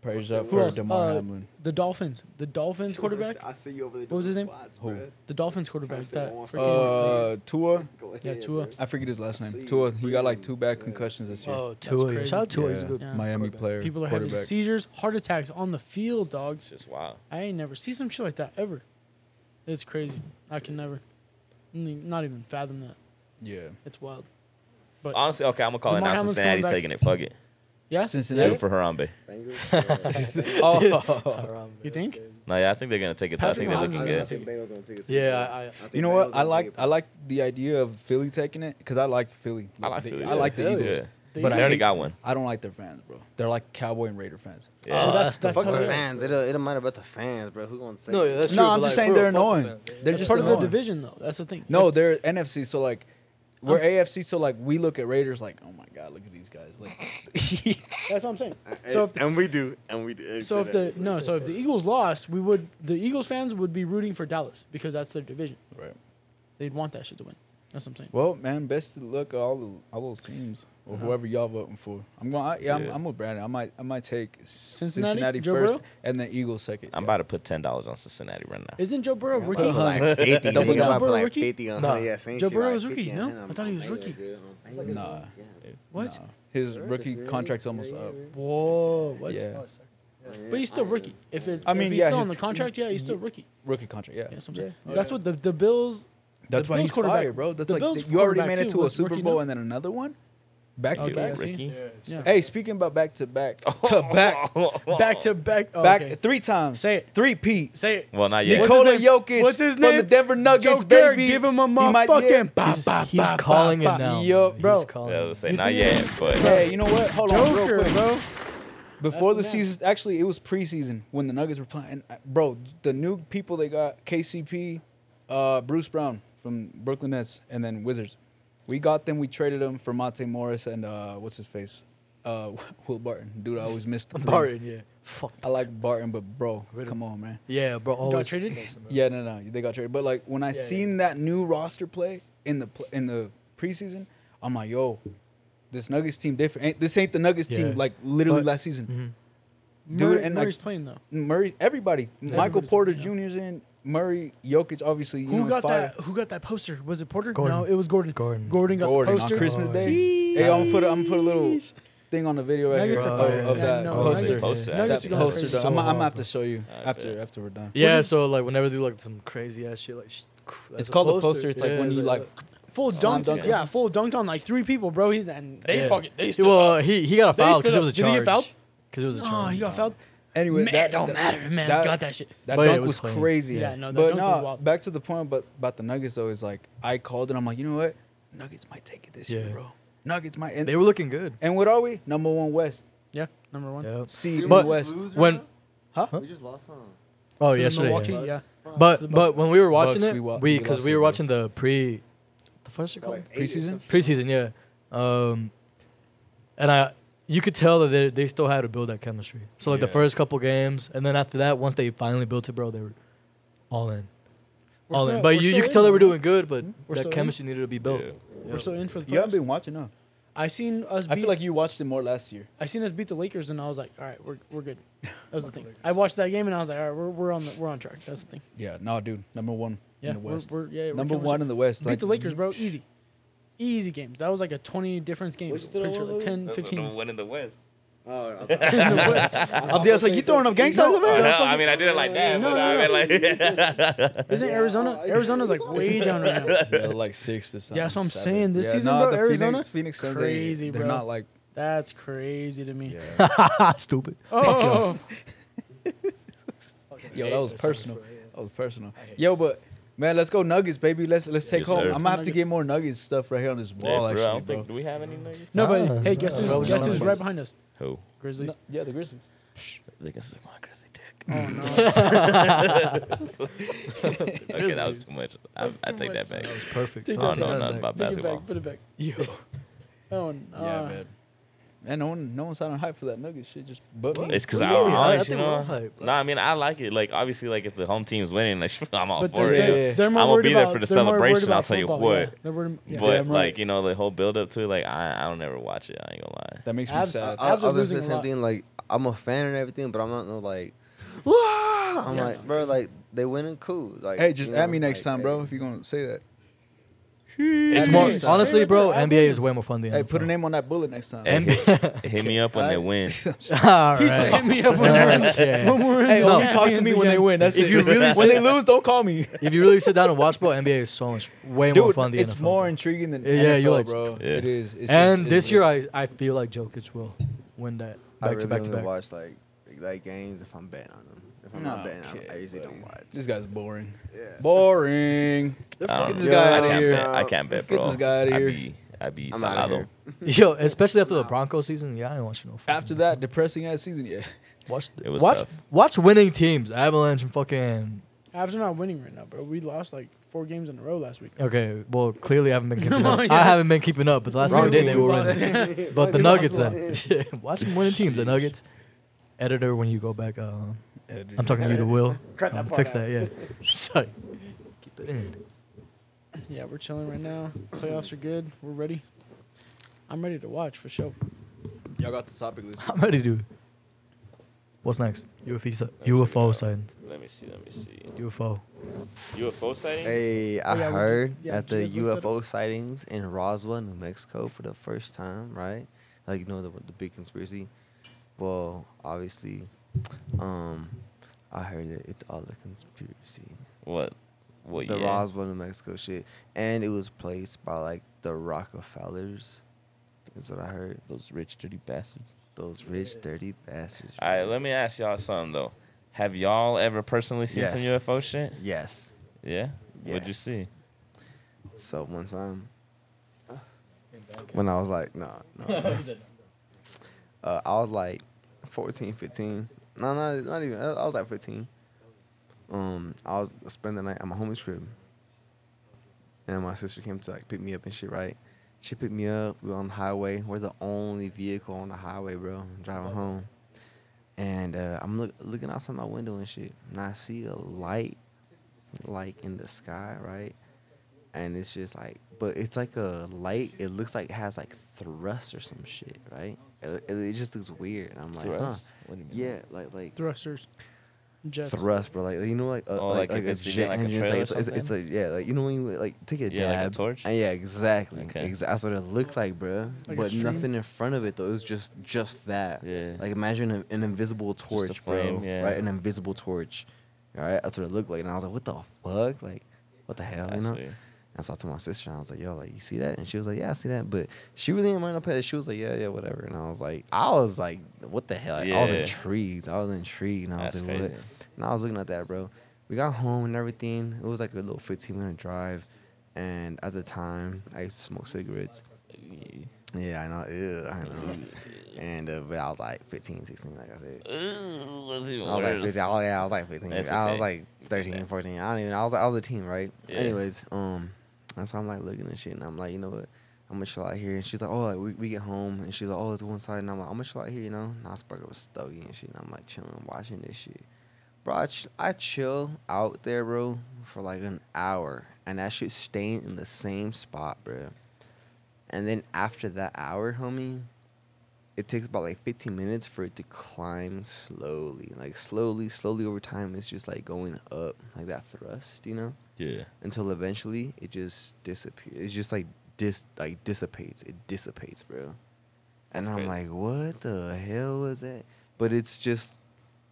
S2: Praise up
S1: Who
S2: for
S1: else?
S2: Damar
S1: Uh,
S2: Hamlin.
S1: The Dolphins. The Dolphins quarterback.
S8: I see you over there.
S1: What was his name?
S2: Who?
S1: The Dolphins quarterback that freaking
S2: Uh, Tua.
S1: yeah Tua.
S2: I forget his last name. Tua. He got like two bad concussions this year.
S4: oh, Tua. yeah.
S1: crazy.
S4: Shout out Tua. He's a
S2: Yeah.
S4: good.
S1: Yeah.
S2: Miami player.
S1: People are having
S2: quarterback.
S1: seizures, heart attacks on the field, dog.
S3: It's just wild.
S1: I ain't never see some shit like that ever. It's crazy. I can never, n- not even fathom that.
S2: Yeah.
S1: It's wild. But
S3: Honestly, okay, I'm gonna call it
S1: DeMar
S3: now.
S1: Hamlin's
S3: Cincinnati's
S1: coming back.
S3: taking it. Fuck it.
S1: yeah,
S3: Do
S2: Cincinnati.
S3: it for Harambe.
S2: Oh,
S1: you think?
S3: No, yeah, I think they're gonna take it. though. I
S1: Patrick
S3: think they're
S1: Mahomes
S3: looking
S1: is
S3: good.
S1: gonna take it.
S4: Yeah, I, I,
S2: you know what? I like I like the idea of Philly taking it because I like Philly.
S3: I like
S2: They-
S3: Philly.
S2: I like
S3: too.
S2: the Eagles,
S3: Yeah.
S1: The
S2: but
S3: They
S2: I
S3: already
S2: hate-
S3: got one.
S2: I don't like their fans, bro. They're like Cowboy and Raider fans.
S3: Yeah.
S5: Oh,
S1: Well, that's that's
S8: fuck
S1: how
S8: the
S1: it is.
S8: fans. It don't, it don't matter about the fans, bro. Who gonna say?
S4: no, yeah, that's true.
S2: no, I'm
S4: but,
S2: just
S4: like, for
S2: saying
S4: a
S2: they're
S4: football
S2: annoying.
S4: fan,
S2: They're
S1: It's
S2: just
S1: part of the
S2: annoying.
S1: division, though. That's the thing.
S2: No, they're NFC. So like, we're AFC. So like, we look at Raiders like, oh my god, look at these guys. Like,
S1: that's what I'm saying. So if the,
S10: and we do, and we do.
S1: so if the no, so if the Eagles lost, we would the Eagles fans would be rooting for Dallas because that's their division.
S2: right.
S1: They'd want that shit to win. That's what I'm saying.
S2: Well, man, best of luck to all the, all those teams or
S8: Uh-huh.
S2: whoever y'all voting for. I'm going. I, yeah, I'm,
S3: Yeah.
S2: I'm with Brandon. I might I might take
S1: Cincinnati?
S2: Cincinnati,
S1: Joe
S2: first
S1: Burrow?
S2: and then Eagles second.
S3: I'm
S2: Yeah.
S3: about to put ten dollars on Cincinnati right now.
S1: Isn't Joe Burrow rookie?
S8: Like 50.
S2: Double
S8: Double
S2: down.
S8: like
S1: Burrow
S8: like
S1: rookie?
S8: 50 on
S4: No.
S8: no. yeah, same
S1: Joe
S8: shit,
S1: Burrow
S8: like
S1: was
S8: 50
S1: rookie,
S8: on
S1: no?
S8: him.
S1: I
S8: I'm
S1: thought he was
S8: like,
S1: rookie.
S8: yeah, I'm like,
S2: Nah.
S8: yeah.
S1: What?
S2: Nah. His rookie
S8: Yeah,
S2: contract's
S8: yeah,
S2: almost
S8: yeah,
S2: up.
S8: yeah.
S1: Whoa, what?
S2: Yeah.
S1: But he's still rookie. If it,
S2: I mean,
S1: if he's
S2: yeah,
S1: still on the
S2: his-
S1: contract, yeah, he's still rookie.
S2: Rookie contract, yeah.
S1: Yeah, that's what I'm saying. That's what the, the Bills.
S2: That's
S1: The
S2: why
S1: Bills
S2: he's
S1: quarterback-
S2: fired, bro. That's
S1: the
S2: like
S1: Bills
S2: you already
S1: quarterback
S2: made it
S1: too
S2: to a
S1: was
S2: Super
S1: rookie,
S2: Bowl
S1: no?
S2: and then another one, back
S1: Okay,
S2: to back.
S1: I see.
S3: Ricky.
S1: Yeah.
S2: Hey, speaking about back to back, to back,
S1: Back to back. oh,
S2: back
S1: okay.
S2: three times.
S1: Say it.
S2: Three P.
S1: Say it.
S3: Well, not yet.
S1: What's his
S2: Nikola
S1: name?
S2: Jokic
S1: What's his
S2: from
S1: name?
S2: the Denver Nuggets,
S1: Joe Barrett,
S2: baby.
S1: give him a
S2: He might-
S1: motherfucking bop,
S4: He's,
S1: bop,
S4: he's
S1: bop,
S4: calling
S1: bop,
S4: it now.
S2: Yup,
S4: man.
S1: bro.
S4: He's calling
S3: Yeah, I
S4: it.
S3: was saying
S1: You
S3: not
S1: think-
S3: yet, but
S2: Hey, you know what? Hold on, real
S1: Joker,
S2: quick.
S1: bro.
S2: Before the
S1: That's the man.
S2: season, actually, it was preseason when the Nuggets were playing. And, uh, Bro, the new people they got KCP, uh, Bruce Brown from Brooklyn Nets, and then Wizards. We got them. We traded them for Monte Morris and uh, what's his face, uh, Will Barton. Dude, I always missed the threes.
S4: Barton, yeah. Fuck.
S2: I like Barton, but bro,
S4: Rid of-
S2: come on, man.
S4: Yeah, bro.
S1: Got
S4: Always.
S1: traded.
S2: Yeah, no, no, they got traded. But like when I seen that new roster play in the pl- in the preseason, I'm like, yo, this Nuggets team different. Ain't, this ain't the Nuggets
S4: Yeah. Mm-hmm.
S2: team like literally
S4: But-
S2: last season.
S1: Dude,
S2: Dude,
S1: and
S2: and, like-
S1: Murray's playing though.
S2: Murray, everybody. Michael
S1: Everybody's-
S2: Porter
S1: yeah.
S2: Jr.'s in. Murray, Jokic, obviously. You
S1: Who
S2: know,
S1: got
S2: fire.
S1: that? Who got that poster? Was it Porter?
S4: Gordon.
S1: No, it was Gordon.
S4: Gordon.
S1: Gordon got the
S2: Gordon on
S1: poster.
S2: Christmas
S4: Oh,
S2: Day.
S1: yeah.
S2: Hey, I'm gonna put a, I'm gonna put a little thing on the video right
S1: Nuggets
S2: here
S4: are
S2: of,
S4: fire.
S2: Oh, of
S4: Yeah,
S2: that
S1: no,
S2: poster.
S1: Nuggets-
S3: Poster.
S2: That
S1: Nuggets are going
S2: poster.
S1: crazy.
S2: I'm, I'm gonna have to
S4: hard.
S2: show you
S3: I
S2: after
S3: bet.
S2: after we're done.
S4: Yeah, so like whenever they do like some crazy ass shit, like sh- that's
S2: It's called a poster. It's like
S4: Yeah,
S2: when
S4: it's
S2: you like
S1: Full
S2: Slam
S1: dunked.
S2: dunk.
S1: Yeah, full dunked on like three people, bro. He, and they
S4: Yeah.
S1: fucking they
S4: that.
S1: still.
S4: Well, he he got a
S1: They
S4: foul
S1: stood
S4: because it
S1: up.
S4: was a
S1: Did he
S4: charge.
S1: get fouled?
S4: Because it was a
S1: Oh,
S4: charge.
S1: he got fouled.
S2: anyway.
S1: Man,
S2: that,
S1: it don't
S2: that-
S1: matter. Man's
S2: that-
S1: got that shit.
S2: That
S4: But yeah,
S2: dunk
S4: it was
S2: was
S4: clean.
S2: crazy.
S1: Yeah, no, that
S2: but
S1: dunk
S2: no,
S1: was wild.
S2: back to the point, but about the Nuggets though is like I called and I'm like, you know what, Nuggets might take it this year,
S4: Yeah.
S2: bro. Nuggets might. And,
S4: They were looking good.
S2: and what are we? Number one West
S1: Yeah, number one.
S4: Yeah.
S2: seed in the
S4: But-
S2: West.
S4: When
S2: Huh?
S5: We just lost, huh?
S4: oh
S1: To the
S4: yesterday,
S1: Milwaukee,
S4: yeah.
S1: yeah. to the
S4: but
S1: Bucks.
S4: but when we were watching
S2: Bucks,
S4: it,
S2: we wa-
S4: we
S2: we
S4: because
S2: lost
S4: we
S2: to
S4: were
S2: the
S4: watching the pre, the first
S5: Got like eight or
S2: Preseason?
S5: some shit.
S4: preseason, yeah. Um, and I, you could tell that they, they still had to build that chemistry. So like the
S2: Yeah.
S4: first couple games, and then after that, once they finally built it, bro, they were all in,
S1: We're
S4: all
S1: still-
S4: in.
S1: we're
S4: But you,
S1: still
S4: you could
S1: in,
S4: tell they were
S1: bro.
S4: doing good,
S2: Hmm?
S4: but
S1: Hmm? We're still
S4: that
S1: in.
S4: chemistry needed to be built.
S3: Yeah.
S1: We're still in for the
S2: You haven't
S1: playoffs.
S2: been watching, huh?
S1: I seen us. Beat,
S2: I feel like you watched it more last year.
S1: I seen us beat the Lakers, and I was like, all right, we're we're good. That was the thing. I watched that game, and I was like, all right, we're we're on the, we're on track. That's the thing.
S2: Yeah, no, dude, number one
S1: Yeah,
S2: in the
S1: we're,
S2: West.
S1: we're yeah we're
S2: number
S1: killing
S2: one
S1: shit.
S2: in the West.
S1: beat the Lakers, bro. Easy, easy games. That was like a twenty difference game.
S5: What'd you throw
S1: Pretty sure,
S5: over
S1: like
S5: there?
S1: 10,
S3: That's the
S1: 15.
S3: number one in the West.
S5: Oh, I thought-
S1: in the West.
S2: Abdiel's like, you throwing up gang signs over
S3: Oh,
S2: there?
S3: no, I mean, I did it like that,
S1: No,
S3: but
S1: no,
S3: I mean, like,
S1: Isn't
S5: Yeah.
S1: Arizona? Arizona's like way down right now.
S2: Yeah, like six or something.
S1: Yeah, that's what I'm
S2: seven.
S1: saying. This
S2: Yeah,
S1: season,
S2: nah,
S1: bro,
S2: the
S1: Arizona,
S2: Phoenix, Phoenix Suns,
S1: crazy,
S2: they, they're
S1: bro.
S2: not like.
S1: That's crazy to me.
S4: Stupid.
S1: Oh,
S2: Yo, that was personal. That was personal. Yo, but man, let's go Nuggets, baby. Let's let's take
S3: Yes,
S2: home.
S3: sir.
S2: I'm gonna have to
S1: Nuggets.
S2: get more Nuggets stuff right here on this
S3: Yeah, for
S2: wall.
S3: real, I
S2: actually,
S3: don't
S2: bro.
S3: think, do we have any nuggets?
S1: no,
S4: Ah,
S1: but hey, guess
S4: no,
S1: who's
S4: bro,
S1: guess
S4: no,
S1: who's
S4: no.
S1: right behind us?
S3: Who?
S1: Grizzlies.
S2: Yeah, the Grizzlies.
S3: They can suck my grizzly dick.
S1: Oh no.
S3: Okay, that was too much. I, I take that back.
S4: That was perfect.
S3: I
S1: Take
S3: don't
S1: that
S3: know
S4: back.
S3: nothing about
S1: Take it
S3: basketball.
S1: back. Put it back. Yo. Oh no.
S2: yeah, man. Man, no one no one sounded hype for that Nuggets shit. Just but me.
S3: It's because I
S4: Really?
S3: don't
S4: I- I
S3: honestly
S4: think we're all
S3: know.
S4: hype, bro.
S3: No, I mean I like it. Like obviously, like if the home team's winning, like I'm all
S1: But
S3: for
S1: they're,
S3: it.
S1: they're,
S2: yeah, yeah.
S1: they're more
S3: I'm gonna
S1: worried
S3: be there
S1: about,
S3: for the
S1: they're more worried
S3: celebration, I'll
S1: about
S3: tell you
S1: football,
S3: what.
S1: Yeah. They're worried, yeah.
S3: But
S2: Damn right.
S3: like you know, the whole build up to it, like I I don't ever watch it. I ain't gonna lie.
S2: That makes me
S1: Abs-
S2: sad.
S1: uh,
S5: I, I was
S1: Avs are
S5: gonna
S1: losing
S5: say
S1: a lot.
S5: something like I'm a fan and everything, but I'm not no like. "Wah!" I'm
S1: Yeah.
S5: like, bro, like they winning cool. Like,
S2: hey, just
S5: you
S2: add
S5: know,
S2: me next
S5: like,
S2: time,
S5: hey.
S2: bro. If you're gonna say that.
S4: It's
S2: That
S4: more
S2: makes sense.
S4: honestly, bro.
S1: Say it, I
S4: NBA is way more fun than
S2: Hey, put a
S4: NFL.
S2: name on that bullet next time.
S4: NBA.
S3: Hit me up when they win.
S4: All
S1: He said,
S4: right.
S1: hit me up when they're in-
S4: Okay.
S1: when we're in
S2: Hey,
S1: the
S2: only talk to
S1: Champions
S2: me when they
S1: again.
S2: win. That's
S4: If
S2: it.
S4: you really
S2: when
S4: sit-
S2: they lose, don't call me.
S4: If you really sit down and watch, bro, NBA is so much way more
S2: Dude,
S4: fun than
S2: it's
S4: NFL.
S2: more intriguing than
S4: Yeah, yeah,
S2: NFL,
S4: you're like-
S2: bro.
S3: Yeah.
S2: It is. It's
S4: and
S2: just-
S4: this
S2: it's
S4: year,
S2: real.
S4: I, I feel like Jokic will win that
S5: I
S4: back
S5: really
S4: to back to
S5: only
S4: back.
S5: watch like like like games if I'm betting on them. If I'm not betting,
S2: Okay,
S5: I, I usually
S2: buddy.
S5: don't watch.
S2: This guy's boring.
S5: Yeah.
S2: Boring.
S3: I
S2: Get
S3: don't
S2: this
S3: know.
S2: guy
S3: I
S2: out of
S3: can't
S2: here.
S3: bet. I can't bet, bro.
S2: Get this guy outta
S3: I
S2: here.
S3: be, I be
S5: I'm outta
S3: salado.
S5: here.
S4: Yo, especially after the Broncos season, yeah, I didn't watch no. fucking
S2: After that depressing ass season, yeah.
S4: watch the,
S3: It was
S4: watch
S3: tough.
S4: watch winning teams, Avalanche and fucking.
S1: Avs are not winning right now, bro. We lost like four games in a row last week.
S4: Okay, well, clearly I haven't been keeping
S1: No,
S4: up. I
S1: yeah.
S4: haven't been keeping up, but the last
S1: Wrong
S4: day
S1: team.
S4: they were
S1: We lost.
S4: winning. But the
S1: We
S4: Nuggets,
S1: lost
S4: then. yeah, watch them winning teams. The Nuggets. Editor, when you go back, uh, I'm talking to you to Will.
S1: Cut
S4: Um,
S1: that part
S4: fix
S1: out.
S4: that, yeah. Sorry. Keep it in.
S1: Yeah, we're chilling right now. Playoffs are good. We're ready. I'm ready to watch for sure.
S2: Y'all got the topic list.
S4: I'm ready to do. What's next? UFO, si- UFO sightings.
S3: Let me see. Let me see.
S4: UFO.
S3: UFO sighting.
S5: Hey, I
S1: yeah, we did-
S5: heard
S1: yeah,
S5: that the
S1: Jizz looked it
S5: UFO sightings in Roswell, New Mexico, for the first time, right? Like you know the the big conspiracy. Well, obviously, um, I heard that it's all a conspiracy.
S3: What? What?
S5: the
S3: year?
S5: Roswell, New Mexico shit, and it was placed by like the Rockefellers. Is what I heard.
S3: Those rich dirty bastards.
S5: Those rich, dirty bastards.
S3: All right. Let me ask y'all something though. Have y'all ever personally seen some
S5: Yes.
S3: UFO shit?
S5: Yes.
S3: Yeah. What'd you
S5: Yes.
S3: see?
S5: So one time, when I was like, no, no, no. uh, I was like 14, 15. No, no, not even. I I was like 15. Um, I was spending the night at my homie's crib, and my sister came to like pick me up and shit. Right, she picked me up. We were on the highway. We're the only vehicle on the highway, bro. I'm driving home, and uh, I'm look, looking outside my window and shit, and I see a light, like in the sky, right and it's just like but it's like a light it looks like it has like thrust or some shit right it, it- it just looks weird and i'm like huh.
S3: Thrust? What do you mean?
S5: yeah like like
S1: Thrusters. Jets.
S5: thrust bro like you know like a,
S3: Oh,
S5: like,
S3: like
S5: like
S3: if
S5: a
S3: it's even
S5: jet
S3: like a
S5: engine
S3: trail or
S5: it's, it's, it's like yeah like you know when you like take a
S3: Yeah, like a
S5: dab
S3: torch?
S5: and yeah exactly
S3: Okay.
S5: Exa- that's what it looked like bro
S1: Like a
S5: but
S1: stream?
S5: nothing in front of it though it was just just that
S3: Yeah.
S5: like imagine an, an invisible torch
S3: flame,
S5: bro
S3: yeah.
S5: right an invisible torch all right that's what it looked like and i was like what the fuck like what the hell
S3: That's
S5: you know
S3: weird.
S5: and so I told my sister, and I was like, yo, like, you see that? And she was like, yeah, I see that. But she really didn't mind up She was like, yeah, yeah, whatever. And I was like, I was like, what the hell? Like, I was
S3: Yeah.
S5: intrigued. I was intrigued. And I was
S3: That's
S5: like,
S3: crazy.
S5: what? And I was looking at that, bro. We got home and everything. It was like a little 15 minute drive. And at the time, I used to smoke cigarettes. Yeah, I know. Ew, I know. and, uh, but I was like 15, 16, like I said.
S3: Ooh, that's even
S5: I was like
S3: worse.
S5: 15. Oh yeah, I was like 15.
S3: That's
S5: I was
S3: okay.
S5: like 13, 14. I don't even. I was I was a teen, right?
S3: Yeah.
S5: Anyways, um, and so I'm like looking at shit, and I'm like, you know what? I'm gonna chill out here. And she's like, oh, like we, we get home, and she's like, oh, let's go inside. And I'm like, I'm gonna chill out here, you know. And I spark up a stogie and shit, and I'm like chilling, watching this shit. Bro, I, ch- I chill out there, bro, for like an hour, and that shit staying in the same spot, bro. And then after that hour, homie, it takes about like 15 minutes for it to climb slowly. Like slowly, slowly over time, it's just like going up, like that thrust, you know?
S3: Yeah.
S5: Until eventually it just disappears. It just like dis like dissipates. It dissipates, bro. And
S3: That's
S5: I'm
S3: crazy.
S5: like, what the hell was that? But it's just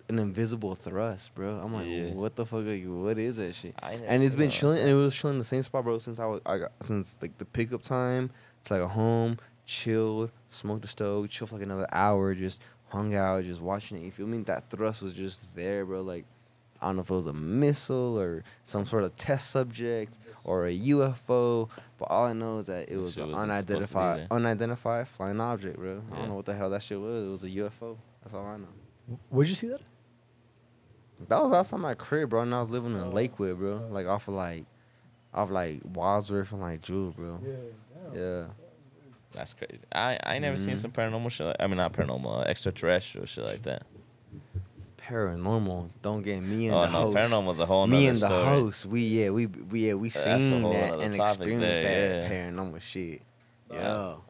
S5: an invisible thrust, bro. I'm like,
S3: Yeah.
S5: what the fuck? Like, what is that shit?
S3: I never
S5: and it's
S3: seen
S5: been
S3: that.
S5: chilling, and it was chilling in the same spot, bro, since I was, I got, since like the pickup time. It's like a home, chilled, smoked a stove, chilled for like another hour, just hung out, just watching it. You feel me? That thrust was just there, bro. Like, I don't know if it was a missile or some sort of test subject or a UFO, but all I know is that it
S3: That
S5: was
S3: shit
S5: an
S3: wasn't supposed to be
S5: unidentified,
S3: there.
S5: unidentified flying object, bro. I
S3: Yeah.
S5: don't know what the hell that shit was. It was a UFO. That's all I know.
S4: Where'd you see that?
S5: That was outside my crib, bro, and I was living
S1: Oh.
S5: in Lakewood, bro. Like off of like, off like Wadsworth and like Jewel, bro. Yeah.
S3: That's crazy. I I ain't never seen some paranormal shit. Like, I mean, not paranormal, uh, extraterrestrial shit like that.
S5: Paranormal. Don't get me and
S3: Oh
S5: the
S3: no,
S5: host.
S3: paranormal's a whole
S5: me
S3: nother
S5: and the
S3: story.
S5: host, we yeah, we we yeah, we
S3: Uh, that's a
S5: seen
S3: whole
S5: that
S3: other
S5: and
S3: topic
S5: experienced
S3: there,
S5: that
S3: yeah.
S5: paranormal shit.
S3: Yeah.
S5: Yo.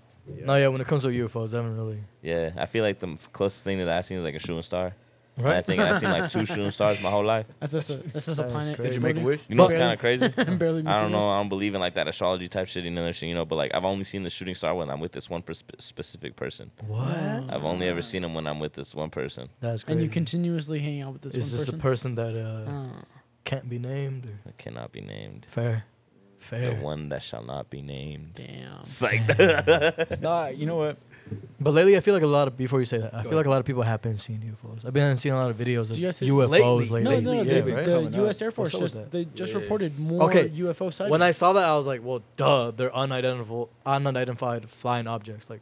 S4: No, yeah, when it comes to UFOs, I haven't really.
S3: Yeah, I feel like the m- closest thing that I've seen is like a shooting star. And I
S4: Right?
S3: think I've seen like two shooting stars my whole life.
S1: That's just a that's just a
S4: That is
S1: planet.
S4: crazy. Did
S2: you make a
S1: exploding.
S2: wish?
S3: You know what's
S1: Barely-
S3: kind of crazy?
S1: I'm barely
S3: I
S1: missing
S3: don't know.
S1: this.
S3: I don't believe in like that astrology type shit and other shit, you know. But like, I've only seen the shooting star when I'm with this one pers- specific person.
S4: What?
S3: I've only ever seen him when I'm with this one person.
S4: That's crazy.
S1: And you continuously hang out with this
S4: Is
S1: one
S4: this
S1: person.
S4: a person that uh,
S1: Oh.
S4: can't be named? Or?
S3: That cannot be named.
S4: Fair.
S3: The
S4: Fair.
S3: one that shall not be named.
S1: Damn.
S3: Psych.
S2: Nah, you know what?
S4: But lately, I feel like a lot of before you say that, I feel like a lot of people have been seeing UFOs. I've been seeing a lot of videos of
S1: Do you guys see-
S4: UFOs lately.
S2: Lately.
S1: No, no,
S4: yeah,
S1: the,
S2: they've been
S4: right?
S1: the
S2: coming
S1: U.S.
S2: up.
S1: Air Force
S4: What's up with
S1: just
S4: that?
S1: they just
S2: Yeah.
S1: reported more
S4: Okay.
S1: UFO sightings.
S4: When I saw that, I was like, "Well, duh, they're unidentifiable, unidentified flying objects." Like,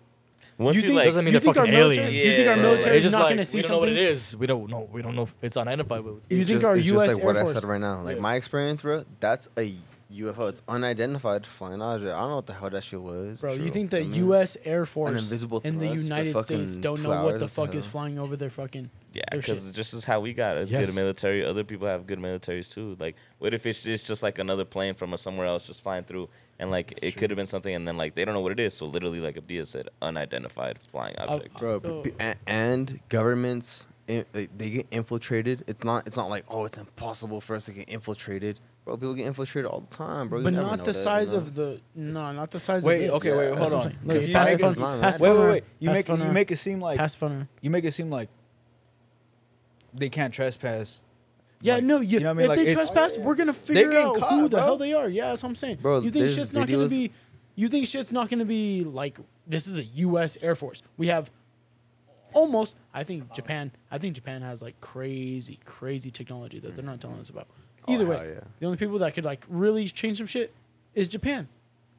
S3: Once
S4: you
S3: you,
S4: think
S3: like,
S4: doesn't mean they're
S1: you think our
S4: fucking
S1: military-
S4: aliens?
S3: you think our
S4: It's
S3: military
S1: is
S4: just
S1: not
S4: like,
S1: gonna see
S4: we don't know what it
S1: something?
S4: is. We don't know. We don't know if it's unidentified. But
S1: You
S5: It's
S1: think
S5: just,
S1: our
S5: it's
S1: U.S.
S5: just like
S1: Air
S5: what I
S1: Force-
S5: said right now. Like my experience, bro, that's a UFO. It's unidentified flying object. I don't know what the hell that shit was.
S1: Bro, you
S5: True.
S1: think the
S5: I mean,
S1: U.S. Air Force
S5: invisible
S1: and the
S5: thrust for
S1: United States
S5: fucking
S1: don't
S5: two
S1: know what
S5: hours,
S1: the
S5: what the
S1: fuck is
S5: hell?
S1: flying over their fucking?
S3: Yeah,
S5: Oh,
S1: Their shit.
S3: because just is how we got as
S4: Yes.
S3: good military. Other people have good militaries too. Like, what if it's just, just like another plane from a somewhere else just flying through, and like it could have been something, and then like they don't know what it is. So literally, like Abdia said, unidentified flying object.
S5: Oh, bro,
S1: Oh.
S5: b- b- a- and governments in, like, they get infiltrated. It's not. It's not like oh, it's impossible for us to get infiltrated. Bro, people get infiltrated all the time, bro. You
S1: But
S5: never
S1: not
S5: know
S1: the
S5: that, you
S1: size
S5: know?
S1: of the no, not the size.
S2: Wait,
S1: of it.
S2: okay, wait,
S1: That's
S2: hold
S1: what I'm
S2: on.
S1: saying. Look,
S2: Cause
S1: pass
S2: you
S1: the phone-
S5: make it-
S1: pass the
S2: Wait,
S1: phone
S2: wait,
S1: around.
S2: wait. You
S1: Pass
S2: make
S1: the phone
S2: you
S1: around.
S2: make it seem like
S1: pass the phone around.
S2: you make it seem like they can't trespass.
S1: Yeah,
S2: like,
S1: no, you,
S2: know what I mean?
S1: if
S2: Like,
S1: they
S2: it's-
S1: trespass, we're gonna figure
S2: getting
S1: out
S2: caught,
S1: who the
S2: bro.
S1: hell they are. Yeah, that's what I'm saying.
S5: Bro,
S1: you think
S5: there's
S1: shit's not gonna
S5: videos-
S1: be? You think shit's not gonna be like this is the U.S. Air Force? We have almost. I think Japan. I think Japan has like crazy, crazy technology that they're not telling us about. Either way,
S5: hell yeah.
S1: the only people that could like really change some shit is Japan.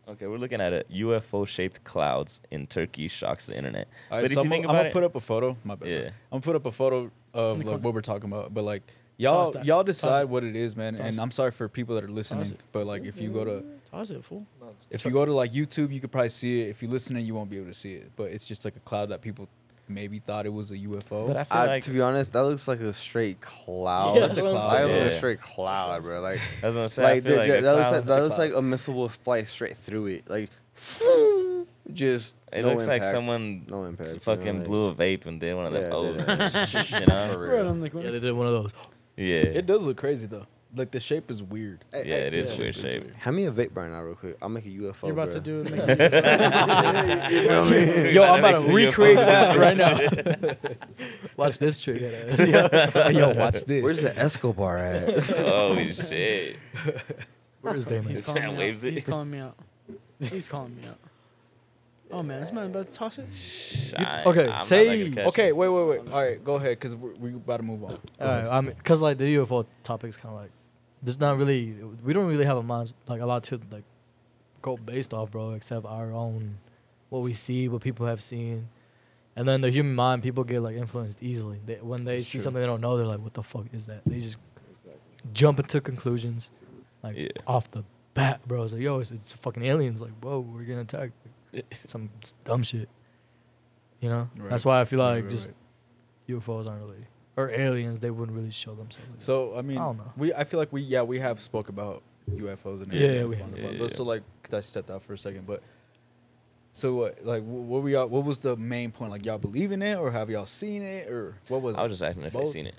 S3: Okay, we're looking at it. UFO-shaped clouds in Turkey shocks the internet.
S2: All right,
S3: but
S2: so
S3: if you
S2: I'm,
S3: think
S2: I'm
S3: about
S2: gonna
S3: it,
S2: put up a photo. My bad.
S3: Yeah.
S2: I'm gonna put up a photo of
S1: the
S2: like,
S1: corner.
S2: what we're talking about. But like
S1: Toss
S2: y'all
S1: that.
S2: y'all
S1: Toss
S2: decide
S1: it.
S2: what it is, man.
S1: Toss
S2: and
S1: it.
S2: I'm sorry for people that are listening.
S1: it.
S2: But like if you go to
S1: How's it fool?
S2: if you go to like YouTube, you could probably see it. If you listen, you won't be able to see it. But it's just like a cloud that people maybe thought it was a UFO.
S3: but I feel
S5: I,
S3: like
S5: to be honest, that looks like a straight cloud.
S1: Yeah, that's
S2: what I'm
S5: That
S2: saying.
S5: looks like
S3: Yeah.
S5: a straight cloud, bro. Like,
S3: that's what I'm saying.
S5: like,
S3: I feel
S5: the-
S3: like
S5: the-
S3: a
S5: that looks
S3: cloud-
S5: like that looks like a missile will fly straight through it. Like, just
S3: It
S5: no
S3: looks like
S5: impact.
S3: someone
S5: no impact. you know,
S3: fucking
S5: like-
S3: blew a vape and did one of
S5: Yeah,
S3: them O's.
S5: yeah,
S3: you know?
S5: For
S1: Right
S5: real.
S1: on the corner.
S4: yeah, they did one of those.
S3: Yeah.
S2: It does look crazy though. Like the shape is weird.
S5: Hey,
S3: Yeah,
S5: hey,
S3: it is
S2: yeah.
S3: weird
S2: It's
S3: shape.
S2: weird.
S5: Hand me a vape right now, real quick. I'll make a UFO.
S1: You're about
S5: bro.
S1: to do it. man.
S5: You know what I mean?
S2: Yo, I'm about to recreate that right now.
S4: Watch this trick.
S2: Yo, watch this.
S5: Where's the Escobar at?
S3: Holy shit.
S4: Where is Damon?
S1: He's calling
S3: that
S1: me
S3: waves
S1: out.
S3: it?
S1: He's calling me out. He's calling me out. Oh man, this man about to toss it.
S3: I-
S4: okay,
S3: I'm not
S4: say-
S3: that good
S2: Okay, wait, wait, wait. All right, go ahead, cause we're, we about to move on.
S4: Alright, Uh, I mean, cause like the UFO topic is kind of like, there's not really, we don't really have a mon- like a lot to like go based off, bro, except our own, what we see, what people have seen, and then the human mind, people get like influenced easily. They, when they see something they don't know, they're like, "What the fuck is that?" They just jump into conclusions, like
S3: Yeah.
S4: off the bat, bro. It's like, "Yo, it's, it's fucking aliens!" Like, "Whoa, we're getting attacked." Some s- dumb shit, you know. That's
S2: Right.
S4: why I feel
S2: Right,
S4: like
S2: right,
S4: just
S2: right.
S4: UFOs aren't really or aliens. They wouldn't really show themselves. Like
S2: So I mean,
S4: I don't know.
S2: we I feel like we yeah we have spoke about UFOs and
S4: Yeah,
S2: everything
S4: yeah, we
S2: on
S4: have.
S2: the
S3: Yeah,
S2: pod,
S3: yeah,
S2: but
S3: yeah.
S2: so like dissect that for a second. But so what like wh- what we all, what was the main point? Like y'all believe in it or have y'all seen it or what was?
S3: I
S2: it?
S3: was just asking if they
S2: Both.
S3: seen it.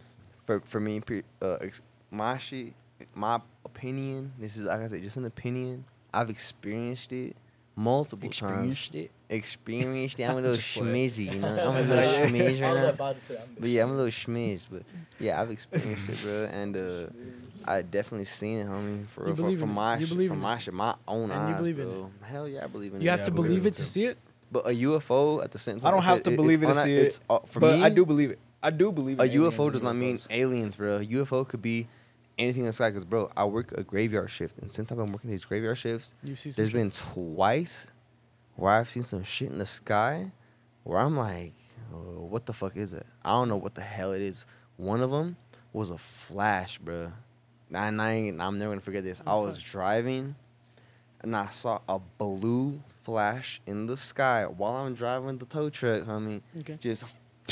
S5: for for me, pre- uh, ex- my shit, my opinion. This is like I said, just an opinion. I've experienced it multiple
S2: experienced
S5: times.
S2: it.
S5: Experienced it. I'm a little
S2: Just what?
S5: schmizzy, you know. I'm a little schmizz right now. But yeah, I'm a little schmizz. But yeah, I've experienced it, bro. And uh, I definitely seen it, homie. For
S1: You
S5: real, for,
S1: believe
S5: for
S1: in it.
S5: my
S1: You
S5: shit,
S1: believe
S5: for
S1: in
S5: my
S1: it.
S5: shit, my own
S1: And
S5: eyes,
S1: you believe in
S5: bro. Hell yeah, I believe in
S1: You
S5: it.
S1: have
S2: Yeah,
S1: to
S2: I believe
S1: believe
S2: it
S1: it to
S2: too.
S1: see it.
S5: But a UFO at the same time.
S2: I don't
S5: like
S2: have
S5: said,
S2: to
S5: it-
S2: believe it
S5: it's
S2: to
S5: una-
S2: see it,
S5: It's, uh, for
S2: but
S5: me,
S2: I do believe it. I do believe
S5: a
S2: in aliens
S5: UFO
S2: and
S5: does not mean
S2: UFOs.
S5: aliens, bro. A UFO could be anything in the sky. Cause bro, I work a graveyard shift, and since I've been working these graveyard shifts,
S1: You see some
S5: there's been twice where I've seen some shit in the sky, where I'm like, "Oh, what the fuck is it? I don't know what the hell it is. One of them was a flash, bro. And I ain't, I'm never gonna forget this. I was driving, and I saw a blue flash in the sky while I'm driving the tow truck, homie
S1: Okay.
S5: just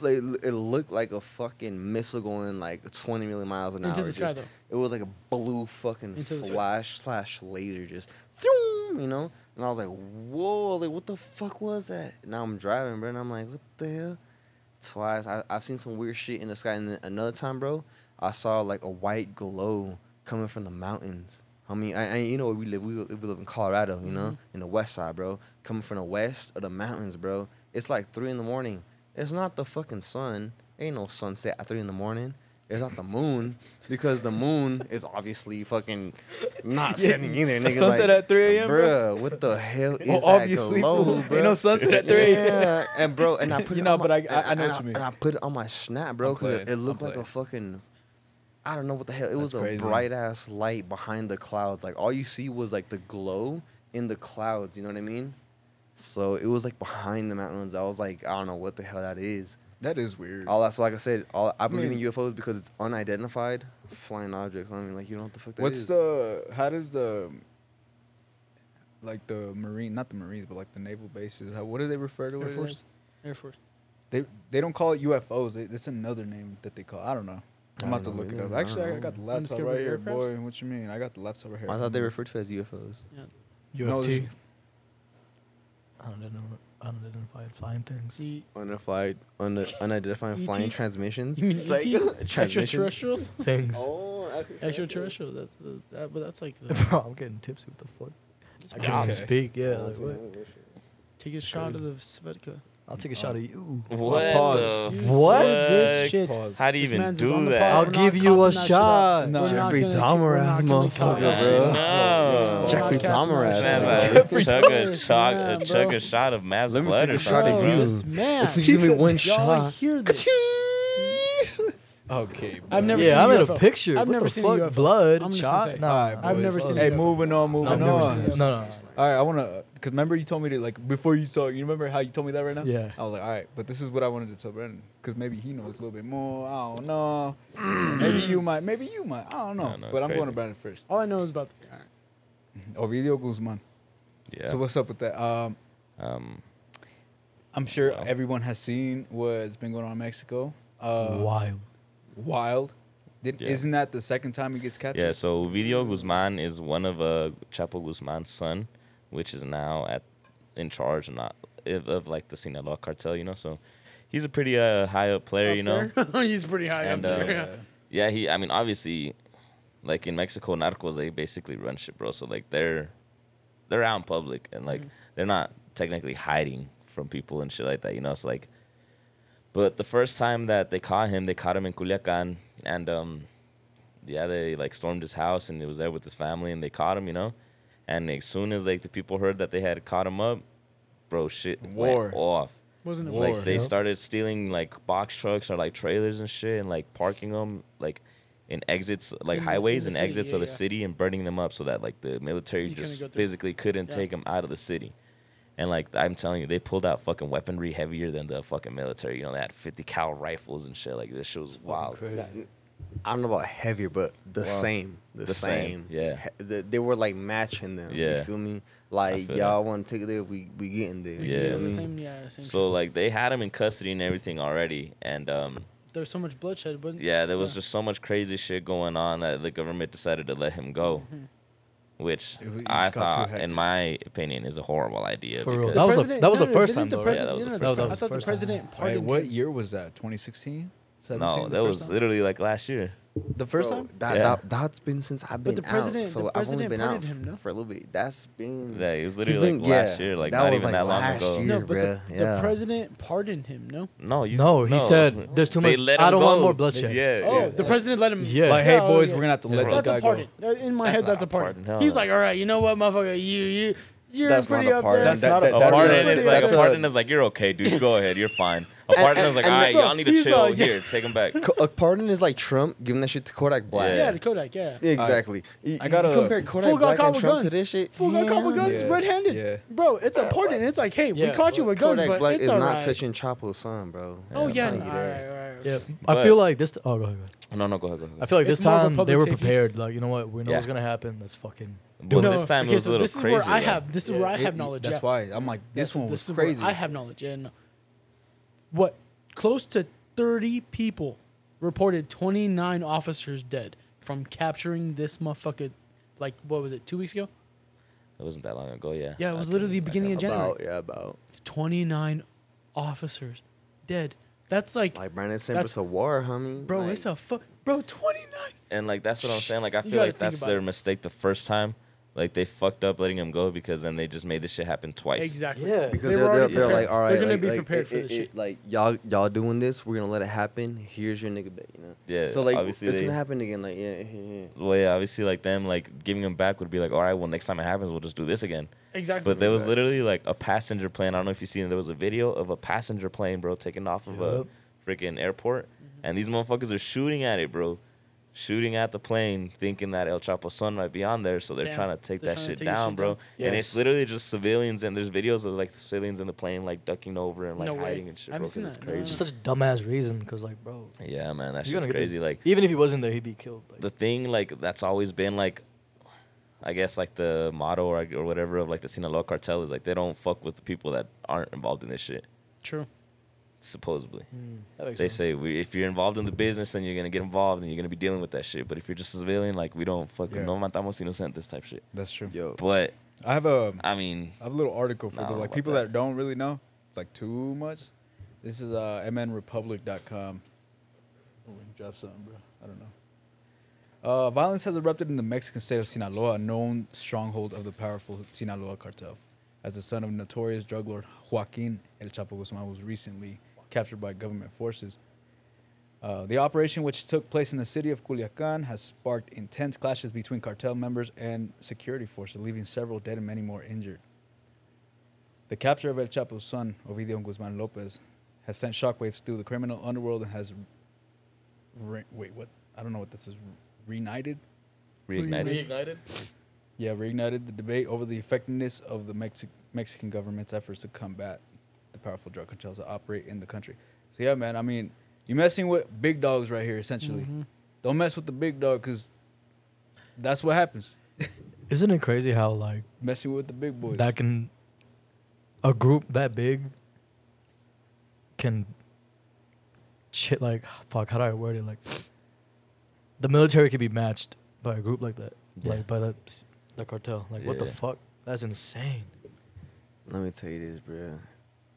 S5: like, it looked like a fucking missile going like 20 million miles an
S1: Into
S5: hour.
S1: the sky,
S5: just-
S1: though.
S5: It was like a blue fucking
S1: Into the sky.
S5: flash slash laser, just throom, you know. And I was like, whoa, I was like what the fuck was that? Now I'm driving, bro, and I'm like, what the hell? twice. I, I've seen some weird shit in the sky. And then another time, bro, I saw like a white glow coming from the mountains. I mean, I, I you know where we live. We, live- we live in Colorado, you know,
S2: Mm-hmm.
S5: in the west side, bro. Coming from the west of the mountains, bro. It's like three in the morning. It's not the fucking sun. Ain't no sunset at three in the morning. It's not the moon because the moon is obviously fucking not setting either. Nigga,
S2: sunset
S5: like,
S2: at 3 a.m.,
S5: Bruh, what the hell is that
S2: obviously,
S5: glow,
S2: fool.
S5: bro?
S2: Ain't no sunset at 3 a.m..
S5: Yeah, and bro, and I put
S2: You
S5: it
S2: know,
S5: on my-
S2: but I- I-
S5: and-
S2: I know
S5: and
S2: what you mean.
S5: And I put it on my snap, bro,
S2: I'm
S5: because
S2: playing,
S5: it, it
S2: I'm
S5: looked like a
S2: playing.
S5: fucking. I don't know what the hell. It was
S2: That's
S5: a
S2: crazy.
S5: bright ass light behind the clouds. Like all you see was like the glow in the clouds. You know what I mean? So it was like behind the mountains. I was like, I don't know what the hell that is.
S2: That is weird.
S5: All that's like I said. All I believe
S2: mean-
S5: in UFOs because it's unidentified flying objects. I mean, like you don't know what the fuck that
S2: What's
S5: is.
S2: the? How does the? Like the marine, not the marines, but like the naval bases. How, what do they refer to
S1: Air
S2: it as?
S1: Force. Air Force.
S2: They they don't call it UFOs. They, that's another name that they call. I don't know. I'm
S5: I
S2: about to
S5: don't
S2: look it
S5: either.
S2: up.
S5: I
S2: Actually, I,
S5: don't
S2: got the
S1: know.
S2: laptop right here,
S1: Undiscovered
S2: boy. What you mean? I got the laptop right here.
S5: I thought they referred to it as UFOs.
S2: No,
S4: UFT.
S2: this-
S4: Unidentified- Unidentified flying things.
S1: The,
S5: Unidentified, un- unidentified flying
S1: ETs?
S5: transmissions.
S1: you mean
S5: It's like-
S1: ETs?
S5: transmissions.
S1: extraterrestrials?
S4: Things.
S8: Oh, actually,
S1: Extraterrestrial. That's the. That, but that's like the.
S4: Bro, I'm getting tipsy. What the fuck? I
S2: Okay.
S4: can't even speak.
S3: Oh,
S4: Yeah, like what?
S1: Take a shot of the Svedka.
S4: I'll take a shot of you.
S3: What?
S2: Pause.
S3: The
S1: You-
S4: What?
S1: This shit.
S2: Pause.
S3: How do you
S1: This
S3: even
S1: man's is on
S3: do
S1: the
S3: that?
S1: pod.
S4: I'll
S1: We're not
S4: give you
S1: copping
S4: a
S1: that
S4: shot.
S2: No.
S1: We're not
S5: Jeffrey
S1: gonna-
S5: Dahmer
S1: we're not
S5: ass
S1: gonna cop
S5: motherfucker,
S1: that shit.
S5: bro.
S3: No.
S5: Jeffrey
S1: Podcast
S5: Dahmer
S1: Mars.
S3: Man,
S5: ass.
S3: like,
S1: Jeffrey
S3: chug a,
S1: Dahmer,
S3: chug,
S1: man,
S3: a, chug
S1: bro.
S3: a shot of Mav's
S2: Let me
S3: blood.
S2: take a
S3: or
S2: shot
S5: of
S3: something, bro.
S1: Bro,
S5: you.
S1: This man.
S5: It's usually one
S1: Y'all
S5: shot.
S1: hear this?
S2: Okay.
S1: I've never seen
S4: yeah, I'm
S1: a
S4: in
S1: UFO.
S4: a picture.
S1: I've
S4: what
S1: never
S4: the
S1: seen a
S4: fuck?
S1: UFO.
S4: Blood,
S1: I'm just gonna say,
S4: shot. Nah,
S2: Alright,
S1: I've
S2: boys.
S1: never seen
S2: Hey,
S1: that.
S2: moving on, moving
S4: I've never seen
S2: on.
S4: it. No, no, no.
S2: All right, I want to, because remember you told me to, like, before you saw, you remember how you told me that right now?
S4: Yeah.
S2: I was like, all right, but this is what I wanted to tell Brandon, because maybe he knows a little bit more. I don't know. maybe you might, maybe you might. I don't know.
S3: No, no,
S2: but
S3: it's
S2: I'm going to
S3: crazy.
S2: Brandon first.
S1: All I know is about the. All right.
S2: Ovidio Guzman.
S3: Yeah.
S2: So what's up with that? Um,
S3: um,
S2: I'm sure
S3: Wow.
S2: everyone has seen what's been going on in Mexico. Uh,
S4: Wild.
S2: Wild. Did,
S3: Yeah.
S2: Isn't that the second time he gets captured?
S3: yeah, so Video Guzman is one of uh, Chapo Guzman's son, which is now at in charge not of, of like the Sinaloa cartel, you know. So he's a pretty uh, high up player,
S1: Up
S3: you know.
S1: there. He's pretty high
S3: And,
S1: up
S3: uh,
S1: there. yeah.
S3: Yeah, he. I mean, obviously, like in Mexico, narcos they basically run shit, bro. So like they're they're out in public and like
S1: Mm-hmm.
S3: they're not technically hiding from people and shit like that, you know. It's like, but the first time that they caught him, they caught him in Culiacan, and um, yeah, they like stormed his house and he was there with his family, and they caught him, you know. And as soon as like the people heard that they had caught him up, bro, shit
S2: War.
S3: went off.
S1: Wasn't it
S2: War.
S1: weird?
S3: Like they
S2: Yep.
S3: started stealing like box trucks or like trailers and shit and like parking them like in exits like
S1: In-
S3: highways
S1: in
S3: and
S1: the city,
S3: exits
S1: yeah,
S3: of the
S1: yeah.
S3: city and burning them up so that like the military
S1: You couldn't
S3: just
S1: go through.
S3: physically couldn't
S1: Yeah.
S3: take them out of the city. And like I'm telling you, they pulled out fucking weaponry heavier than the fucking military. You know, they had 50 cal rifles and shit. Like this shit was wild.
S5: I don't know about heavier, but the same, the,
S3: The
S5: same.
S3: same, yeah.
S5: He- the- they were like matching them. You
S3: Yeah.
S5: feel me? Like
S3: feel
S5: y'all want to take it there, we we getting there.
S1: Like,
S5: You
S3: Yeah.
S5: feel
S1: they're the
S5: me?
S1: same- yeah, same
S3: So
S1: shit.
S3: like they had him in custody and everything already. And um,
S1: there's so much bloodshed, but
S3: yeah, there was just so much crazy shit going on that the government decided to let him go, which
S2: It wa- it
S3: I
S2: just got too
S3: thought,
S2: hectic.
S3: in my opinion, is a horrible idea.
S4: For real.
S3: because-
S4: That was the-
S1: President-
S4: that was the first
S1: didn't
S4: time,
S1: the
S4: though, right?
S1: president-
S3: Yeah, that was
S1: no,
S3: the
S1: no,
S4: first
S1: no,
S4: time.
S1: I thought the
S4: First time.
S1: president
S2: Wait,
S1: pardoned
S2: what
S1: him.
S2: year was that? 2016? 17?
S3: no,
S2: the
S3: that
S2: first
S3: was
S2: time?
S3: literally like last year.
S2: the first
S5: Bro,
S2: time.
S5: That,
S3: Yeah.
S5: that that's been since I've been
S1: But the president-
S5: out.
S1: the
S5: So I've only
S1: president
S5: been out
S1: pardoned him, no?
S5: for a little bit. That's been
S3: That it was
S5: He's
S3: literally
S5: been-
S3: like last
S5: yeah,
S3: year, like
S5: that
S3: not
S5: was,
S3: even
S5: like,
S3: that long
S5: last
S3: ago.
S5: year.
S1: No,
S5: Dude,
S1: but the,
S5: bruh,
S1: the
S5: yeah.
S1: president pardoned him. No.
S3: No, you.
S4: No, he said, "There's too
S3: They
S4: much-
S3: let
S4: I
S3: him
S4: don't want
S3: go."
S4: more bloodshed.
S3: Yeah.
S1: Oh,
S3: yeah. oh,
S1: the president let him.
S4: Yeah.
S2: Like, hey
S1: No,
S2: boys,
S1: yeah.
S2: we're gonna have to
S4: Yeah.
S2: let
S1: That's
S2: this guy
S1: a pardon.
S2: go.
S1: Uh, In my
S3: That's
S1: head,
S3: not
S1: that's
S3: a
S1: a pardon.
S3: pardon, hell
S1: He's
S3: no.
S1: like, all right, you know what, motherfucker, you you you're
S5: That's not
S1: pretty
S5: a
S1: up
S5: pardon.
S1: there.
S5: That's not
S2: a
S3: a
S2: that's
S3: pardon is like a
S5: that's a-
S3: pardon is like you're okay, dude. Go ahead, you're fine. A
S5: And-
S3: pardon is
S5: and-
S3: like, all
S5: and
S3: right,
S5: bro,
S3: y'all need to
S1: he's
S3: chill.
S1: all- yeah.
S3: Here, take him back.
S5: Co- a pardon is like Trump giving that shit to Kodak Black.
S1: yeah, the Kodak. Yeah.
S5: Exactly. You-
S2: I gotta-
S5: you compare Kodak
S1: Fool got
S5: Black
S1: caught
S5: and
S1: with
S5: Trump to
S1: guns.
S5: this shit.
S1: Fool got caught with
S5: Yeah.
S1: guns
S2: Yeah.
S1: red-handed,
S2: Yeah.
S1: bro. It's a pardon. It's like, hey, we
S4: Yeah,
S1: caught you
S4: but
S1: with guns,
S5: Kodak
S1: but
S5: Black
S1: it's
S5: is
S1: all
S5: not
S1: right.
S5: touching Chapo's son, bro.
S1: Oh yeah,
S5: I'm
S1: no,
S5: telling
S1: all
S5: you
S1: right, all
S5: that.
S1: right.
S4: Yeah. I
S3: But-
S4: feel like this. Oh, go ahead. Go ahead.
S3: No, no, go ahead, go ahead. go
S4: I
S3: ahead.
S4: feel like
S1: It's
S4: this
S1: more of a
S4: time they
S1: public
S4: were
S1: safety.
S4: prepared. Like you know what? We know
S3: Yeah.
S4: what's gonna happen. Let's fucking.
S3: But
S1: No,
S3: this time
S1: okay,
S3: it was a
S1: so
S3: little
S1: this is
S3: crazy.
S1: where I
S3: though.
S1: have this is where I
S2: It-
S1: have
S2: it-
S1: knowledge.
S2: That's
S1: yeah.
S2: why I'm like, this
S1: That's-
S2: one was
S1: is where
S2: crazy.
S1: I have knowledge, and what close to 30 people reported 29 officers dead from capturing this motherfucker. Like what was it? Two weeks ago?
S3: It wasn't that long ago, yeah.
S1: Yeah, it was
S3: I
S1: literally
S3: can-
S1: the beginning
S3: I
S1: of
S3: can-
S1: January.
S5: About yeah, about
S1: 29 officers dead That's like,
S5: Like Brandon Simmons
S1: That's-
S5: a war, homie.
S1: bro,
S5: like,
S1: it's a fu- bro 29.
S3: And like that's what I'm saying. Like I
S1: You
S3: feel
S1: gotta
S3: like
S1: think
S3: that's
S1: about
S3: their
S1: it.
S3: mistake the first time. Like they fucked up letting him go because then they just made this shit happen twice.
S1: Exactly.
S4: Yeah.
S5: because
S1: They
S5: they
S1: were
S5: are they're,
S1: already
S5: they're
S1: prepared.
S5: like, all right,
S1: They're gonna
S5: like-
S1: be
S5: like,
S1: prepared
S5: it-
S1: for this
S5: it-
S1: shit.
S5: it- Like y'all, y'all doing this. We're gonna let it happen. Here's your nigga bit, you know.
S3: Yeah.
S5: so like,
S3: obviously
S5: it's
S3: they,
S5: gonna happen again. Like yeah, yeah, yeah.
S3: Well, yeah, obviously like them like giving him back would be like, all right, well next time it happens, we'll just do this again.
S1: Exactly.
S3: But there was literally like a passenger plane. I don't know if you seen. There was a video of a passenger plane, bro, taking off of
S4: Yup.
S3: a freaking airport,
S1: Mm-hmm.
S3: and these motherfuckers are shooting at it, bro, shooting at the plane, thinking that El Chapo Son might be on there. So they're
S1: Damn.
S3: trying to take
S1: They're
S3: that
S1: trying to
S3: shit
S1: take his
S3: down,
S1: shit
S3: bro.
S1: down.
S3: And it's
S4: Yes.
S3: literally just civilians, and there's videos of like civilians in the plane like ducking over and like
S1: No way.
S3: hiding and shit,
S1: I
S3: bro.
S1: haven't
S3: 'cause
S1: seen
S3: it's
S1: that. No,
S3: crazy.
S1: no,
S4: Just such a dumbass reason, because like, bro,
S3: Yeah, man, that shit's
S4: you're gonna get this-
S3: crazy. Like
S4: even if he wasn't there, he'd be killed. Like,
S3: the thing like that's always been like i guess like the motto or, or whatever of like the sinaloa cartel is like they don't fuck with the people that aren't involved in this shit
S1: True.
S3: supposedly
S4: mm, that makes
S3: they
S4: sense.
S3: say we, if you're involved in the business then you're gonna get involved and you're gonna be dealing with that shit but if you're just a civilian like we don't fucking
S2: Yeah.
S3: no matamos inocentes this type shit
S2: That's true.
S5: Yo,
S3: but
S2: I have a
S3: i mean
S2: I have a little article for
S3: Nah, I
S2: the,
S3: don't know
S2: like
S3: about
S2: people
S3: that.
S2: that. don't really know like too much. This is uh, mnrepublic.com. Oh, drop something, bro. I don't know. Uh, violence has erupted in the Mexican state of Sinaloa, a known stronghold of the powerful Sinaloa cartel, as the son of notorious drug lord Joaquin El Chapo Guzman was recently captured by government forces. Uh, the operation, which took place in the city of Culiacan, has sparked intense clashes between cartel members and security forces, leaving several dead and many more injured. The capture of El Chapo's son, Ovidio Guzman Lopez, has sent shockwaves through the criminal underworld and has. Re- wait, what? I don't know what this is. Reunited?
S3: reignited
S2: Yeah, reignited the debate over the effectiveness of the Mexi- Mexican government's efforts to combat the powerful drug cartels that operate in the country. So, yeah, man, I mean, you're messing with big dogs right here, essentially. Don't mess with the big dog because that's what happens.
S4: Isn't it crazy how like
S2: Messing with the big boys.
S4: that can a group that big can shit like fuck how do I word it like the military could be matched by a group like that
S3: Yeah.
S4: like by the the cartel like what the
S3: Yeah.
S4: fuck that's insane
S5: let me tell you this, bro.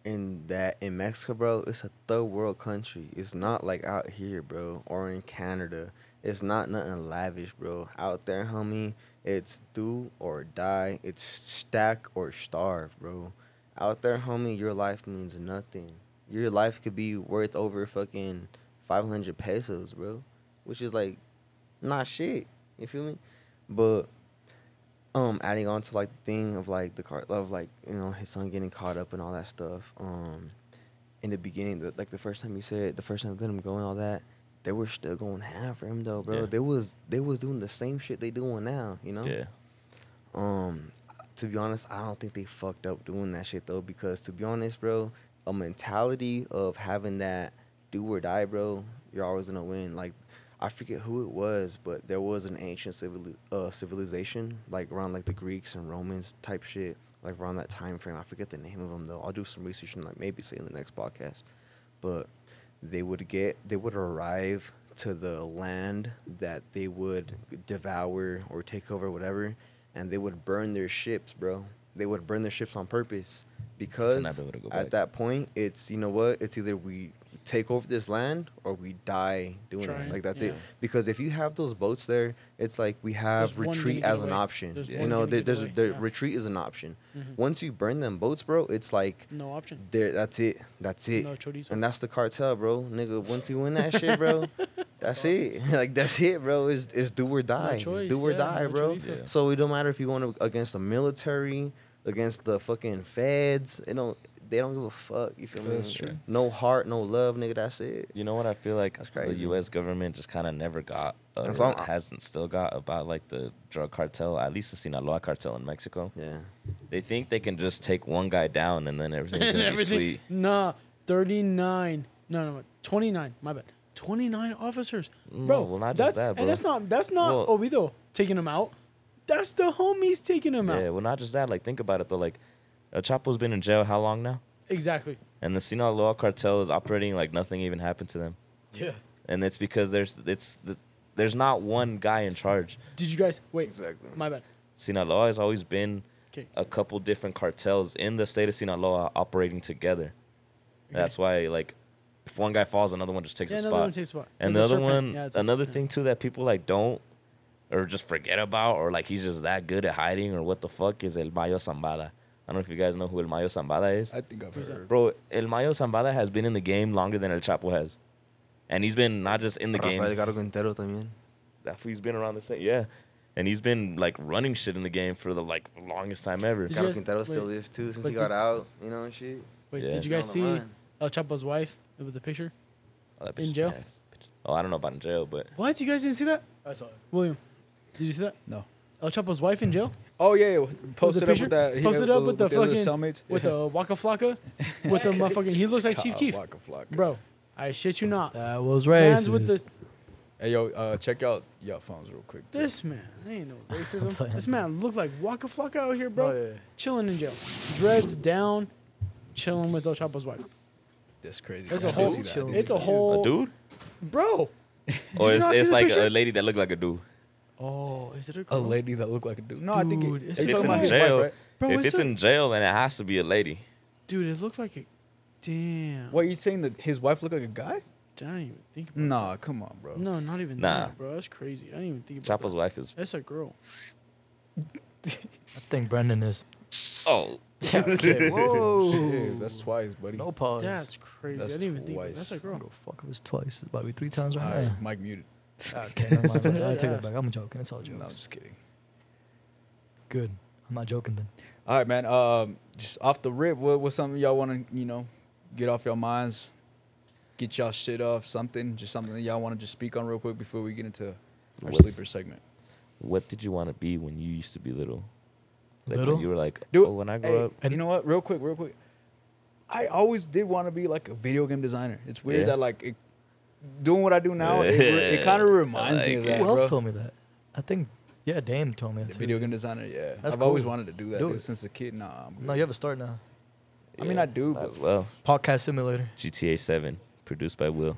S5: In that in Mexico, bro, it's a third world country. It's not like out here, bro, or in Canada. It's not nothing lavish, bro. Out there, homie, it's do or die. It's stack or starve, bro. Out there, homie, your life means nothing. Your life could be worth over fucking five hundred pesos, bro, which is like not shit. You feel me? But um adding on to like the thing of like the car of like you know his son getting caught up and all that stuff um in the beginning the, like the first time you said the first time they let him go and all that they were still going half for him though bro
S3: Yeah.
S5: they was they was doing the same shit they doing now you know
S3: yeah
S5: um, to be honest, I don't think they fucked up doing that shit though, because to be honest, bro, a mentality of having that do or die, bro, you're always gonna win. Like, I forget who it was, but there was an ancient civil uh, civilization, like around like the Greeks and Romans type shit, like around that time frame. I forget the name of them though. I'll do some research and like maybe say in the next podcast, but they would get they would arrive to the land that they would devour or take over whatever and they would burn their ships bro they would burn their ships on purpose because
S3: not be able to go back.
S5: at that point it's you know what it's either we take over this land or we die doing
S1: Trying,
S5: it like that's
S1: yeah.
S5: it because if you have those boats there it's like we have
S1: There's one
S5: retreat
S1: gonna
S5: as
S1: get
S5: an
S1: away.
S5: option
S1: There's
S5: you
S1: one
S5: know
S1: gonna
S5: there,
S1: get
S5: there's
S1: away,
S5: the
S1: yeah.
S5: retreat is an option
S1: Mhm.
S5: once you burn them boats bro it's like
S1: No option.
S5: there that's it that's it
S1: No chorizo.
S5: and that's the cartel, bro. Nigga, once you win that shit, bro, that's it. Like that's it, bro. It's it's do or die. It's
S1: choice,
S5: do or
S1: yeah,
S5: die,
S1: no
S5: bro.
S1: choice,
S3: yeah.
S5: So it don't matter if you going against the military, against the fucking feds. It don't they don't give a fuck. You feel me?
S2: That's true.
S5: No heart, no love, nigga. That's it.
S3: you know what i feel like
S5: That's crazy.
S3: the u.s government just kind of never got or
S5: That's all-
S3: hasn't still got about like the drug cartel at least the sinaloa cartel in mexico
S5: Yeah.
S3: They think they can just take one guy down and then everything's
S1: and
S3: gonna
S1: everything.
S3: be sweet.
S1: Nah, 39. No, no, no, 29. My bad. 29 officers. Bro,
S3: No, Mm, well, not
S1: that's,
S3: just that, bro.
S1: And that's not that's not
S3: Well-
S1: Ovido taking him out. That's the homies taking him
S3: Yeah,
S1: out.
S3: well, not just that. Like, think about it though. Like, El Chapo's been in jail how long now?
S1: Exactly.
S3: And the Sinaloa cartel is operating like nothing even happened to them.
S4: yeah
S3: And it's because there's it's the, there's not one guy in charge.
S1: Did you guys wait?
S5: Exactly.
S1: My bad.
S3: Sinaloa has always been
S1: Okay.
S3: a couple different cartels in the state of Sinaloa operating together. That's why like If one guy falls, another one just takes
S1: Yeah,
S3: the
S1: another one
S3: spot.
S1: takes spot.
S3: And
S1: It's a
S3: the other one,
S1: serpent. Yeah, it's a
S3: another
S1: serpent.
S3: thing too that people like don't or just forget about, or like he's just that good at hiding, or what the fuck is El Mayo Zambada? I don't know if you guys know who El Mayo Zambada is.
S2: I think I've
S1: Who's that?
S2: heard.
S3: Bro, El Mayo Zambada has been in the game longer than El Chapo has. And he's been not just in the
S8: Rafael
S3: game,
S8: Garro Quintero también.
S3: that he's been around the same, yeah. And he's been like running shit in the game for the like longest time ever.
S1: Did you
S8: Garro
S1: guys-
S8: Quintero still
S1: wait,
S8: lives too since
S1: but
S8: he got
S1: did-
S8: out. You know and shit.
S1: Wait,
S3: Yeah.
S1: did
S8: He's
S1: you
S8: on
S1: guys
S8: the
S1: see
S8: run.
S1: El Chapo's wife with the picture?
S3: Oh, that
S1: in
S3: bitch is
S1: jail?
S3: bad. Oh, I don't know about in jail, but
S1: What? You guys didn't see that?
S4: I saw it.
S1: William, did you see that?
S2: No.
S1: El Chapo's wife in jail
S2: Oh yeah, yeah. Post
S1: the
S2: it up
S1: picture?
S2: with that. he-
S1: Post it up with the
S2: other
S1: fucking-
S2: cellmates.
S1: with the Waka Flocka, with the motherfucking. He looks like Chief
S2: God,
S1: Keef,
S2: Waka Flocka.
S1: bro. I shit you not.
S4: That was
S1: Man's
S4: racist.
S1: with the
S2: Hey yo, uh, check out y'all phones real quick. too.
S1: this man. There ain't no racism.
S4: playing.
S1: this man look like Waka Flocka out here, bro.
S4: bro. Oh, yeah.
S1: Chilling in jail, dreads down, chilling with El Chapo's wife.
S2: That's crazy.
S1: There's
S2: I
S1: a
S2: didn't
S1: whole.
S2: see that. I didn't
S1: It's
S2: see
S1: a
S2: that.
S1: whole.
S3: a dude?
S1: bro.
S3: Or
S1: you
S3: it's,
S1: not see
S3: it's
S1: the
S3: like
S1: picture?
S3: a lady that looked like a dude.
S1: Oh, is it a
S2: A
S1: girl?
S2: lady that looked like a dude. No, I think
S1: Dude,
S2: it,
S1: it's
S2: Are you
S1: a
S2: talking about his
S3: jail.
S2: wife, right?
S1: Bro,
S3: if
S1: it's,
S3: it's,
S1: a,
S3: in jail, then it has to be a lady.
S1: dude, it looked like a. Damn.
S2: What you saying that his wife looked like a guy?
S1: I didn't even think about
S2: Nah, come on, bro.
S1: No, not even
S3: Nah.
S1: that, bro. That's crazy. I didn't even think about
S3: Chapo's wife is
S1: that. That's a girl.
S4: I think Brendan is.
S3: oh.
S4: Okay, whoa.
S2: Shit, that's twice, buddy.
S4: No pause.
S1: That's crazy.
S2: That's
S1: I didn't even think about That's a
S2: twice.
S1: girl.
S4: Go fuck it was twice. It's about to be three times right
S2: Alright,
S4: now.
S2: Mike muted.
S4: Okay, never mind. I take
S1: Yeah.
S4: that back. I'm joking. It's all jokes.
S2: No, I'm just kidding.
S4: Good. I'm not joking then.
S2: All right, man. Um, just off the rip, what, what's something y'all want to you know get off your minds, get y'all shit off something, just something that y'all want to just speak on real quick before we get into our
S3: What's-
S2: sleeper segment.
S3: What did you want to be when you used to be little? Like
S4: Little?
S3: when you were like,
S2: Dude,
S3: oh, when I grow
S2: Hey,
S3: up,
S2: and you know what? Real quick, real quick. I always did want to be like a video game designer. It's weird
S3: Yeah.
S2: that like it, doing what I do now, it, re- it kind of
S3: Yeah,
S2: reminds me
S3: like
S2: of
S3: it.
S2: that.
S4: Who else
S2: bro.
S4: told me that? I think, yeah, Dame told me that
S2: The
S4: too.
S2: video game designer, yeah.
S4: That's
S2: I've always
S4: cool.
S2: wanted to do that
S4: Do
S2: dude,
S4: it.
S2: since a kid. Nah, I'm good.
S4: No, you have a start now.
S2: I mean, I do,
S3: might
S2: but-
S3: as well.
S4: Podcast Simulator.
S3: GTA 7, produced by Will.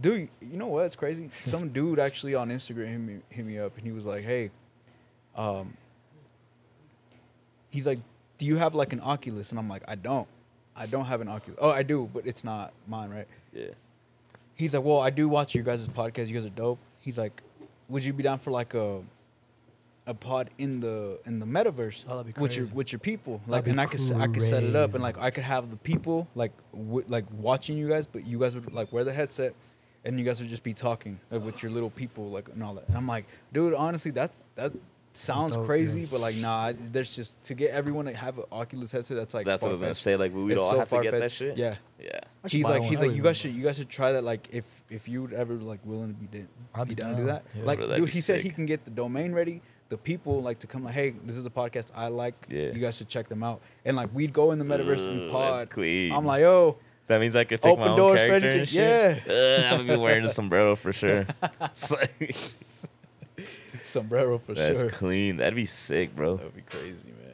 S2: dude. You know what's crazy? Some dude actually on Instagram hit me, hit me up and he was like, "Hey, um, he's like, do you have like an Oculus?" And I'm like, "I don't, I don't have an Oculus. Oh, I do, but it's not mine, right?"
S3: Yeah.
S2: He's like, "Well, I do watch your guys' podcast. You guys are dope." He's like, "Would you be down for like a a pod in the in the metaverse
S4: Oh, that'd be
S2: with your
S4: crazy.
S2: with your people?
S4: That'd
S2: Like,
S4: be
S2: and I could s- I could set it up and
S4: crazy.
S2: like I could have the people like w- like watching you guys, but you guys would like wear the headset." And you guys would just be talking like, with your little people, like and all that. And I'm like, dude, honestly, that's that sounds
S4: dope, yeah.
S2: crazy, but like, nah, I- there's just to get everyone to have an Oculus headset. That's like
S3: That's what I was going to
S2: far-fetched.
S3: say. Like, we would
S2: It's
S3: all
S2: so
S3: have to get that
S2: far-fetched.
S3: shit.
S2: Yeah,
S3: Yeah.
S4: I should
S2: he's
S4: buy
S2: like
S4: one.
S2: he's
S4: I
S2: like
S4: really
S2: you
S4: want
S2: guys should you guys should try that like if if you would ever like willing to be did
S4: I'd
S2: be
S4: be
S2: down to do
S4: down,
S2: that
S4: yeah.
S2: like
S3: Bro, that'd
S2: dude
S3: be
S2: he said he
S3: sick.
S2: can get the domain ready the people like to come like hey this is a podcast I like
S3: Yeah.
S2: you guys should check them out and like we'd go in the metaverse and
S3: Ooh, that's
S2: pod
S3: clean.
S2: I'm like oh
S3: That means I could pick
S2: Open
S3: my own
S2: doors for
S3: character
S2: anything.
S3: and shit. Yeah. I'm going to be wearing a sombrero for sure. It's like-
S2: sombrero for
S3: that's
S2: sure
S3: clean. That'd be sick, bro.
S2: that'd be crazy man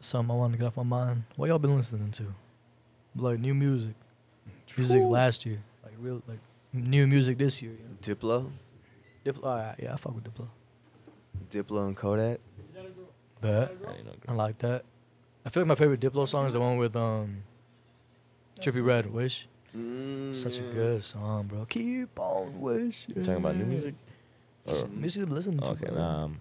S4: Something I want to get off my mind. What y'all been listening to? Like new music. Music last year. Like real, like new music this year. You
S8: Diplo,
S4: know? Diplo, all right, yeah, I fuck with Diplo.
S8: Diplo and Kodak.
S4: But
S3: I ain't no girl.
S4: I like that. I feel like my favorite Diplo song is the one with um, Trippy Red, Wish. Such a good song, bro. Keep on wishing.
S3: You talking about new music?
S4: Just
S3: Or-
S4: music to listen to.
S3: Okay,
S4: bro.
S3: nah, um,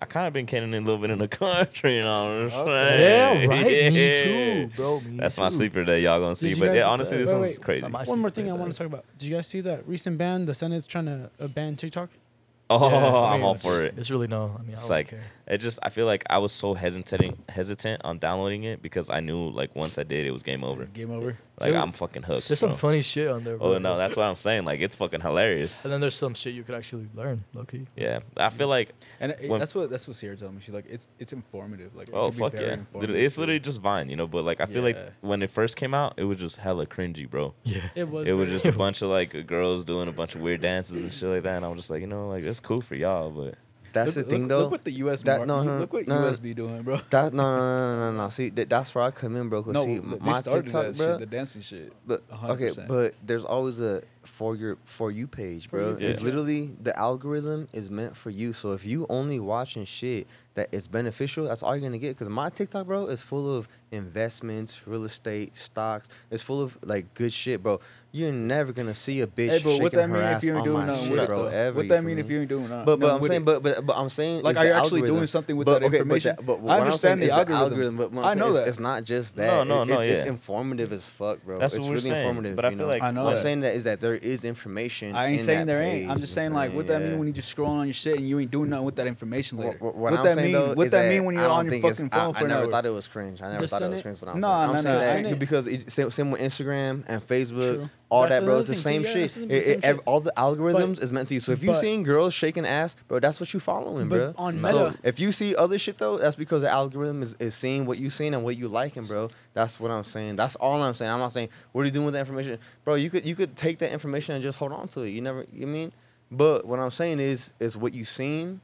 S3: I kind of been canning a little bit in the country, you know. what I'm
S4: Yeah,
S3: saying?
S4: right. Me
S3: Yeah.
S4: too, bro. Me
S3: That's
S4: too.
S3: my sleeper that y'all gonna see,
S1: you
S3: but
S1: guys-
S3: yeah, honestly, this
S1: wait,
S3: one's
S1: wait.
S3: crazy.
S4: It's not my
S1: One more
S4: sleeper,
S1: thing I
S4: though.
S1: want to talk about. Did you guys see that recent ban? The Senate's trying to uh, ban TikTok.
S3: Oh,
S4: Yeah, I
S3: I'm
S4: mean,
S3: all
S4: it's-
S3: for it.
S4: It's really no. I mean, I
S3: It's
S4: don't
S3: like-
S4: care.
S3: It just I feel like I was so hesitant hesitant on downloading it because I knew like once I did it was game over.
S2: game over
S3: Like
S4: Dude,
S3: I'm fucking hooked.
S4: There's some
S3: bro.
S4: funny shit on there. Bro.
S3: Oh no, that's what I'm saying. Like it's fucking hilarious.
S4: And then there's some shit you could actually learn, Loki.
S3: Yeah, I feel like
S2: and it-
S3: When-
S2: that's what that's what Sierra told me she's like it's it's informative like
S3: oh
S2: it can
S3: fuck
S2: be very
S3: yeah, Dude,
S2: informative
S3: it's
S2: too.
S3: literally just Vine, you know. But like I feel
S2: Yeah.
S3: like when it first came out, it was just hella cringy, bro.
S4: Yeah.
S1: It was.
S3: it was
S1: very-
S3: just a bunch of like girls doing a bunch of weird dances and shit like that, and I was just like, you know, like that's cool for y'all, but
S8: That's
S2: Look-
S8: the thing
S2: look-
S8: though.
S2: look what the US
S8: That-
S2: mar-
S8: no, no,
S2: look what
S8: no, no.
S2: USB doing bro
S8: That no no no no no. no. See, that, that's where I come in, bro. Cause
S2: no
S8: see,
S2: they
S8: my
S2: started
S8: TikTok,
S2: that
S8: bro.
S2: shit the dancing shit
S8: but okay,
S2: 100%.
S8: but there's always a
S5: for your for you page,
S1: For
S5: bro.
S1: you
S3: page,
S5: It's
S3: yeah.
S5: literally the algorithm is meant for you. So if you only watching shit that is beneficial, that's all you're gonna get. Cause my TikTok, bro, is full of investments, real estate, stocks. It's full of like good shit, bro. You're never gonna see a bitch
S2: Hey, but
S5: shaking
S2: what
S5: her
S2: that mean if
S5: ass
S2: you ain't
S5: on
S2: doing
S5: my
S2: nothing
S5: shit,
S2: with it,
S5: bro.
S2: though?
S5: Ever,
S2: What
S5: you
S2: that
S5: feel
S2: mean
S5: me?
S2: if you ain't doing nothing?
S5: But but
S2: nothing
S5: I'm
S2: with
S5: saying
S2: it?
S5: but but but I'm saying
S2: Like,
S5: it's
S2: are you
S5: the
S2: actually doing
S5: algorithm.
S2: something with
S5: But-
S2: that
S5: okay, but
S2: information?
S5: that- But
S2: I
S5: what I'm
S2: understand
S5: saying
S2: the
S5: is
S2: algorithm.
S5: But what I'm
S2: I
S5: saying
S2: know
S5: is
S2: that.
S5: It's not just
S3: No,
S5: that.
S3: no,
S5: It-
S3: no,
S5: It's, it's
S3: yeah.
S5: informative as fuck, bro.
S3: That's what
S5: it's
S3: we're
S5: really
S3: saying,
S5: informative.
S3: but I
S5: you
S3: feel
S5: know?
S3: like
S2: I know
S5: what I'm
S2: that.
S5: saying that is that there is information.
S2: I ain't
S5: in
S2: saying
S5: that
S2: there ain't. I'm
S5: page,
S2: just
S5: you know
S2: saying, like, what that
S5: yeah.
S2: mean when you just scroll on your shit and you ain't doing nothing with that information later?
S5: Wh- wh- What,
S2: What
S5: I'm
S2: that
S5: saying
S2: mean?
S5: though,
S2: What
S5: is
S2: that mean when you're
S5: I
S2: on
S5: don't
S2: your
S5: think it's-
S2: fucking phone
S5: I,
S2: for
S5: I
S2: an
S5: never
S2: hour?
S5: thought it was cringe. I never
S1: The
S5: thought it was
S1: Senate-
S5: cringe. But I'm
S2: No,
S5: saying,
S2: no,
S5: I'm
S2: no,
S5: saying
S1: Senate-
S5: that because it, same, same with Instagram and Facebook,
S1: True.
S5: all
S1: That's
S5: that, bro.
S1: another
S5: It's the
S1: thing,
S5: same
S1: too. Yeah,
S5: shit.
S1: that's the
S5: It-
S1: same
S5: it- ev-
S1: shit.
S5: all the algorithms is meant to you. So if you
S1: but-
S5: seeing girls shaking ass, bro, that's what you following, bro.
S1: But
S5: So
S1: on Meta-
S5: if you see other shit though, that's because the algorithm is, is seeing what you seen and what you liking, bro. That's what I'm saying. That's all I'm saying. I'm not saying what are you doing with that information, bro. You could you could take that information and just hold on to it. You never, you mean. But what I'm saying is, is what you seen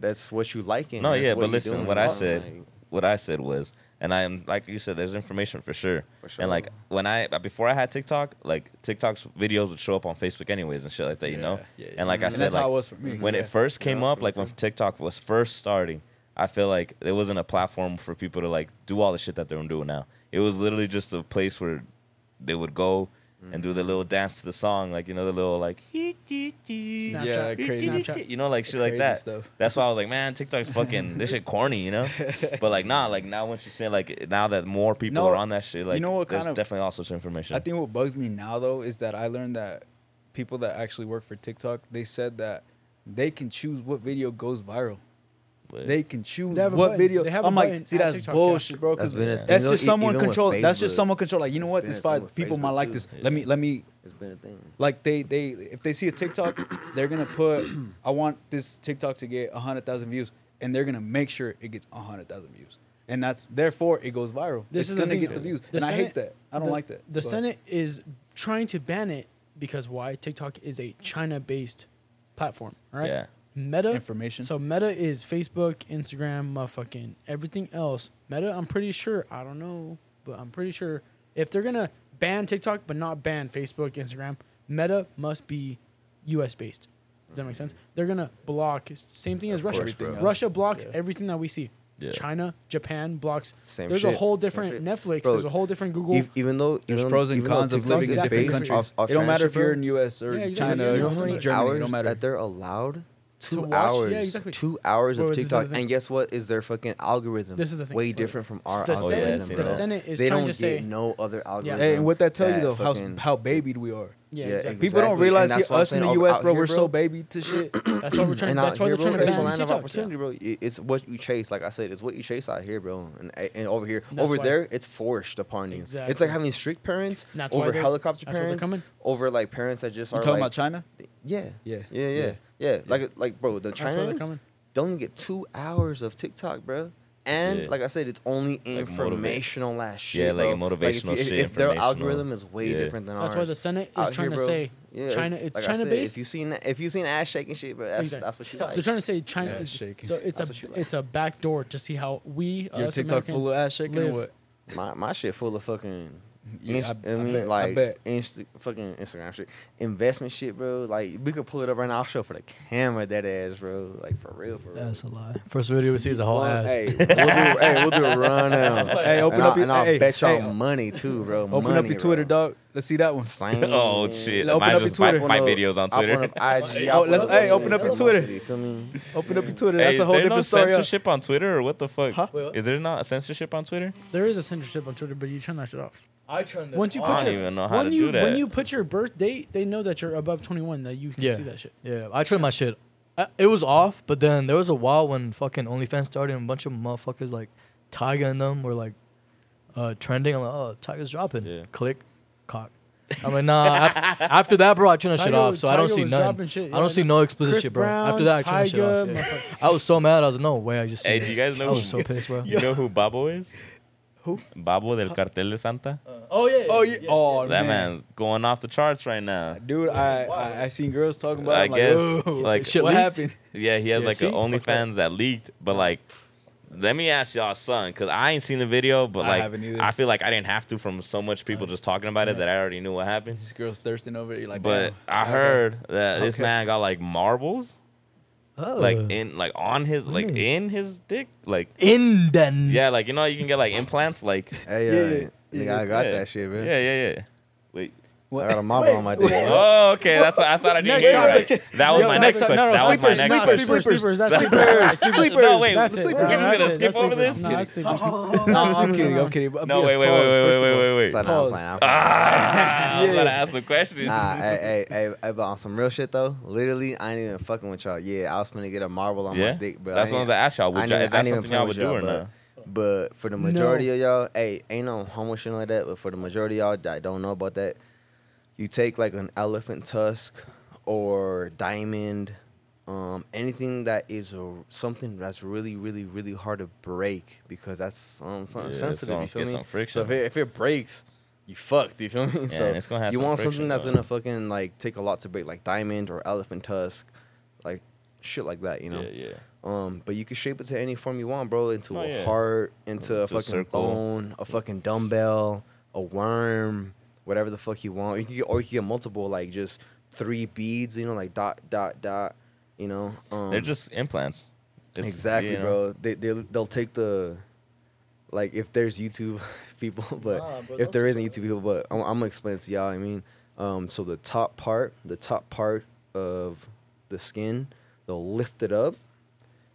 S5: that's what you liking.
S3: No,
S5: and that's
S3: yeah,
S5: what
S3: but
S5: you
S3: listen,
S5: doing.
S3: what I
S5: Like,
S3: said, what I said was, and I am like you said, there's information for sure.
S5: For sure.
S3: And like when I uh, before I had TikTok, like TikTok's videos would show up on Facebook anyways and shit like that, you know.
S2: Yeah, yeah,
S3: And like I
S2: And
S3: said,
S2: that's
S3: like
S2: how it was for me.
S3: when
S2: Yeah.
S3: it first came
S8: Yeah,
S3: up,
S8: me
S3: like when TikTok was first starting, I feel like there wasn't a platform for people to like do all the shit that they're doing now. It was literally just a place where they would go and
S5: Mm-hmm.
S3: do the little dance to the song, like you know the little like
S1: Snapchat.
S2: Yeah, crazy.
S3: you know, like shit like
S2: Crazy
S3: that.
S2: stuff.
S3: That's why I was like, man, TikTok's fucking this shit corny, you know. But like, nah, like now once you say like now that more people
S2: No,
S3: are on that shit, like
S2: know what
S3: there's
S2: kind of-
S3: definitely all sorts of information.
S2: I think what bugs me now though is that I learned that people that actually work for TikTok, they said that they can choose what video goes viral.
S3: But-
S2: They can choose
S1: They have a
S2: what
S1: button.
S2: video.
S1: They have a
S2: I'm
S1: button
S2: like, see,
S1: at
S2: that's
S1: TikTok, yeah.
S2: bullshit, bro.
S5: That's
S2: 'cause
S5: been a thing.
S2: that's
S5: Even
S2: just
S5: though-
S2: someone
S5: even with
S2: control. That's just
S5: Facebook.
S2: someone control. Like, you know
S5: It's
S2: what?
S5: been
S2: This
S5: a thing
S2: five
S5: with
S2: people might
S5: Facebook,
S2: like
S5: too.
S2: this. Let me, let me,
S5: It's been a thing.
S2: like they, they, if they see a TikTok, they're gonna put, I want this TikTok to get hundred thousand views, and they're gonna make sure it gets hundred thousand views, and that's therefore it goes viral.
S1: This
S2: it's
S1: is the
S2: gonna
S1: thing.
S2: get the views,
S1: The
S2: and I
S1: Senate-
S2: hate that. I don't
S1: the-
S2: like that.
S1: The
S2: Go ahead.
S1: Senate is trying to ban it because why? TikTok is a China-based platform, right?
S3: Yeah.
S1: Meta
S2: Information.
S1: So Meta is Facebook, Instagram, motherfucking everything else. Meta, I'm pretty sure. I don't know, but I'm pretty sure if they're gonna ban TikTok but not ban Facebook, Instagram, Meta must be U.S. based. Does that make sense? They're gonna block. Same thing as Russia.
S5: Mm-hmm. course, bro.
S1: Russia blocks everything that we see.
S3: Yeah.
S1: China, Japan blocks.
S5: Same
S1: There's a
S5: shit.
S1: whole
S5: Same
S1: different
S5: shit.
S1: Netflix.
S5: Bro,
S1: there's a whole different Google.
S5: Ev- even though even
S2: There's
S5: though-
S2: pros and
S5: even though
S2: cons of
S5: TikTok
S2: living in
S5: is
S1: Exactly.
S2: different
S5: based off-
S2: countries.
S5: off
S2: it don't matter
S5: China
S2: if you're
S5: shit,
S2: in U.S. or
S1: Yeah, exactly.
S2: China,
S1: You
S5: You
S2: or
S1: know
S5: know
S1: how
S5: how many
S2: Germany. It
S5: hours
S2: don't matter.
S5: that they're allowed? Two
S1: watch? Yeah,
S5: hours.
S1: exactly.
S5: Two hours
S1: Bro,
S5: of
S1: this is the
S5: TikTok.
S1: thing.
S5: And guess what? Is their fucking algorithm
S1: This is the thing.
S5: way
S1: Wait.
S5: different from our
S1: The
S5: algorithm?
S1: Senate-
S5: bro.
S1: the Senate is
S5: they
S1: trying
S5: don't
S1: to say-
S5: get no other algorithm.
S2: Hey, and what that tell you
S5: that
S2: though, how
S5: fucking-
S2: how babied we are.
S1: yeah,
S5: yeah,
S1: exactly.
S2: People don't
S5: Exactly, and
S2: realize
S5: that's
S2: here-
S5: what I'm
S2: us in
S5: saying,
S2: the
S5: over-
S2: U.S.,
S5: out
S2: bro,
S5: here,
S2: we're
S5: bro.
S2: so babied to shit.
S1: That's why we're trying.
S5: and out
S1: That's why
S5: here, bro,
S1: they're trying to
S5: it's a
S1: ban
S5: line of
S1: TikTok.
S5: opportunity, bro. It- It's what you chase. Like I said, it's what you chase out here, bro. And and over here,
S1: That's
S5: over
S1: why-
S5: there, it's forced upon you. It's
S1: Exactly.
S5: like having strict parents
S1: And that's why
S5: over
S1: they're-
S5: helicopter
S1: that's why they're
S5: parents,
S1: coming.
S5: over like parents that just
S2: You
S5: are
S2: talking
S5: like
S2: about China?
S5: Yeah.
S2: Yeah.
S5: Yeah, yeah.
S2: Yeah.
S5: Yeah. Like like bro, the
S1: why they're
S5: China
S1: coming.
S5: don't even get two hours of TikTok, bro. And
S3: Yeah.
S5: like I said, it's only
S3: motivate-
S5: informational last shit.
S3: Yeah, like
S5: bro. if,
S3: motivational
S5: you- if-
S3: shit,
S5: If their
S3: informational.
S5: algorithm is way
S3: Yeah.
S5: different than
S1: So
S5: ours.
S1: that's why the Senate is
S5: out
S1: trying
S5: here,
S1: to
S5: bro.
S1: say
S5: Yeah,
S1: China. It's
S5: like I said,
S1: China
S5: If
S1: based.
S5: you seen that, if you seen ass shaking shit, bro, that's,
S1: Exactly.
S5: that's what you
S1: They're
S5: like.
S1: trying to say China.
S2: Yeah,
S1: is
S2: shaking.
S1: so it's
S5: That's
S1: a
S5: what you like.
S1: it's a backdoor to see how we
S2: Your
S1: us
S2: TikTok
S1: Americans
S2: full of ass shaking or
S1: live.
S2: what?
S5: My my shit full of fucking.
S2: Yeah,
S5: inst-
S2: I-
S5: I,
S2: I
S5: mean,
S2: bet, I
S5: like
S2: bet.
S5: Insta- fucking Instagram shit, investment shit, bro. Like we could pull it up right now. I'll show for the camera that ass, bro. Like for real, for real.
S4: That's a lie. First video we see is a whole
S5: Well,
S4: ass.
S5: Hey, we'll do, hey, we'll do a rundown.
S2: Hey, open
S5: and
S2: up
S5: I'll,
S2: your-
S5: and I'll
S2: hey,
S5: bet y'all
S2: hey,
S5: money too, bro.
S2: Open up your Twitter, dog. Let's see that one.
S3: Oh, shit.
S2: Open
S3: Mine's
S2: up your
S3: just fight,
S2: Twitter.
S3: fight videos on Twitter.
S2: Oh, let's- hey, open up your Twitter.
S5: You feel me?
S2: Open up your Twitter.
S3: Hey,
S2: That's a
S3: is
S2: whole
S3: there
S2: different
S3: no
S2: story.
S3: censorship on Twitter or what the fuck?
S2: Huh?
S4: Wait, what?
S3: Is there not censorship on Twitter?
S1: There is a censorship on Twitter, but you turn that shit off.
S4: I turned
S1: Once you
S3: I
S1: put
S3: don't
S1: your
S3: even know how
S1: when
S3: to
S1: you
S3: do that.
S1: when you put your birth date, they know that you're above 21 that you can
S4: Yeah.
S1: see that shit.
S4: Yeah, I turned my shit. I, it was off, but then there was a while when fucking OnlyFans started and a bunch of motherfuckers like Tyga and them were like uh, trending. I'm like, oh, Tyga's dropping.
S3: Yeah.
S4: Click, cock. I'm like, nah. af- after that, bro, I turned that shit
S1: Tyga-
S4: off, so I don't
S1: Tyga
S4: see
S1: was
S4: none.
S1: dropping shit, yeah,
S4: I
S1: I
S4: don't see
S1: know.
S4: no explicit
S1: Chris
S4: shit, bro.
S1: Brown,
S4: after that, I turned that shit off.
S1: Tyga,
S4: Yeah.
S1: motherfucker.
S4: I was so mad. I was like, no way. I just.
S3: Hey,
S4: seen
S3: do you
S4: it.
S3: guys know
S4: I
S3: who-
S4: was so pissed, bro.
S3: You know who Babo is?
S2: Who?
S3: Babo del Cartel de Santa.
S4: Oh yeah.
S2: Oh yeah. Oh
S3: that
S2: man.
S3: man's going off the charts right now.
S2: Dude, I, I I seen girls talking about.
S3: I
S2: it. I'm
S3: guess,
S2: Like, "Whoa,
S3: like-
S2: what
S4: Shit leaked?
S2: happened?
S3: Yeah, he has
S2: Yeah,
S3: like
S2: see?
S3: a
S2: Fuck that.
S3: OnlyFans that leaked, but like Let me ask y'all something, cause I ain't seen the video, but
S2: I
S3: like
S2: haven't either. Uh,
S3: I feel like I didn't have to from so much people just talking about it that I already knew what happened.
S2: This girl's thirsting over it. You're like,
S3: But
S2: "Damn."
S3: I
S2: Okay.
S3: heard that this
S2: Okay.
S3: man got like marbles,
S4: Oh.
S3: like
S2: Uh,
S3: in like on his like
S4: Mm.
S3: in his dick, like
S4: in then.
S3: yeah, like you know you can get like implants, like
S5: Hey, uh,
S2: Yeah,
S5: nigga, I got
S3: yeah.
S5: that shit, man.
S3: yeah, yeah, yeah. Wait.
S5: I got a marble on my dick.
S3: Oh, okay. That's what I thought I didn't
S1: Next
S3: hear you
S1: topic.
S3: right. That was
S1: Yo,
S3: my next
S1: next topic.
S3: question.
S5: No, no,
S3: That was my
S1: Sleepers,
S3: next
S1: sleepers,
S3: question.
S1: sleepers, sleepers. That's sleepers. sleepers.
S3: No, wait.
S1: That's it.
S3: we're
S1: No,
S3: just
S1: that's
S3: gonna
S1: it.
S3: skip
S1: That's
S3: over
S1: sleepers.
S3: this.
S1: No, that's sleepers.
S5: No,
S1: No,
S5: I'm
S1: no,
S5: kidding.
S1: no.
S5: I'm kidding. but-
S3: No,
S5: yes,
S3: wait, wait, wait,
S5: pause,
S3: wait,
S5: first of
S3: wait,
S5: all.
S3: wait, wait.
S5: So, nah, I'm
S4: Pause.
S5: playing, I'm playing.
S3: Ah, I was about to ask some questions.
S5: Nah, hey, hey, hey, hey, but on some real shit though, literally, I ain't even fucking with y'all. Yeah, I was finna get a marble on
S3: yeah,
S5: my dick, bro.
S3: that's
S5: I
S3: what I was
S5: ain't-
S3: gonna ask y'all. Would
S5: I
S3: y'all
S5: ain't even-
S3: is
S5: I
S3: that
S5: ain't even
S3: something y'all would do
S5: playing
S3: or
S5: with y'all,
S3: not?
S5: But for the majority of y'all, hey, ain't no homo shit like that. But for the majority of y'all that don't know about that, you take like an elephant tusk or diamond, um, anything that is a, something that's really, really, really hard to break because that's um,
S3: Yeah,
S5: something
S3: it's
S5: sensitive.
S3: gonna
S5: You feel
S3: get
S5: me?
S3: some friction.
S5: So if it, if it breaks, you fucked. You feel me?
S3: Yeah,
S5: so
S3: and it's gonna have
S5: you
S3: some
S5: want
S3: friction,
S5: something that's
S3: though.
S5: gonna fucking like take a lot to break, like diamond or elephant tusk, like shit like that. You know.
S3: Yeah, yeah.
S5: Um, but you can shape it to any form you want, bro. Into
S3: Oh,
S5: a
S3: yeah.
S5: heart, into
S3: Into a
S5: a fucking
S3: circle.
S5: bone, a fucking dumbbell, a worm, whatever the fuck you want. You can get, or you can get multiple, like just three beads, you know, like dot, dot, dot. You know, um,
S3: They're just implants. It's-
S5: exactly,
S3: you know.
S5: bro. They they they'll take the like if there's YouTube people, but
S4: Nah, bro,
S5: if
S4: don't
S5: there
S4: say
S5: isn't
S4: that.
S5: YouTube people, but I'm, I'm gonna explain it to y'all. I mean, um, so the top part, the top part of the skin, they'll lift it up,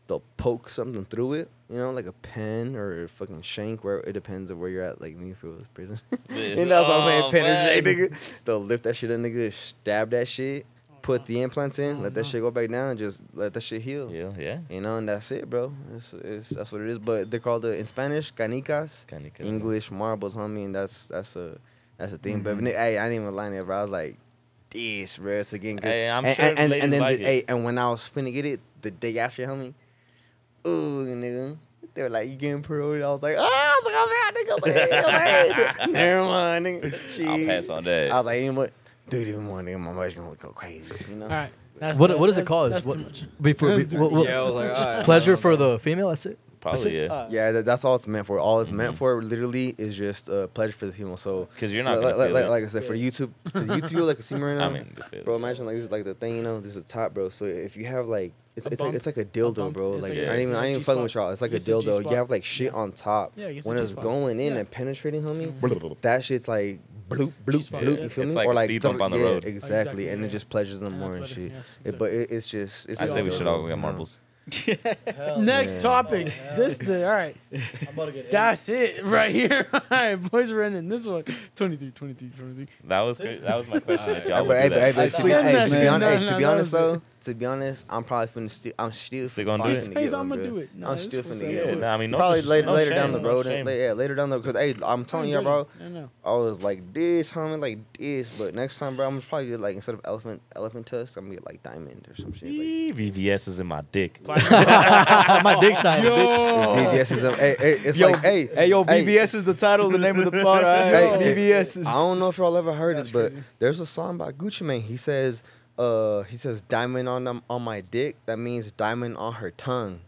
S5: they'll poke something through it, you know, like a pen or a fucking shank. Where it depends on where you're at. Like me, if it was prison, and that's what I'm saying.
S3: Oh,
S5: Pen or shank,
S3: man.
S5: nigga. They'll lift that shit up, nigga, stab that shit, put the implants in, let that
S4: Uh-huh.
S5: shit go back down, and just let that shit heal.
S3: Yeah, yeah.
S5: You know, and that's it, bro. It's, it's, that's what it is. But they're called uh, in Spanish canicas,
S3: Kinda- kinda.
S5: English marbles, homie, and that's that's a that's a thing.
S3: Mm-hmm.
S5: But ni- hey, I didn't even lie to you, bro. I was like, this, bro. It's again. good.
S3: Hey, I'm
S5: and,
S3: sure
S5: and, and,
S3: ladies
S5: and then
S3: like
S5: the,
S3: it.
S5: hey, and when I was finna get it the day after, homie, ooh, nigga. They were like, you getting paroled? I was like, oh, I was like, oh, man, nigga. I was like, hey, I was like, hey, dude. never mind, nigga.
S3: I'll
S5: Shit.
S3: pass on that.
S5: I was like, you know what? Dude, even more, nigga, my mother's gonna go crazy, you know?
S1: All right. That's
S4: What-
S1: that-
S4: what is it
S1: that's-
S4: called?
S1: That's
S4: What-
S1: too much.
S4: Before,
S1: That's
S4: before- well,
S2: Yeah, I was like, all right,
S4: pleasure
S2: hold on,
S4: for
S2: bro.
S4: the female. That's it. Uh,
S3: Probably yeah.
S1: Uh,
S5: Yeah, that, that's all it's meant for. All it's meant for, literally, is just uh, pleasure for the female. So,
S3: Mm-hmm. 'Cause you're
S5: like,
S3: not gonna
S5: like,
S3: feel
S5: like,
S3: it.
S5: like I said, for YouTube, for the YouTube, like a seam right now,
S3: I mean, if it-
S5: bro. Imagine like this is like the thing, you know, this is the top, bro. So if you have like, it's
S1: A
S5: it's like,
S1: bump.
S5: it's like a
S1: A
S5: dildo,
S1: bump.
S5: bro.
S1: It's
S5: Like
S3: like a-
S5: I ain't even I ain't even fucking with
S1: G-spot.
S5: y'all. It's like a
S1: It's a
S5: dildo.
S1: G-spot.
S5: You have like shit on top.
S1: Yeah, it's a
S5: when it's
S1: G-spot.
S5: going in
S1: Yeah.
S5: and penetrating, homie, that shit's like bloop bloop
S1: G-spot,
S5: bloop.
S1: yeah.
S5: You feel
S3: It's
S5: me?
S3: like a speed bump
S5: double-
S3: on the
S5: yeah,
S3: road.
S5: Exactly, and
S1: yeah.
S5: it just pleasures them
S1: And
S5: more
S1: that's
S5: and
S1: better,
S5: shit.
S1: yes,
S5: It- But it, it's just. It's
S3: I
S5: just
S3: say we should
S5: dildo,
S3: all
S5: you
S3: get
S5: know?
S3: marbles.
S1: Next topic. This the all right.
S4: I'm about to get
S1: That's it right here. All right, boys, we're ending this one. 23, 23, 23.
S3: That was good. that was my question. if
S5: Hey,
S3: y'all would
S5: but, hey,
S3: do
S5: but, hey,
S3: that.
S5: but to be-
S1: Like,
S5: hey, to
S1: man,
S5: be hon-
S1: no,
S5: hey,
S1: no,
S5: to be
S1: that
S5: honest
S1: was-
S5: though, to be honest, I'm probably finna still, I'm still
S3: They gonna
S5: probably
S3: do it?
S5: finna
S1: He
S5: get
S1: says,
S5: one,
S1: "I'ma
S5: bro.
S1: do it." No,
S5: I'm
S1: this
S5: still
S1: fool
S5: finna
S1: said,
S5: get
S1: "Yeah,
S5: one.
S3: nah, I mean, no,
S5: probably
S3: sh-
S5: later,
S3: no
S5: later down
S3: shame,
S5: the
S3: no
S5: road. and-
S3: shame.
S5: la- yeah, later down the road. Cause hey, I'm telling you,
S1: judging.
S5: bro.
S1: I know.
S5: I was like this, homie, like this. But next time, bro, I'm just probably get like instead of elephant, elephant tusk, I'm gonna get like diamond or some shit. Like,
S3: Eee, VVS is in my dick.
S4: my dick shine.
S5: BBS is, a- hey, hey, it's like, hey,
S2: Hey, yo,
S5: hey,
S2: BBS is the title, the name of the pod. All
S5: Hey,
S2: right,
S5: hey,
S2: BBS is.
S5: I don't know if y'all ever heard
S1: That's
S5: this, but
S1: crazy.
S5: there's a song by Gucci Mane. He says, uh, he says diamond on them on my dick. That means diamond on her tongue.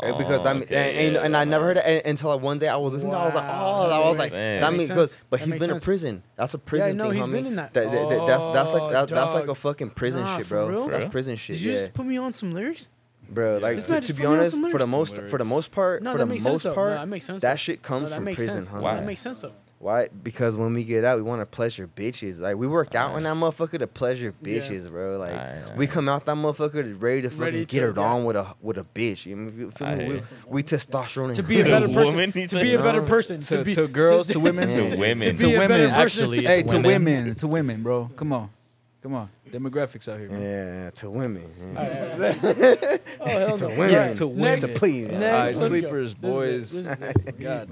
S5: Eh, because
S3: Oh,
S5: diamond,
S3: okay,
S5: and, and,
S3: yeah,
S5: and I never
S3: nah.
S5: heard it and, until like one day I was listening to. it, I was like,
S1: Wow,
S5: oh,
S1: that
S5: I was
S1: makes
S5: like,
S3: sense.
S5: that
S3: That
S1: makes
S5: means because,
S1: sense.
S5: but
S1: That
S5: he's
S1: makes
S5: been in
S1: sense.
S5: prison. That's a prison
S1: no,
S5: thing,
S1: he's
S5: homie.
S1: been in that.
S5: that's that's like
S1: Oh,
S5: that, that's like a
S1: dog.
S5: fucking prison
S1: Nah,
S5: shit,
S1: for
S5: bro.
S1: real?
S5: That's
S3: For
S5: prison shit,
S1: Did you
S5: yeah,
S1: just put me on some lyrics?
S5: bro. Like
S1: This
S5: to,
S1: man
S5: to
S1: just
S5: be
S1: put me on
S5: honest,
S1: some
S5: for the
S1: lyrics.
S5: most for the most part,
S1: No,
S5: for
S1: that
S5: the
S1: makes
S5: most
S1: sense. though.
S5: part,
S1: no, that makes sense. though.
S5: that shit comes
S1: no, that
S5: from
S1: makes
S5: prison,
S1: sense.
S5: homie.
S1: No,
S3: Why?
S1: that makes sense though.
S5: Why? Because when we get out, we want to pleasure bitches. Like we work out on that motherfucker to pleasure
S1: Yeah.
S5: bitches, bro. Like
S3: Aight,
S5: we
S3: aight.
S5: come out that motherfucker ready to fucking
S1: Ready
S5: get
S1: to-
S5: it
S1: yeah.
S5: on with a with a bitch. You know, you feel
S3: I
S5: me?
S3: hear
S5: We,
S3: you.
S5: we testosterone
S1: To be a better person.
S3: Woman, he
S1: to
S3: said.
S1: be a better
S5: No,
S1: person.
S2: to-
S1: be,
S2: to girls, to women,
S5: to-
S3: to women.
S1: be a
S2: To
S1: better
S2: women,
S1: person.
S4: Actually,
S2: Hey,
S4: it's
S2: to women, to women, bro. Come on, come on. Demographics out here. bro.
S5: yeah, to women. yeah.
S1: Mm. Oh, hell
S5: To
S1: no.
S5: women.
S1: Alright,
S5: To women.
S1: next-
S5: To please.
S1: next,
S2: All right,
S1: let's go. This is
S2: sleepers, boys.
S1: it. This is it.
S2: God.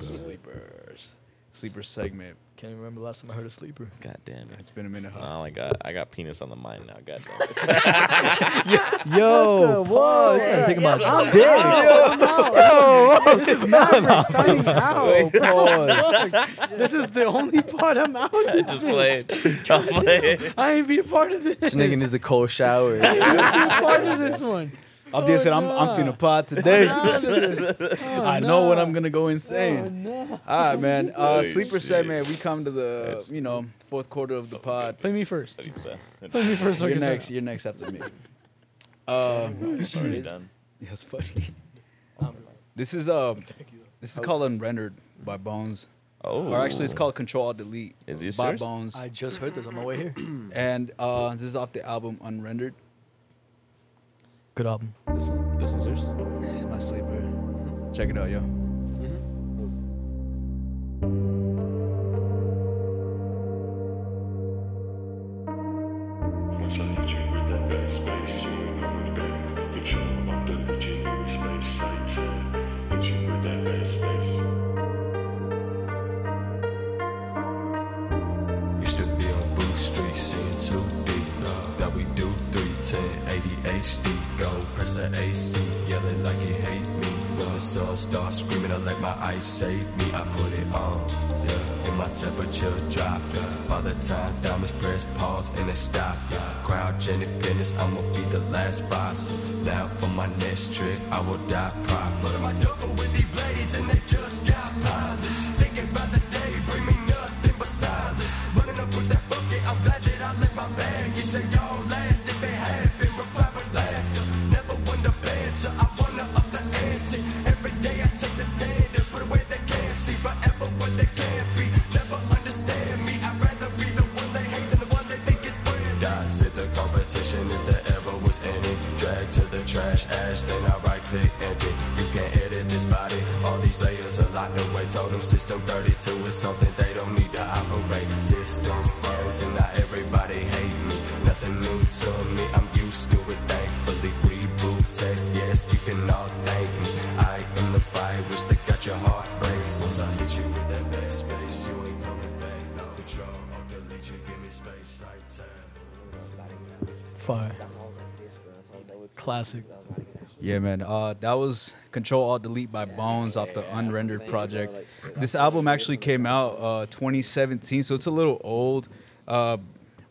S2: Sleepers. Sleeper segment.
S4: Can't even remember the last time I heard a sleeper.
S3: God damn it.
S2: It's been a minute. Huh?
S3: Oh my god, I got penis on the mind now. God damn it.
S4: Yo, what? Think about
S1: I'm out.
S3: Oh,
S4: Oh,
S1: I'm out. This is Maverick signing out. bro. Fuck. This is the only part I'm out. This
S3: Just
S1: bitch.
S3: playing. I'm playing.
S1: I ain't be a part of this.
S5: This nigga needs a cold shower.
S1: I ain't be a part of this one.
S2: Obviously, said, I'm, I'm finna pot today. I know
S1: Oh, no.
S2: when
S1: Oh,
S2: I'm gonna go insane.
S1: no.
S2: All right, man. Uh,
S3: Oh,
S2: sleeper
S3: shit.
S2: segment. We come to the
S3: That's-
S2: you know fourth quarter of the pod.
S1: Play me first.
S3: It's
S1: Play me first. so I
S2: You're
S1: can say
S2: next. You're next after me. Uh,
S3: already done.
S2: yes, buddy. This is uh, this is called Unrendered by Bones,
S3: Oh,
S2: or actually it's called Control Alt Delete
S3: Is this
S2: by
S3: yours?
S2: Bones,
S4: I just heard this on my way here.
S2: and uh, this is off the album Unrendered.
S4: Good album.
S3: This, one, this one's yours.
S2: My sleeper. Check it out, yo.
S10: Once I hit you with that bad space, you ain't coming back. But you know I'm done with your nigga space. I said, hit you with that bad space.
S11: Used to be on Booth Street, seeing too deep. Now we do 310, ADHD. Go press the AC, yelling like it hate me. When the sun starts screaming, I let my eyes save me. I put it on, yeah. And my temperature dropped, yeah. All the time, diamonds press pause and it stop, yeah. Crouch and independence, I'ma be the last boss. Now for my next trick, I will die proper. My duffel with these blades and they just got polished. Thinking about the day, bring me nothing but silence. Running up with that bucket, I'm glad that I let my bag. You said y'all last if it happened, reply with laughter. Never wonder better, I wanna up the ante. Every day I take the stand and put away they can't see forever what they can't be. Never understand me, I'd rather be the one they hate than the one they think is friend. Dots hit the competition if there ever was any. Drag to the trash ash, then I right click empty. You can't edit this body. All these layers are locked away. Totem system 32 is something they don't need to operate. Systems frozen, now everybody hate me. Nothing new to me, I'm used to it. Thankfully, reboot text. Yes, you can all thank me. I am the virus that got your heart racing. Once I hit you with that bad space, you ain't coming back. No control, I'll delete you. Give me space, like time.
S4: Fire. Classic.
S2: Yeah, man. Uh, that was Control Alt Delete by Bones off the Unrendered project. This album actually came out uh, 2017, so it's a little old. Uh,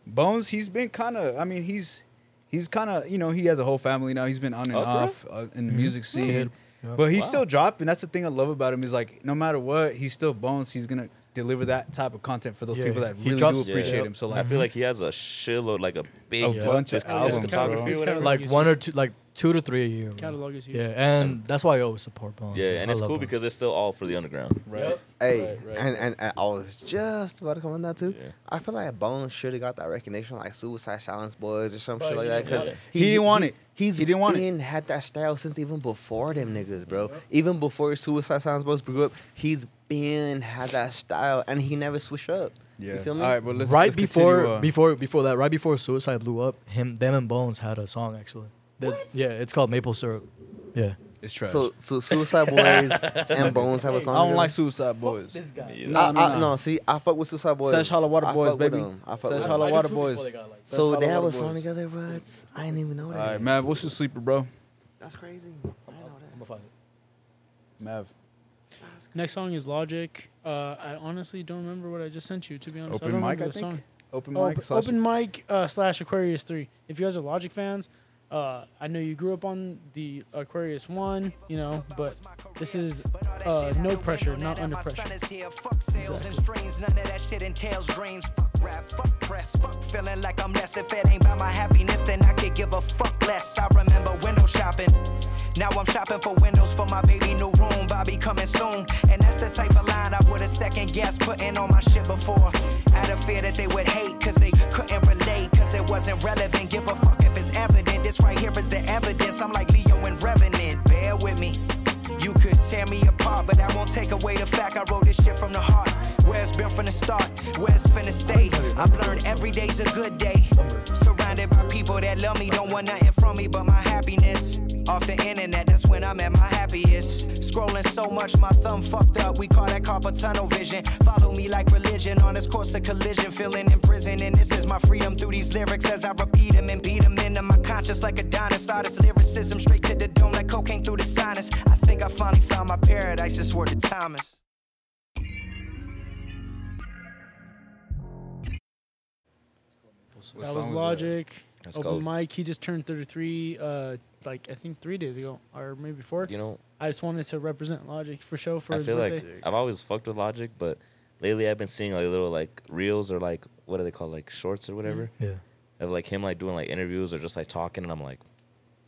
S2: Bones, he's been kind of. I mean, he's he's kind of. You know, he has a whole family now. He's been on and
S3: Oh, for real?
S2: off uh, in the music scene,
S4: Mm-hmm. Kid. Yeah.
S2: but he's
S3: Wow.
S2: still dropping. That's the thing I love about him is like, no matter what, he's still Bones. He's gonna deliver that type of content for those
S4: Yeah,
S2: people that
S4: he
S2: really
S4: drops-
S2: do appreciate
S3: Yeah.
S2: him. So
S3: I
S2: like,
S3: feel like he has a shitload, like a big
S2: A
S3: dis-
S2: bunch of
S3: disc-
S2: albums,
S3: discography
S2: bro.
S3: or whatever.
S4: Like one or two, like two to three a year. bro.
S1: catalog is huge.
S4: Yeah, and that's why I always support Bond.
S3: Yeah, and
S4: I
S3: it's
S4: love
S3: cool
S4: Bond.
S3: because it's still all for the underground.
S2: right.
S5: Hey,
S2: Right, right.
S5: And, and and I was just about to come on that too.
S3: Yeah.
S5: I feel like Bones should have got that recognition like Suicide Silence Boys or some shit like that because
S3: yeah.
S2: He didn't want it.
S5: He's
S2: He didn't want it.
S5: been had that style since even before them niggas, bro. Even before Suicide Silence Boys grew up, he's been had that style and he never switched up. You feel me?
S2: All right, but let's
S4: right
S2: let's
S4: before
S2: continue, uh,
S4: before before that, right before Suicide blew up, him them and Bones had a song actually. That- Yeah, it's called Maple Syrup. Yeah.
S2: it's trash.
S5: So so Suicide Boys and Bones have a
S2: I
S5: song.
S2: don't
S5: together?
S2: like Suicide Boys.
S3: Yeah.
S5: I,
S2: no,
S5: I-
S2: no.
S5: no, see, I fuck with Suicide Boys.
S2: Sash Hollow Water
S5: I fuck
S2: Boys,
S5: with
S2: baby.
S5: them. I fuck
S2: Sash
S5: with
S2: Hollow
S5: them.
S2: Water Boys.
S5: So
S2: Sash
S5: they
S2: Hollow
S5: have a
S2: Water
S5: song
S2: Boys.
S5: together, but I didn't even know
S2: All
S5: that.
S2: right, Mav, what's your sleeper, bro?
S5: That's crazy. I didn't know that.
S2: Mav.
S1: Next song is Logic. Uh, I honestly don't remember what I just sent you. To be honest,
S2: Open
S1: I don't
S2: mic,
S1: remember
S2: I
S1: the
S2: think.
S1: song.
S2: Open
S1: Op-
S2: mic. slash-
S1: open mic uh, slash Aquarius three. If you guys are Logic fans, uh, I know you grew up on the Aquarius one, you know, but this is uh, no pressure, not under pressure.
S12: Son is here. Fuck sales and strings. None of that shit entails dreams. Fuck rap, fuck press, fuck feeling like I'm less. If it ain't by my happiness, then I could give a fuck less. I remember window shopping. Now I'm shopping for windows for my baby new room. Bobby coming soon. And that's the type of line I would have second guessed putting on my shit before. Out of fear that they would hate, cause they couldn't relate, cause it wasn't relevant. Give a fuck if it's evident. This right here is the evidence. I'm like Leo and Revenant. Bear with me. You could tear me apart, but that won't take away the fact I wrote this shit from the heart. Where it's been from the start, where it's finna stay. I've learned every day's a good day. Surrounded by people that love me, don't want nothing from me but my happiness. Off the internet, that's when I'm at my happiest. Scrolling so much, my thumb fucked up. We call that carpal tunnel vision. Follow me like religion on this course of collision. Feeling in prison, and this is my freedom through these lyrics as I repeat them and beat them into my conscience like Adonis. All this lyricism straight to the dome like cocaine through the sinus. I think I finally found my paradise. It's where the time is.
S2: What
S1: That
S2: song
S1: was Logic.
S3: Let's
S1: Open
S3: go.
S1: mic. He just turned 33, uh, like I think three days ago or maybe four.
S3: You know,
S1: I just wanted to represent Logic for show for
S3: I
S1: his
S3: feel
S1: birthday.
S3: like I've always fucked with Logic, but lately I've been seeing like little like reels or like what are they called like shorts or whatever
S4: Yeah.
S3: of like him like doing like interviews or just like talking, and I'm like,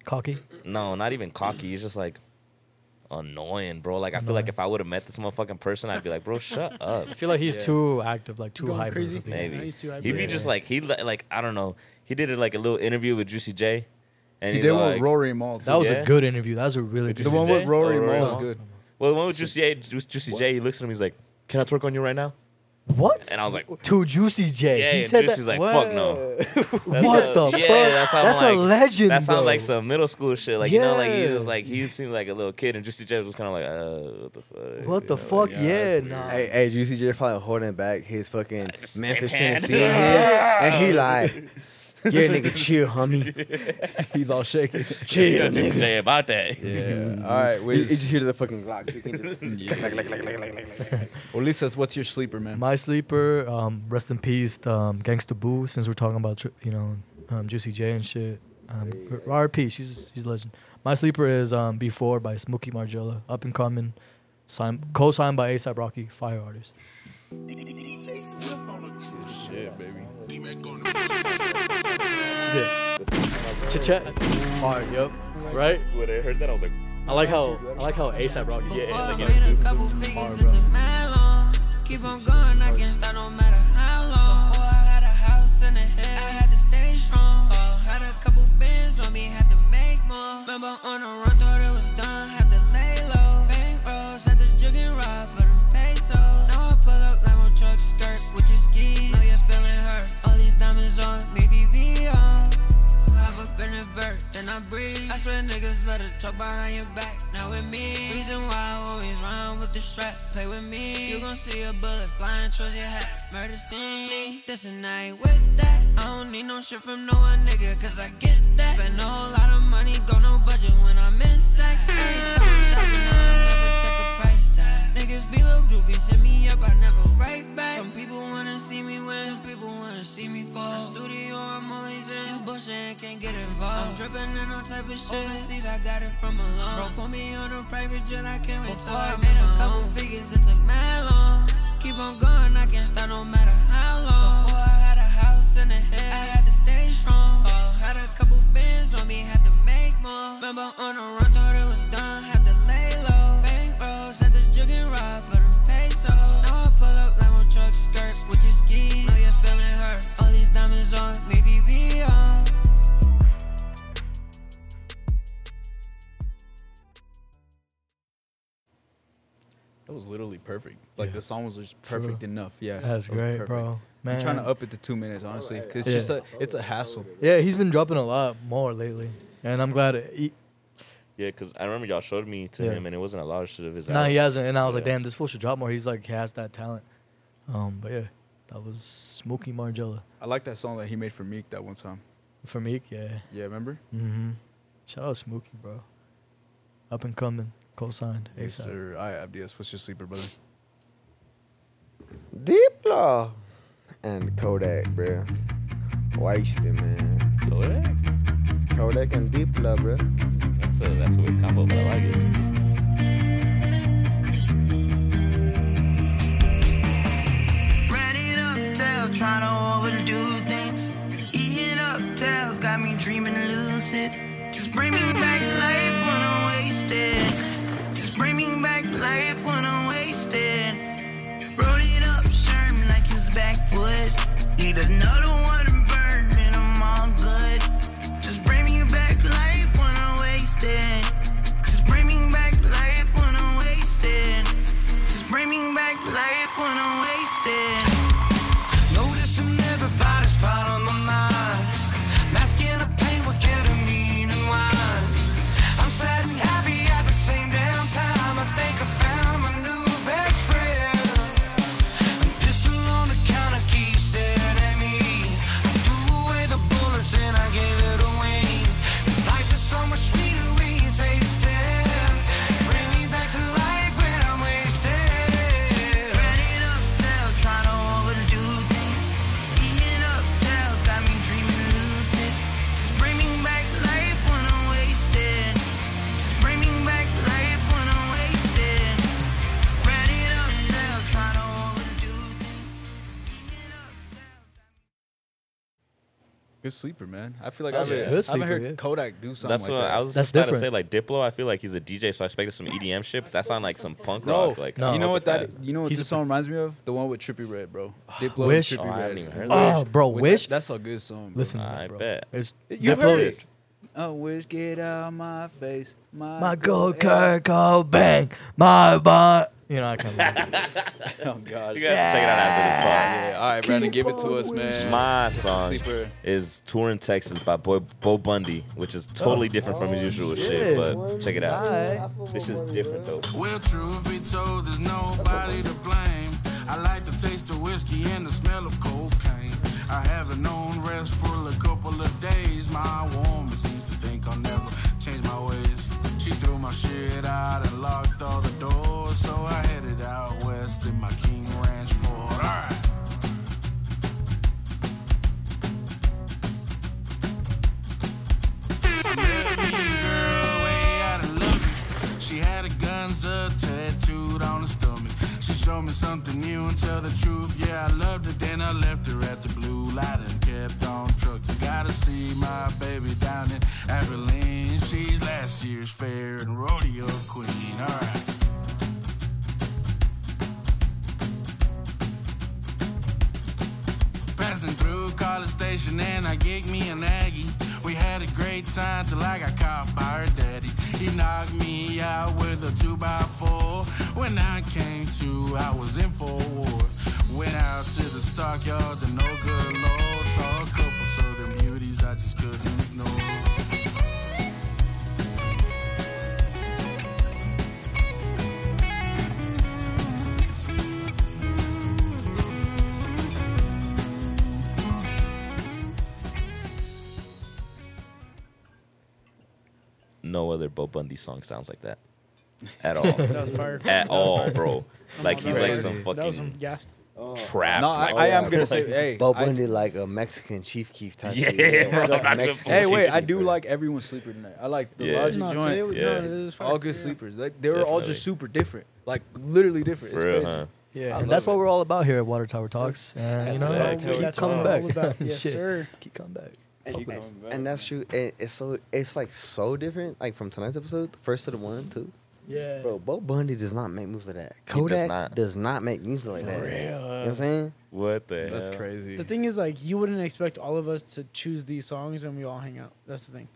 S4: Cocky.
S3: no, not even cocky. He's just like annoying, bro. Like I feel like
S4: Annoying.
S3: if I would have met this motherfucking person, I'd be like, bro, shut up.
S4: I feel like he's too active, like too
S1: Going
S4: hyper.
S1: crazy?
S4: for people.
S1: Yeah,
S3: Maybe
S1: no, he's too
S3: he'd be
S1: hyper.
S3: just like he li- like I don't know. He did it like a little interview with Juicy J, and
S2: He
S3: he's
S2: did one
S3: like,
S2: with Rory Mall.
S4: That was
S3: Yeah.
S4: a good interview. That was a really good.
S2: The one
S3: J?
S2: with Rory
S3: Oh, Rory
S2: Mall
S3: Mall.
S2: was good.
S3: well, the one with Juicy J, Ju- Juicy J, he looks at him, he's like, "Can I twerk on you right now?"
S4: What?
S3: And I was like, "What
S4: to Juicy J.
S3: Yeah,
S4: he
S3: and
S4: said
S3: Juicy's
S4: that.
S3: like, fuck no.
S4: What, the fuck?
S3: yeah, That's, how I'm
S4: That's a
S3: like,
S4: legend.
S3: That sounds
S4: bro.
S3: like some middle school shit. Like you know, like he
S4: Yeah.
S3: just like he seemed like a little kid, and Juicy J was kind of like, uh, what the fuck?
S4: What
S3: You know,
S4: the
S3: like,
S4: fuck? Yeah, nah.
S8: Hey, hey, Juicy J probably holding back his fucking Memphis,
S3: hand.
S8: Tennessee, head, and he like, yeah, nigga, chill, homie,
S2: He's all shaking.
S8: chill,
S3: Juicy
S8: nigga.
S3: J about that.
S2: yeah. All right,
S8: You, you
S2: Wiz.
S8: just hear the fucking Glock. You can just-
S2: Well, Lisa, what's your sleeper, man?
S4: My sleeper, um, rest in peace, um, Gangsta Boo. Since we're talking about tr- you know um, Juicy J and shit, um, R- RP. She's she's a legend. My sleeper is um, Before by Smokey Margella, up and coming, signed, co-signed by ASAP Rocky, fire artist. Yeah. Chit chat. Hard, yep. Right.
S3: When I heard that, I was like,
S4: I like how I like how ASAP Rocky.
S13: Made a couple figures, it took mad long. Keep on going, I can't stop no matter how long. Before I had a house and a head, I had to stay strong. Uh, had a couple bands on me, had to make more. Remember on the run, thought it was done, had to lay low. Bank rolls, had to jug and ride for them pesos. Now I pull up like one truck skirt with your skis. Know you're feeling hurt, all these diamonds on, maybe VR. Hop up in the vert, then I breathe. I swear niggas let it talk behind your back, now with me. Reason why I always run with the strap, play with me. You gon' see a bullet flying towards your hat, murder scene. Sneak This and I ain't with that. I don't need no shit from no one nigga, cause I get that. Spend a whole lot of money, go no budget when I'm in sex. Every time I'm shopping, I never check the price tag. Niggas be little groupies, hit me up, I never write back. Some people wanna see me win, some people wanna see me fall. The studio I'm always in, you bullshit and can't get involved. I'm dripping in no type of shit. Overseas, I got it from alone. Bro, put me on a private jet, I can't wait till I made a couple figures, it took mad long. Keep on going, I can't stop no matter how long. Before I had a house and a head, I had to stay strong. Uh, had a couple bands on me, had to make more. Remember on the run, thought it was done, had to lay low. Bank rolls, had to jug and ride for them pesos. Now I pull up like one truck skirt with your skis. Know you're feeling hurt, all these diamonds on, maybe VR.
S2: That was literally perfect. Like
S4: Yeah.
S2: the song was just perfect enough. Yeah,
S4: That's
S2: that was
S4: great,
S2: perfect.
S4: bro. Man,
S2: I'm trying to up it to two minutes, honestly, 'cause it's
S4: Yeah.
S2: just a it's a hassle.
S4: Yeah, he's been dropping a lot more lately, and I'm glad. It, he,
S3: yeah, because I remember y'all showed me to
S4: Yeah.
S3: him, and it wasn't a lot of shit of his.
S4: nah,
S3: album.
S4: he hasn't. And I was like,
S3: Yeah.
S4: damn, this fool should drop more. He's like, he has that talent. Um, but yeah, that was Smokey Margella
S2: I like that song that he made for Meek that one time.
S4: for me. Yeah.
S2: Yeah, remember?
S4: Mm-hmm. Shout out Smokey, bro. Up and coming, co-signed,
S2: Yes,
S4: ASAP.
S2: sir. I Abdias, what's your sleeper, brother?
S8: Diplo and Kodak, bro. Wasted, man.
S3: So, yeah,
S8: Kodak and Diplo, bro.
S3: that's a that's a weird combo, but I like it.
S13: Ran it up, tails, trying to overdo things. Eating up, tails, got me dreaming lucid. Just bring me back life when I'm wasted. Just bring me back life when I'm wasted. Roll it up, sherm like it's backwood. Need another one to burn, man, I'm all good. Just bring me back life when I'm wasted. Just bring me back life when I'm wasted. Just bring me back life when I'm wasted. Noticing everybody's part on my mind. Masking the pain with ketamine and wine. I'm sad and happy at the same damn time. I think I found my new best friend. A pistol on the counter keeps staring at me.
S2: Good sleeper, man. I feel like
S4: Oh,
S2: I've
S4: yeah. Good
S2: heard, I haven't
S4: sleeper,
S2: heard
S4: yeah.
S2: Kodak do something
S3: That's
S2: like
S3: what
S2: that.
S3: I was
S4: That's
S3: just about to
S4: different.
S3: say. Like Diplo, I feel like he's a DJ, so I expected some EDM shit. But that sounded like some punk
S2: Bro,
S3: rock. Like
S4: no.
S2: you know what that? You know what
S4: uh, He's a-
S2: this song reminds me of? The one with Trippy Red, bro. Diplo
S4: Wish.
S2: and
S3: Oh,
S2: Trippy
S3: I
S2: Red.
S3: haven't even heard that.
S4: Oh, bro,
S2: With
S4: wish.
S2: That, that's a good song. Bro.
S4: Listen, to
S3: I
S4: me, bro.
S3: bet.
S4: It's
S2: You've
S4: Diplo
S2: heard
S4: is-
S2: it. Oh, wish get out my face, my,
S4: My gold Kurt Cobain, my bond. You know I can't. believe it.
S2: Oh gosh.
S3: You guys check it out after
S2: Yeah, all right, Brandon, give it to us,
S3: this part.
S2: man.
S3: My song
S2: Sleeper.
S3: is "Tour in Texas" by Boy Bo Bundy, which is totally different from his
S1: Oh,
S3: usual shit. But check it out. This is different though.
S14: Well, truth be told, there's nobody to blame. I like the taste of whiskey and the smell of cocaine. I haven't known rest for a couple of days. My woman seems to think I'll never change my ways. She threw my shit out and locked all the doors, so I headed out west in my King Ranch Ford. All right. girl way out of Lubbock. She had a gunza tattooed on her stomach. She showed me something new and tell the truth. Yeah, I loved it. Then I left her at the blue light and kept on trucking. Gotta see my baby down in Abilene. She's last year's fair and rodeo queen. Alright. Passing through College Station and I gigged me an Aggie. We had a great time till I got caught by her daddy. He knocked me out with a 2x4. When I came to, I was in for war. Went out to the stockyards and no good lord. Saw a couple southern beauties I just couldn't ignore.
S3: No other Bo Bundy song sounds like that at all.
S1: That was fire.
S3: at all, bro.
S1: No,
S3: Like
S1: that
S3: he's
S1: was
S3: like
S1: fire.
S3: some
S1: That was some
S3: fucking
S1: gas.
S3: trap.
S2: No, I,
S3: like-
S2: I am gonna say, hey,
S5: Bo
S2: I-
S5: Bundy like a Mexican Chief Keef type.
S3: Yeah,
S5: dude.
S3: bro, I'm not gonna
S5: Mexican
S2: Hey,
S3: Well,
S2: wait!
S5: Chief
S2: I
S5: Keef,
S2: do
S5: bro.
S2: like everyone's sleeper tonight. I like the
S3: Yeah.
S2: Logic
S1: No, today
S2: joint.
S1: was,
S3: Yeah.
S1: no, it was fire.
S2: All good
S1: Yeah.
S2: sleepers. Like they were all just
S3: Definitely.
S2: super different. Like literally different. It's
S3: For real,
S2: crazy.
S3: huh?
S4: Yeah,
S2: I
S4: and that's
S2: love
S4: what
S2: it.
S4: we're all about here at Water Tower Talks. And you know,
S1: That's
S3: Yeah,
S1: all-
S3: tell
S4: keep
S3: it
S1: that's
S4: coming
S1: what I'm all
S4: back.
S1: about. Yes,
S4: Shit.
S1: sir.
S4: Keep coming back.
S5: And, and- and that's true. And it's so it's like so different. Like from tonight's episode, the first to the one, too.
S4: Yeah.
S5: Bro, Bo Bundy does not make music like that.
S3: does
S5: Kodak does
S3: not.
S5: not, make music like that. You know what I'm
S1: Real.
S5: saying?
S3: What the
S2: That's
S3: hell?
S2: crazy.
S1: The thing is, like, you wouldn't expect all of us to choose these songs, and we all hang out. That's the thing.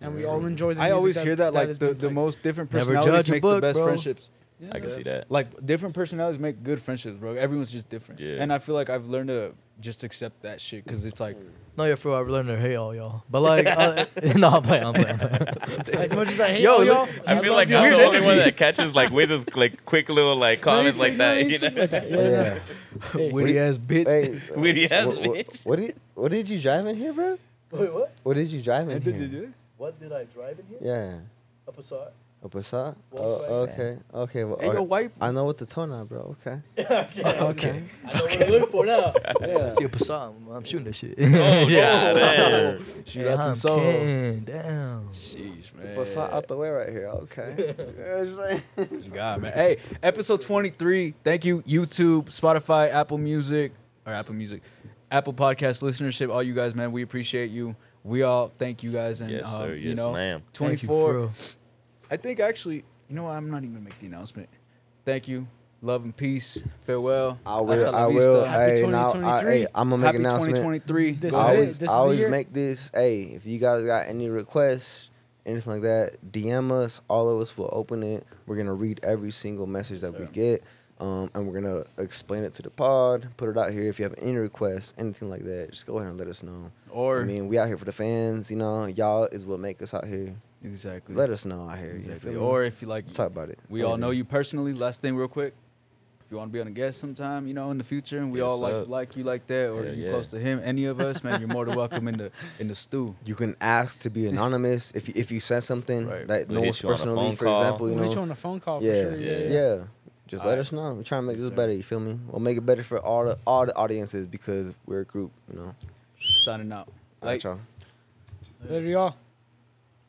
S1: And we all enjoy the.
S2: I
S1: music
S2: always hear that, like
S1: has
S2: the,
S1: been
S2: the
S1: played.
S2: most different
S4: Never
S2: personalities
S4: judge a
S2: make the
S4: book,
S2: best
S4: bro.
S2: friendships.
S3: I can see that.
S2: Like different personalities make good friendships, bro. Everyone's just different.
S3: Yeah.
S2: And I feel like I've learned to just accept that shit because it's like
S4: No, yeah, for real, I've learned to hate all y'all. But like, uh, no, I'm playing. I'm playing. I'm playing.
S1: As much as I hate
S4: Yo,
S1: all
S4: look-
S1: y'all,
S3: I feel like
S1: love
S3: I'm
S1: y'all.
S3: the only one that catches like Wiz's like quick little like comments like
S1: No,
S3: that.
S1: he's
S3: You
S1: quick
S3: know?
S1: like that.
S5: Yeah.
S1: Yeah, no. Hey,
S4: Witty ass bitch.
S5: Hey,
S3: Weedy ass
S5: what, what,
S3: bitch.
S5: what did what did you drive in here, bro?
S4: Wait, what?
S5: What did you drive in here?
S4: What did I drive in here?
S5: Yeah.
S4: A Passat.
S5: A Passat?
S4: What
S5: Oh,
S4: was that?
S5: okay. Okay. Well,
S2: Ain't no
S5: okay.
S2: white-
S5: I know it's a Tona, bro. Okay.
S4: Okay. I know what to look for now. Yeah. See a Passat. I'm, I'm shooting that shit.
S3: Oh, God, damn.
S2: shoot out to Soho.
S4: Damn.
S2: Jeez, man.
S5: Passat out the way right here. Okay.
S2: God, man. Hey, episode 23. Thank you, YouTube, Spotify, Apple Music, or Apple Music, Apple Podcast listenership. All you guys, man, we appreciate you. We all thank you guys. And,
S3: Yes,
S2: um,
S3: sir.
S2: you
S3: Yes,
S2: know,
S3: ma'am.
S4: Thank you,
S2: 24.
S4: for real.
S2: I think actually, you know what? I'm not even going to make the announcement. Thank you. Love and peace. Farewell.
S5: I will.
S2: Hasta la
S5: I
S2: vista.
S5: will.
S1: Happy
S5: Hey, now, I,
S1: 2023.
S5: hey, I'm gonna make
S2: Happy
S5: an announcement.
S2: 2023.
S1: This
S5: I
S1: is it.
S5: always,
S1: This
S5: I
S1: is the
S5: always
S1: year.
S5: make this. Hey, if you guys got any requests, anything like that, DM us. All of us will open it. We're gonna read every single message that we get, um, and we're gonna explain it to the pod. Put it out here. If you have any requests, anything like that, just go ahead and let us know.
S2: Or,
S5: I mean, we out here for the fans. You know, y'all is what make us out here.
S2: exactly.
S5: Let us know out here.
S2: exactly.
S5: You
S2: Or if you like,
S5: talk about it.
S2: we all know
S5: Anything.
S2: you personally. Last thing, real quick. If you want to be on a guest sometime, you know, in the future, and we
S3: Hit
S2: all
S3: us
S2: like
S3: up.
S2: like you like that, or
S3: Hell
S2: you
S3: yeah.
S2: close to him, any of us, man, you're more than welcome in the in the stew.
S5: You can ask to be anonymous if you, if you said something
S2: Right.
S5: that
S3: We'll
S5: no
S3: hit
S5: one's
S3: you on a phone
S5: personally, for
S3: call.
S5: example, you
S1: We'll
S5: know.
S1: hit you on a phone call for
S5: yeah,
S1: sure.
S5: yeah,
S1: Yeah.
S5: Just
S2: All
S5: let
S2: right.
S5: us know. We're trying to make
S2: Yes,
S5: this
S2: sir.
S5: better. You feel me? We'll make it better for all the all the audiences because we're a group. You know.
S2: Signing out.
S5: All right,
S2: Like-
S5: y'all.
S1: Later, y'all.